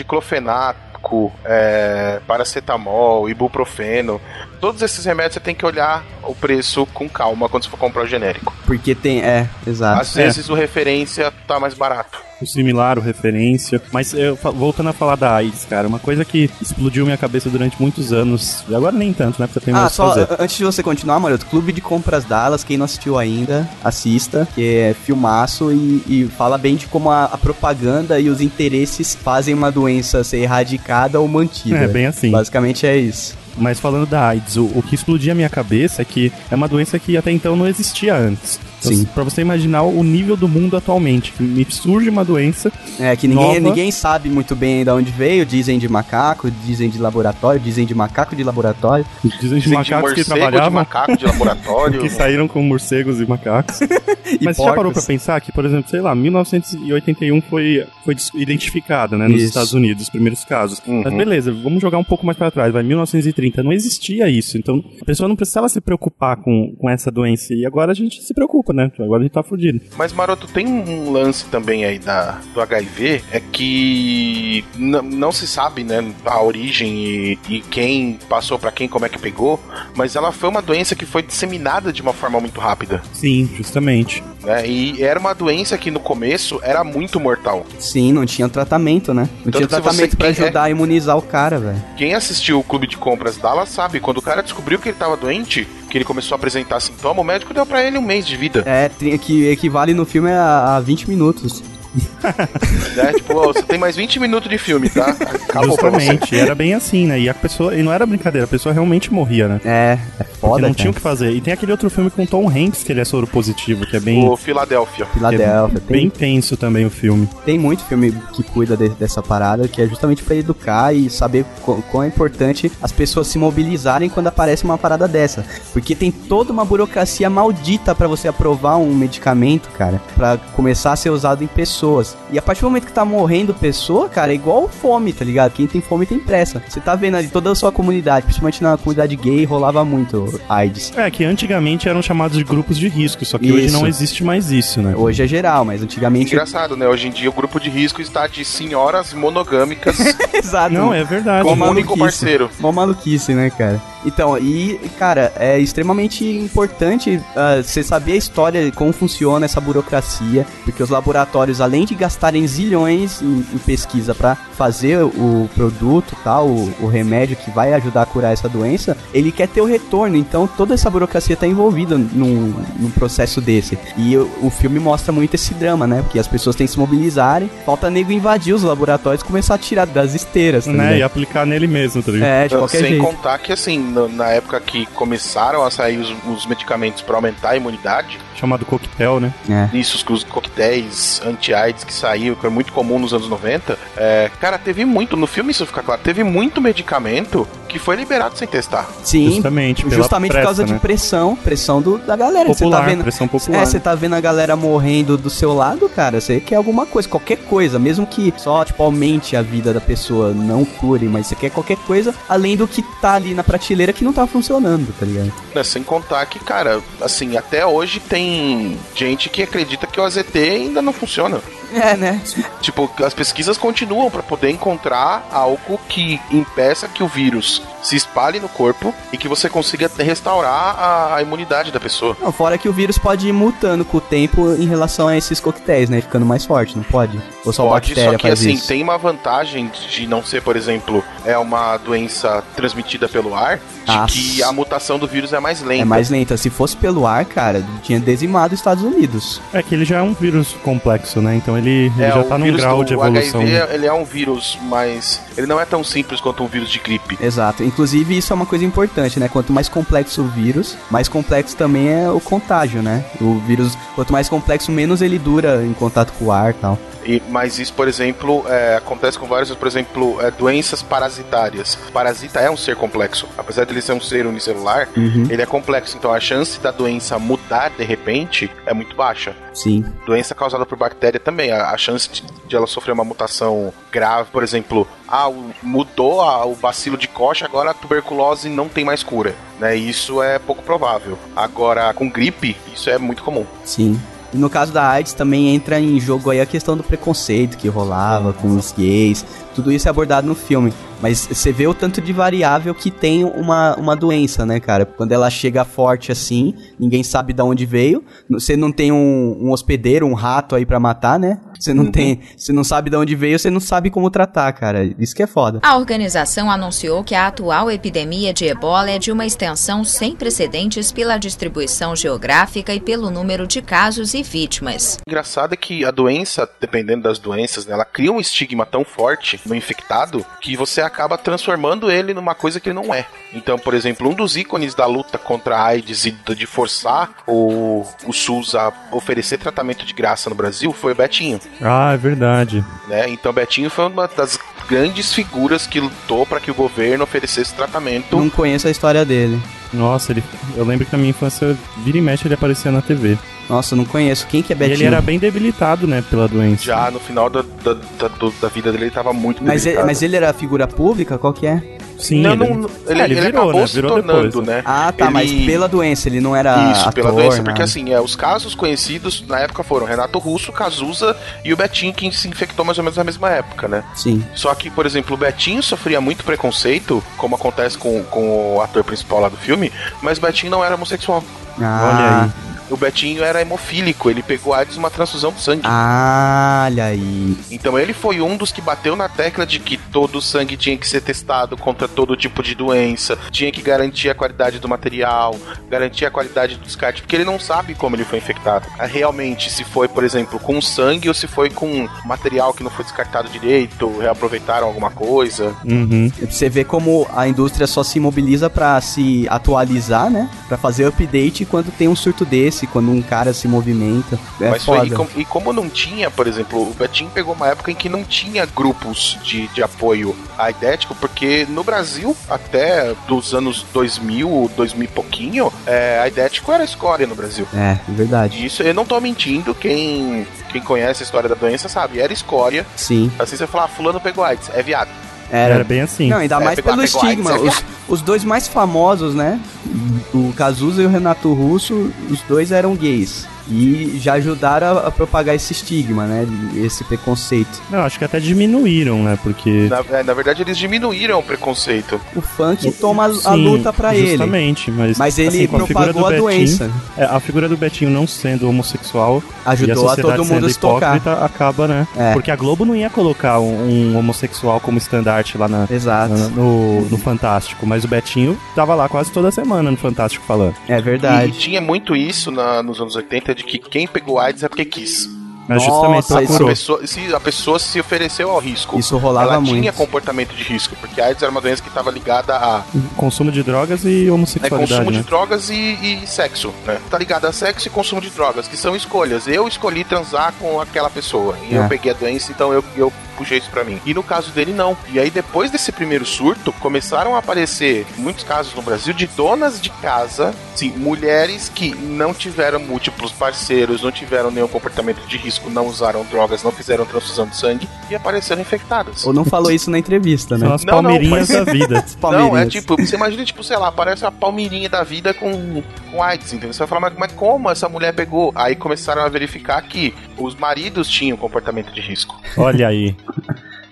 diclofenaco, é, paracetamol, ibuprofeno, todos esses remédios você tem que olhar o preço com calma quando você for comprar o genérico. Porque tem. É, Ah, exato. Às vezes o referência tá mais barato. o similar, o referência. Mas eu, fa- voltando a falar da AIDS, cara, uma coisa que explodiu minha cabeça durante muitos anos, e agora nem tanto, né? Porque eu tenho Ah, mais o que só fazer. a- antes de você continuar, Maroto, Clube de Compras Dallas, quem não assistiu ainda, assista, que é filmaço e, e fala bem de como a, a propaganda e os interesses fazem uma doença ser erradicada ou mantida. É bem assim. Basicamente é isso. Mas falando da AIDS, o, o que explodia a minha cabeça é que é uma doença que até então não existia antes. Então, Sim. Pra você imaginar o nível do mundo atualmente, que me surge uma doença É que ninguém, Nova. ninguém sabe muito bem de onde veio, dizem de macaco, dizem de laboratório, dizem de macaco de laboratório. dizem de Dizem macacos que de trabalhavam, macaco, de laboratório. que saíram com morcegos e macacos. E Mas você já parou pra porcos. pensar que, por exemplo, sei lá, 1981 foi, foi des- identificada, né, nos Isso. Estados Unidos, os primeiros casos. Uhum. Mas beleza, vamos jogar um pouco mais pra trás, vai, 1930, não existia isso, então a pessoa não precisava se preocupar com, com essa doença, e agora a gente se preocupa, né, agora a gente tá fudido. Mas, Maroto, tem um lance também aí da, do HIV, é que n- não se sabe, né, a origem e, e quem passou pra quem, como é que pegou, mas ela foi uma doença que foi disseminada de uma forma muito rápida, Sim, justamente. né, e era uma doença que no começo era muito mortal. Sim, não tinha tratamento, né? Não Tanto tinha que se tratamento você pra quer- ajudar a imunizar o cara, velho. Quem assistiu o Clube de Compras Dallas sabe, quando o cara descobriu que ele tava doente, que ele começou a apresentar sintoma, o médico deu pra ele um mês de vida, É, tem- que equivale no filme a, a 20 minutos. né, tipo, "Ô, você tem mais 20 minutos de filme, tá? Acabou pra você. Justamente, era bem assim, né, e a pessoa, e não era brincadeira, a pessoa realmente morria, né. É, é Porque foda, não cara. tinha o que fazer. E tem aquele outro filme com Tom Hanks, que ele é soro positivo, que é bem, O Filadélfia. Filadélfia. Tem, né? bem tenso também o filme. tem muito filme que cuida de- dessa parada, que é justamente pra educar e saber qu- quão é importante as pessoas se mobilizarem quando aparece uma parada dessa. Porque tem toda uma burocracia maldita pra você aprovar um medicamento, cara, Pra começar a ser usado em pessoas. E a partir do momento que tá morrendo pessoa, cara, é igual fome, tá ligado? Quem tem fome tem pressa. Você tá vendo ali toda a sua comunidade, principalmente na comunidade gay, rolava muito AIDS. É, que antigamente eram chamados de grupos de risco, só que hoje Isso. não existe mais isso, né? Hoje é geral, mas antigamente. Engraçado, né? Hoje em dia o grupo de risco está de senhoras monogâmicas Exato. Não, é verdade. com um Como- único maluquice. parceiro. Mó maluquice, né, cara? Então, e, cara, é extremamente importante ah, você saber a história e como funciona essa burocracia, porque os laboratórios, além de gastarem zilhões em, em pesquisa pra fazer o produto, tal, o, o remédio que vai ajudar a curar essa doença, ele quer ter o retorno, então toda essa burocracia tá envolvida num, num processo desse. E o, o filme mostra muito esse drama, né? Porque as pessoas têm que se mobilizarem, falta nego invadir os laboratórios e começar a tirar das esteiras, tá Né, ligado? e aplicar nele mesmo, tá ligado? É, de qualquer Sem jeito. contar que, assim, no- na época que começaram a sair os, os medicamentos para aumentar a imunidade, É. Chamado coquetel, né? isso, os, os coquetéis anti-AIDS que saíram, que era muito comum nos anos 90, é, cara, teve muito, no filme isso fica claro, teve muito medicamento que foi liberado sem testar. Sim, Justamente, pela justamente por pressa, causa né? de pressão, pressão do, da galera. Você popular, tá vendo. pressão popular. né? É, você tá vendo a galera morrendo do seu lado, cara, você quer alguma coisa, qualquer coisa, mesmo que só, tipo, aumente a vida da pessoa, não cure, mas você quer qualquer coisa, além do que tá ali na prateleira que não tá funcionando, tá ligado? Né, sem contar que, cara, assim, até hoje tem gente que acredita que o AZT ainda não funciona. É, né? Tipo, as pesquisas continuam para poder encontrar algo que impeça que o vírus se espalhe no corpo e que você consiga te- restaurar a, a imunidade da pessoa. Não, fora que o vírus pode ir mutando com o tempo em relação a esses coquetéis, né? Ficando mais forte, não pode? Ou só bactéria só que faz assim, isso? tem uma vantagem de não ser, por exemplo, é uma doença transmitida pelo ar, de Ah, que a mutação do vírus é mais lenta. É mais lenta. Se fosse pelo ar, cara, tinha dizimado os Estados Unidos. É que ele já é um vírus complexo, né? Então ele, ele É, já o tá num vírus grau do de evolução. né? HIV, é- ele é um vírus, mas ele não é tão simples quanto um vírus de gripe. Exato. Inclusive, isso é uma coisa importante, né? Quanto mais complexo o vírus, mais complexo também é o contágio, né? O vírus, quanto mais complexo, menos ele dura em contato com o ar e tal. E- mas isso, por exemplo, é, acontece com vários, por exemplo, é, doenças parasitárias. Parasita é um ser complexo. Apesar de ele ser um ser unicelular, ele é complexo. Então a chance da doença mudar de repente é muito baixa. Sim. Doença causada por bactéria também. A, a chance de, de ela sofrer uma mutação grave, por exemplo, ah, o- mudou a- o bacilo de coxa, agora a tuberculose não tem mais cura. Né? Isso é pouco provável. Agora, com gripe, isso é muito comum. Sim. E no caso da AIDS também entra em jogo aí a questão do preconceito que rolava com os gays. Tudo isso é abordado no filme. Mas você vê o tanto de variável que tem uma, uma doença, né, cara? Quando ela chega forte assim, ninguém sabe de onde veio. Você não tem um, um hospedeiro, um rato aí pra matar, né? Você Uhum. não tem. Você não sabe de onde veio, você não sabe como tratar, cara. Isso que é foda. A organização anunciou que a atual epidemia de ebola é de uma extensão sem precedentes pela distribuição geográfica e pelo número de casos e vítimas. engraçado é que a doença, dependendo das doenças, né, ela cria um estigma tão forte no infectado que você acaba transformando ele numa coisa que ele não é. Então, por exemplo, um dos ícones da luta contra a AIDS e do- de forçar o, o SUS a oferecer tratamento de graça no Brasil foi o Betinho. Ah, é verdade. Né? Então, Betinho foi uma das grandes figuras que lutou para que o governo oferecesse tratamento. Não conheço a história dele. Nossa, ele, eu lembro que na minha infância, vira e mexe, ele aparecia na TV. Nossa, não conheço. Quem que é E Betinho? ele era bem debilitado, né, pela doença. Já no final da, da, da- do- da vida dele, ele estava muito Mas, ele, debilitado. mas ele era figura pública? Qual que é? é, Sim, Não, ele, não- ele, É, ele ele virou, acabou né? se Virou tornando, depois, né? Ah, tá, mas Ele- pela doença, ele não era. Isso, pela ator, né? doença, porque nada. assim, é, os casos conhecidos na época foram Renato Russo, Cazuza e o Betinho, que se infectou mais ou menos na mesma época, né? Sim. Só que, por exemplo, o Betinho sofria muito preconceito, como acontece com, com o ator principal lá do filme, mas o Betinho não era homossexual. Ah, Olha aí. O Betinho era hemofílico, ele pegou AIDS de uma transfusão de sangue. Ah, olha aí. Então ele foi um dos que bateu na tecla de que todo o sangue tinha que ser testado contra todo tipo de doença, tinha que garantir a qualidade do material, garantir a qualidade do descarte, porque ele não sabe como ele foi infectado. Ah, Realmente, se foi, por exemplo, com sangue ou se foi com material que não foi descartado direito, reaproveitaram alguma coisa. Uhum. É Você vê como a indústria só se mobiliza pra se atualizar, né? Pra fazer update quando tem um surto desse, quando um cara se movimenta. É Mas foi, e, foda. com- e como não tinha, por exemplo, o Betinho pegou uma época em que não tinha grupos de, de apoio a idético, porque no Brasil, até dos anos 2000, 2000 e pouquinho, é, a idético era escória no Brasil. É, é verdade. E Isso eu não tô mentindo, quem, quem conhece a história da doença sabe, era escória. Sim. Assim você fala, ah, fulano pegou AIDS, é viado. Era. Era. bem assim. Não, ainda É, mais pegou- pelo pegou AIDS, estigma. é Os, os dois mais famosos, né? O Cazuza e o Renato Russo, os dois eram gays. E já ajudaram a, a propagar esse estigma, né? Esse preconceito. Não, acho que até diminuíram, né, porque... Na, é, na verdade, eles diminuíram o preconceito. O funk toma a, a Sim, luta pra ele. Justamente, mas... Mas ele assim, com a figura do propagou a, Betinho, doença. é, a figura do Betinho não sendo homossexual e Ajudou a sociedade todo mundo sendo a se tocar. hipócrita acaba, né? É. Porque a Globo não ia colocar um, um homossexual como estandarte lá na, Exato. na- no, no Fantástico, mas o Betinho tava lá quase toda semana no Fantástico falando. É E, e verdade. tinha muito isso na- nos anos 80 de que quem pegou AIDS é porque quis. Mas justamente Nossa, ela isso- A curou. pessoa, se a pessoa se ofereceu ao risco. Isso rolava ela muito. tinha comportamento de risco, porque a AIDS era uma doença que estava ligada a Consumo de drogas e É consumo homossexualidade, de né? drogas e, e sexo, né? Tá ligado a sexo e consumo de drogas, que são escolhas. Eu escolhi transar com aquela pessoa. E É. eu peguei a doença, então eu, eu puxei isso pra mim. E no caso dele, não. E aí, depois desse primeiro surto, começaram a aparecer muitos casos no Brasil de donas de casa, sim, mulheres que não tiveram múltiplos parceiros, não tiveram nenhum comportamento de risco, não usaram drogas, não fizeram transfusão de sangue e apareceram infectadas. Ou não falou isso na entrevista, né? São as Não, não, palmeirinhas mas- da vida. Não, é Palmeirinhas. tipo, você imagina, tipo, sei lá, parece uma palmeirinha da vida com, com AIDS, entendeu? Você vai falar, mas, mas como essa mulher pegou? Aí começaram a verificar que os maridos tinham comportamento de risco. Olha aí.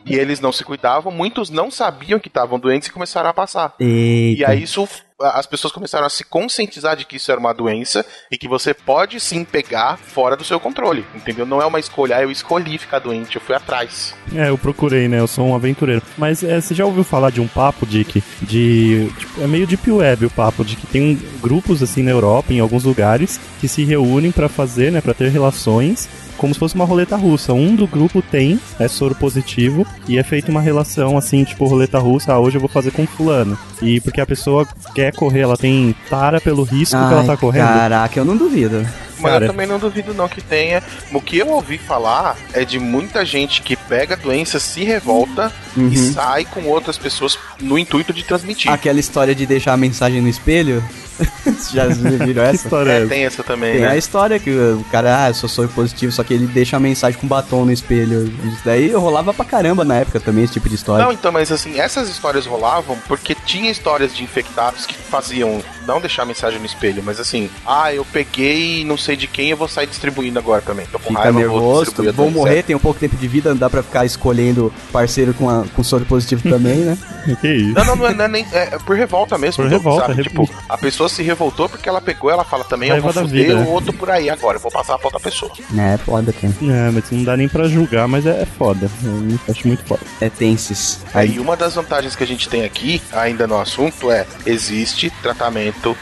E eles não se cuidavam, muitos não sabiam que estavam doentes e começaram a passar. Eita. E aí isso. As pessoas começaram a se conscientizar de que isso era uma doença e que você pode sim pegar fora do seu controle, entendeu? Não é uma escolha, ah, eu escolhi ficar doente, eu fui atrás. É, eu procurei, né? Eu sou um aventureiro. Mas é, você já ouviu falar de um papo, Dick? De. tipo, é meio deep web o papo, de que tem um- grupos assim na Europa, em alguns lugares, que se reúnem pra fazer, né? Pra ter relações, como se fosse uma roleta russa. Um do grupo tem, é soro positivo, e é feita uma relação assim, tipo roleta russa, ah, hoje eu vou fazer com fulano. E porque a pessoa quer correr, ela tem tara pelo risco que ela tá Ai, correndo. Caraca, eu não duvido. Mas Cara. eu também não duvido não que tenha. O que eu ouvi falar é de muita gente que pega a doença, se revolta Uhum. e sai com outras pessoas no intuito de transmitir. Aquela história de deixar a mensagem no espelho. Vocês Já viram Que essa? história é É, essa? tem essa também, Tem a né? história que o cara, ah, eu sou sou positivo, só que ele deixa a mensagem com batom no espelho. Isso daí rolava pra caramba na época também, esse tipo de história. Não, então, mas assim, essas histórias rolavam porque tinha histórias de infectados que faziam não deixar a mensagem no espelho, mas assim, ah, eu peguei não sei de quem, eu vou sair distribuindo agora também. Tô com Fica raiva, vou nervoso, distribuir a vão doença. morrer, tem um pouco tempo de vida, não dá pra ficar escolhendo parceiro com, a, com soro positivo também, né? Que isso? Não, não, não é, não é nem. É, é por revolta mesmo. Por Doug, revolta, sabe? re- Tipo, a pessoa se revoltou porque ela pegou, ela fala também, eu Raiva vou da foder vida, né? o outro por aí agora, eu vou passar pra outra pessoa. É, foda, cara. É, mas não dá nem pra julgar, mas é, é foda. Eu acho muito foda. É tenses. Aí uma das vantagens que a gente tem aqui, ainda no assunto, é existe tratamento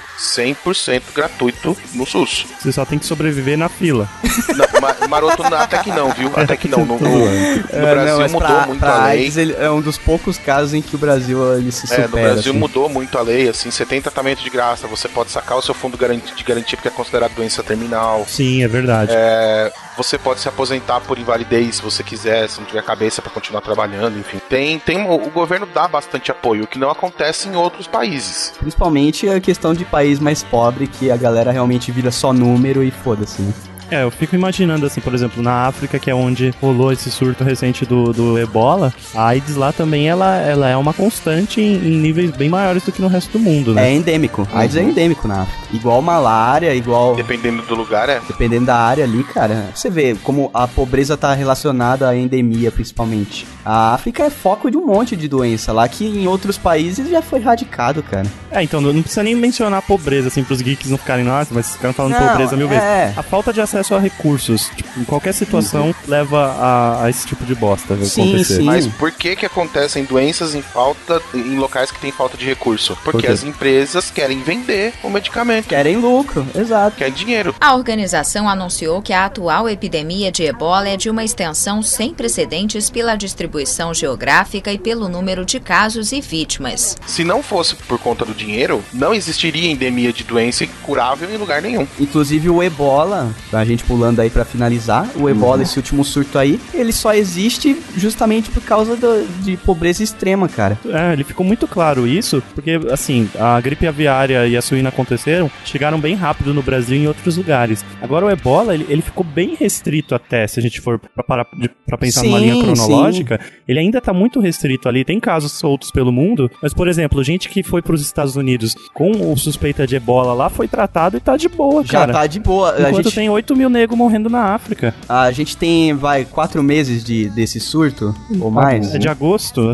100% gratuito no SUS. Você só tem que sobreviver na fila. Não, ma- maroto, na- até que não, viu? Até que não. No, no- no É, Brasil mas mudou pra, muito pra a lei. AIDS, ele é um dos poucos casos em que o Brasil ele se supera. É, no Brasil assim. mudou muito a lei, assim, você tem tratamento de graça, você pode sacar o seu fundo garanti- de garantia porque é considerado doença terminal. Sim, é verdade. É, você pode se aposentar por invalidez se você quiser, se não tiver cabeça pra continuar trabalhando, enfim. Tem, tem um- o governo dá bastante apoio, o que não acontece em outros países. Principalmente a questão de país mais pobre, que a galera realmente vira só número e foda-se, né? É, eu fico imaginando, assim, por exemplo, na África, que é onde rolou esse surto recente do, do ebola, a AIDS lá também ela, ela é uma constante em, em níveis bem maiores do que no resto do mundo, né? É endêmico. A AIDS é endêmico na África. Igual malária, igual. Dependendo do lugar, é. Dependendo da área ali, cara, você vê como a pobreza tá relacionada à endemia, principalmente. A África é foco de um monte de doença lá que em outros países já foi erradicado, cara. É, então não precisa nem mencionar a pobreza, assim, pros geeks não ficarem, nossa, mas ficaram falando Não, pobreza mil vezes. é. A falta de acesso a recursos, tipo, em qualquer situação, leva a, a esse tipo de bosta viu, Sim, acontecer. sim. Mas por que que acontecem doenças em falta em locais que tem falta de recurso? Porque as empresas querem vender o medicamento, Querem lucro, exato. querem dinheiro. A organização anunciou que a atual epidemia de ebola é de uma extensão sem precedentes pela distribuição geográfica e pelo número de casos e vítimas. Se não fosse por conta do dinheiro, não existiria endemia de doença curável em lugar nenhum. Inclusive o ebola, a gente pulando aí pra finalizar, o ebola, Uhum. esse último surto aí, ele só existe justamente por causa do- de pobreza extrema, cara. É, ele ficou muito claro isso, porque assim, a gripe aviária e a suína aconteceram, chegaram bem rápido no Brasil e em outros lugares. Agora o ebola, ele, ele ficou bem restrito até, se a gente for pra, parar de- pra pensar numa Sim, linha sim. cronológica, ele ainda tá muito restrito ali. Tem casos soltos pelo mundo, mas por exemplo, gente que foi pros Estados Unidos com o suspeita de ebola lá foi tratado e tá de boa, Já cara. tá de boa. A Enquanto gente, tem 8 mil negros morrendo na África. a gente tem, vai, quatro meses de, desse surto, ou mais. né? É de agosto?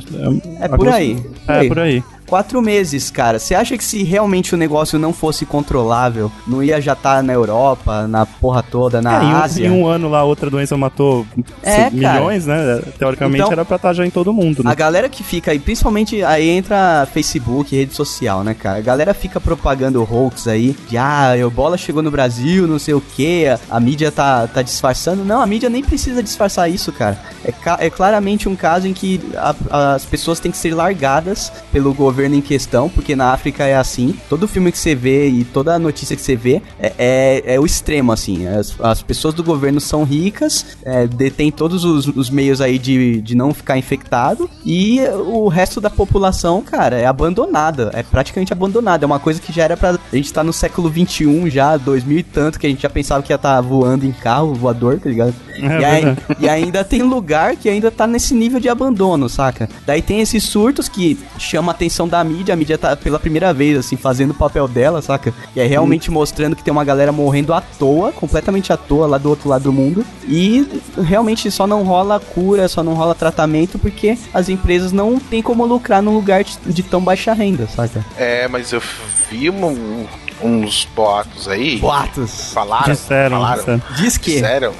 É por aí. É, por aí. Quatro meses, cara. Você acha que se realmente o negócio não fosse controlável, não ia já estar na Europa, na porra toda, na É, em um- Ásia? em um ano lá, outra doença matou É, se- milhões, né? Teoricamente Então- era pra estar já em todo mundo, A né? galera que fica aí, principalmente aí entra Facebook, rede social, né, cara? A galera fica propagando hoax aí, de ah, a ebola chegou no Brasil, não sei o que, a mídia tá, tá disfarçando. Não, a mídia nem precisa disfarçar isso, cara. É, ca- é claramente um caso em que a- as pessoas têm que ser largadas pelo governo em questão, porque na África é assim. Todo filme que você vê e toda notícia que você vê é, é, é o extremo, assim. As, as pessoas do governo são ricas, é, detêm todos os, os meios aí de, de não ficar infectado, e o resto da população, cara, é abandonada. É praticamente abandonada. É uma coisa que já era pra. A gente tá no século XXI, já, 2000 e tanto, que a gente já pensava que ia estar voando em carro, voador, tá ligado? É e, aí- verdade. e ainda tem lugar que ainda tá nesse nível de abandono, saca? Daí tem esses surtos que chama a atenção da mídia, a mídia tá pela primeira vez, assim, fazendo o papel dela, saca? E é realmente mostrando que tem uma galera morrendo à toa, completamente à toa, lá do outro lado do mundo. E realmente só não rola cura, só não rola tratamento, porque as empresas não tem como lucrar num lugar de, de tão baixa renda, saca? É, mas eu vi um- uns boatos aí. Boatos. Falaram, Disseram, né? falaram, disseram. Diz que. disseram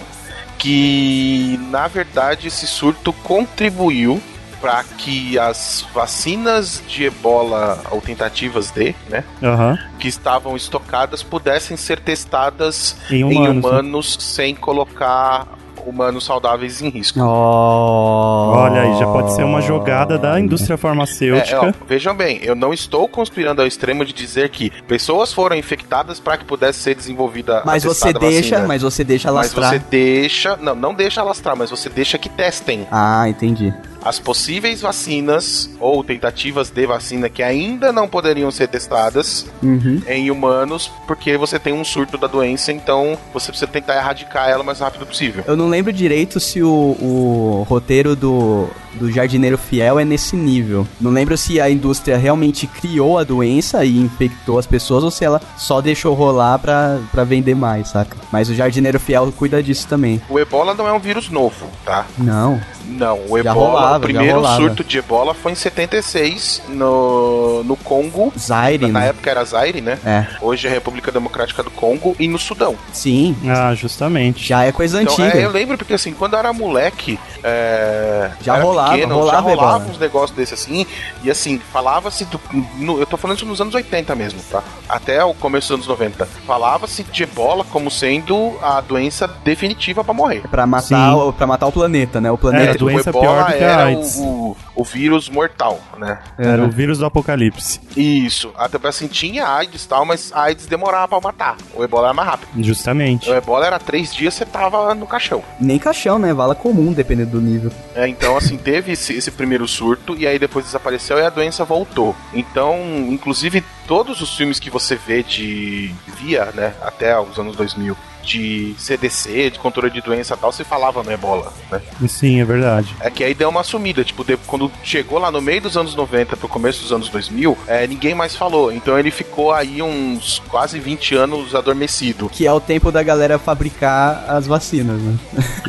que na verdade esse surto contribuiu para que as vacinas de ebola ou tentativas de, né, Aham. que estavam estocadas pudessem ser testadas Em em um humanos. né? humanos sem colocar humanos saudáveis em risco. Olha aí, já pode ser uma jogada da indústria É, farmacêutica. ó, vejam bem, eu não estou conspirando ao extremo de dizer que pessoas foram infectadas para que pudesse ser desenvolvida Mas a você testada deixa, vacina. mas você deixa Mas lastrar. você deixa, não, não deixa alastrar, mas você deixa que testem Ah, entendi. as possíveis vacinas ou tentativas de vacina que ainda não poderiam ser testadas Uhum. em humanos, porque você tem um surto da doença, então você precisa tentar erradicar ela o mais rápido possível. Eu não lembro direito se o, o roteiro do, do Jardineiro Fiel é nesse nível. Não lembro se a indústria realmente criou a doença e infectou as pessoas ou se ela só deixou rolar pra, pra vender mais, saca? Mas o Jardineiro Fiel cuida disso também. O ebola não é um vírus novo, tá? Não. Não, o Já ebola, rolava, já o primeiro rolava. surto de ebola foi em 76 no, no Congo. Zaire, Na né? época era Zaire, né? É, Hoje é República Democrática do Congo e no Sudão. sim. Ah, justamente. Já é coisa Então, antiga. é, eu lembro porque assim, quando eu era moleque, é, Já era rolava, já rolava rolava ebola. uns negócios desse assim, e assim, falava-se do. no- eu tô falando isso nos anos 80 mesmo, tá? Até o começo dos anos 90. Falava-se de ebola como sendo a doença definitiva pra morrer. Pra matar, Sim. o, pra matar o planeta, né? O Era planeta. É, a doença o ebola pior do que a era AIDS. o, o, o vírus mortal, né? Era o vírus do apocalipse. Isso. Até pra, assim, tinha AIDS e tal, mas a AIDS demorava pra matar. O ebola era mais rápido. Justamente. O ebola era três dias, você tava no caixão. Nem caixão, né? Vala comum, dependendo do nível. É, então, assim, teve esse, esse primeiro surto e aí depois desapareceu e a doença voltou. Então, inclusive, todos os filmes que você vê de. via, né, até os anos 2000, de CDC, de controle de doença e tal, se falava no ebola, né? Sim, é verdade. É que aí deu uma sumida, tipo, de- quando chegou lá no meio dos anos 90 pro começo dos anos 2000, é, ninguém mais falou. Então ele ficou aí uns quase 20 anos adormecido. Que é o tempo da galera fabricar as vacinas, né?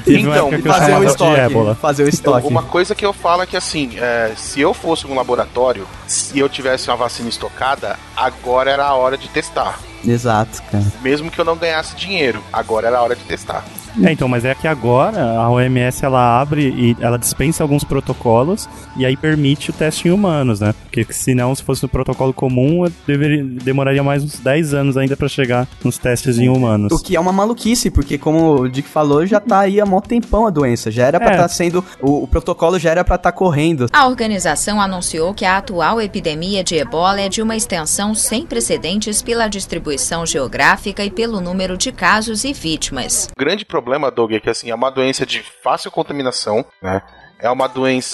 Teve uma Então, época que eu Fazer o chamava de estoque. ébola. Fazer o estoque. Uma coisa que eu falo é que assim, é, se eu fosse um laboratório se eu tivesse uma vacina estocada, agora era a hora de testar. Exato, cara. Mesmo que eu não ganhasse dinheiro, agora era a hora de testar. É, então, mas é que agora a OMS ela abre e ela dispensa alguns protocolos e aí permite o teste em humanos, né? Porque senão, se fosse um protocolo comum, eu deveria- demoraria mais uns 10 anos ainda pra chegar nos testes em humanos. O que é uma maluquice, porque como o Dick falou, já tá aí há mó tempão a doença. Já era pra É. tá sendo. O, o protocolo já era pra tá correndo. A organização anunciou que a atual epidemia de ebola é de uma extensão sem precedentes pela distribuição geográfica e pelo número de casos e vítimas. O grande problema, Doug, é que assim, é uma doença de fácil contaminação, né? É uma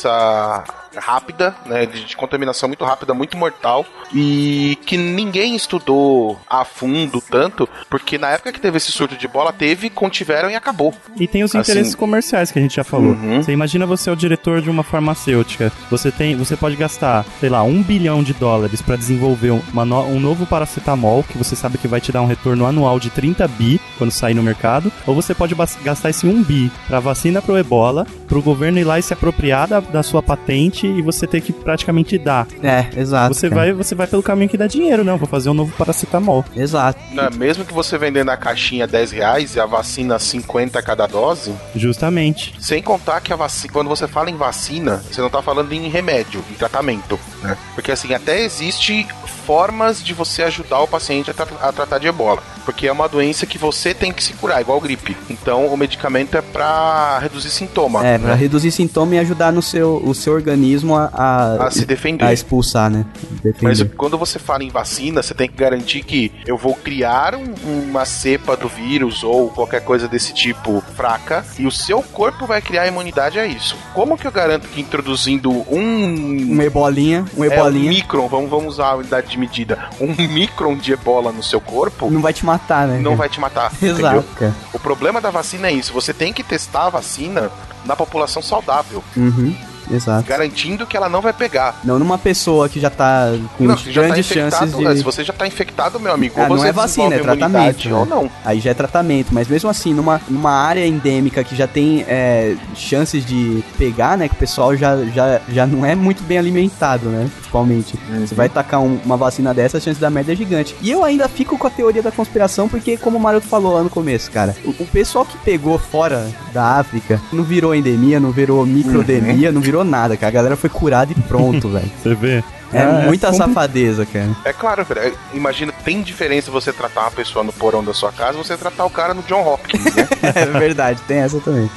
doença rápida, né? De, de contaminação muito rápida, muito mortal. E que ninguém estudou a fundo tanto, porque na época que teve esse surto de bola, teve, contiveram e acabou. E tem os Assim- interesses comerciais que a gente já falou. Uhum. Você imagina você é o diretor de uma farmacêutica. Você tem, você pode gastar, sei lá, um bilhão de dólares pra desenvolver uma no- um novo paracetamol que você sabe que vai te dar um retorno anual de 30 bi quando sair no mercado. Ou você pode um bas- gastar esse 1 bi pra vacina pro Ebola, pro governo ir lá e se apropriar da, da sua patente gente e você ter que praticamente dar. É, exato. Você cara. vai, você vai pelo caminho que dá dinheiro, não. Vou fazer um novo paracetamol. Exato. Não, Né, mesmo que você vendendo a caixinha 10 reais e a vacina 50 cada dose, Justamente. Sem contar que a vacina, quando você fala em vacina, você não tá falando em remédio, em tratamento, né? Porque assim, até existe formas de você ajudar o paciente a, tra- a tratar de ebola, porque é uma doença que você tem que se curar, igual gripe. Então, o medicamento é pra reduzir sintoma, né? É, pra reduzir sintoma e ajudar no seu, o seu organismo a, a, a se defender. a expulsar, né? Defender. Mas quando você fala em vacina, você tem que garantir que eu vou criar um- uma cepa do vírus ou qualquer coisa desse tipo fraca e o seu corpo vai criar imunidade a isso. Como que eu garanto que introduzindo um. Uma ebolinha, uma é, um ebolinha micron, vamos, vamos usar a unidade de medida. Um micron de ebola no seu corpo não vai te matar, né? não cara? vai te matar. Exato, Entendeu? cara. O problema da vacina é isso. Você tem que testar a vacina na população saudável, Uhum, exato. garantindo que ela não vai pegar. Não numa pessoa que já tá com Não, se já tá grandes infectado, chances de... é, se você já tá infectado, meu amigo, Ah, ou não você é vacina, desenvolve é tratamento, imunidade né? ou não. Aí já é tratamento, mas mesmo assim, numa, numa área endêmica que já tem é, chances de pegar, né? Que o pessoal já, já, já não é muito bem alimentado, né? Principalmente. Você vai tacar um- uma vacina dessa, a chance da merda é gigante. E eu ainda fico com a teoria da conspiração, porque, como o Maroto falou lá no começo, cara, o, o pessoal que pegou fora da África não virou endemia, não virou microdemia, não virou nada, cara. A galera foi curada e pronto, velho. Você vê? É, Ah, muita complicado. safadeza, cara. É claro, velho. é, Imagina, tem diferença você tratar uma pessoa no porão da sua casa e você tratar o cara no John Hopkins, né? É verdade, tem essa também.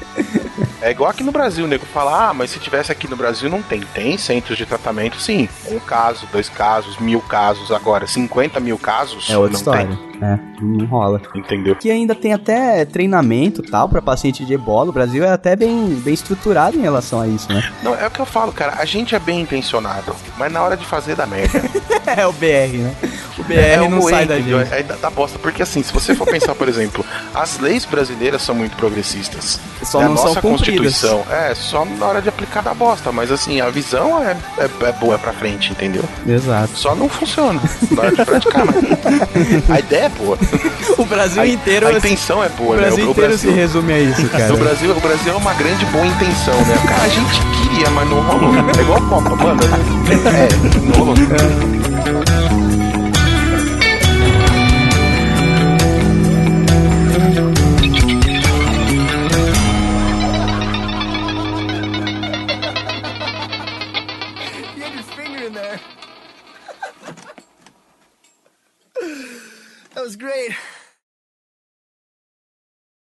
É igual aqui no Brasil, o nego fala, ah, mas se tivesse aqui no Brasil não tem. Tem centros de tratamento, sim. Um caso, dois casos, mil casos agora, 50 mil casos, É outra não história. É, não rola. tem. Entendeu? que ainda tem até treinamento e tal pra paciente de ebola. O Brasil é até bem, bem estruturado em relação a isso, né? Não, é o que eu falo, cara. A gente é bem intencionado, mas na hora de fazer dá merda. É o BR, né? O BR É o não sai da entendeu? gente. É da, da bosta. Porque assim, se você for pensar, por exemplo, as leis brasileiras são muito progressistas. Só É a não nossa são cumpridas. Constituição. É, só na hora de aplicar da bosta. Mas assim, a visão é, é, é boa pra frente, entendeu? Exato. Só não funciona na hora de praticar, mas a ideia é boa. O Brasil A, inteiro. a intenção é o boa, né? Brasil O, o inteiro se Brasil, resume a isso, cara. o, Brasil, o Brasil é uma grande boa intenção, né? Cara, a gente queria, mas não rolou. É igual a Copa, mano. É, não rolou. He had his finger in there. that was great.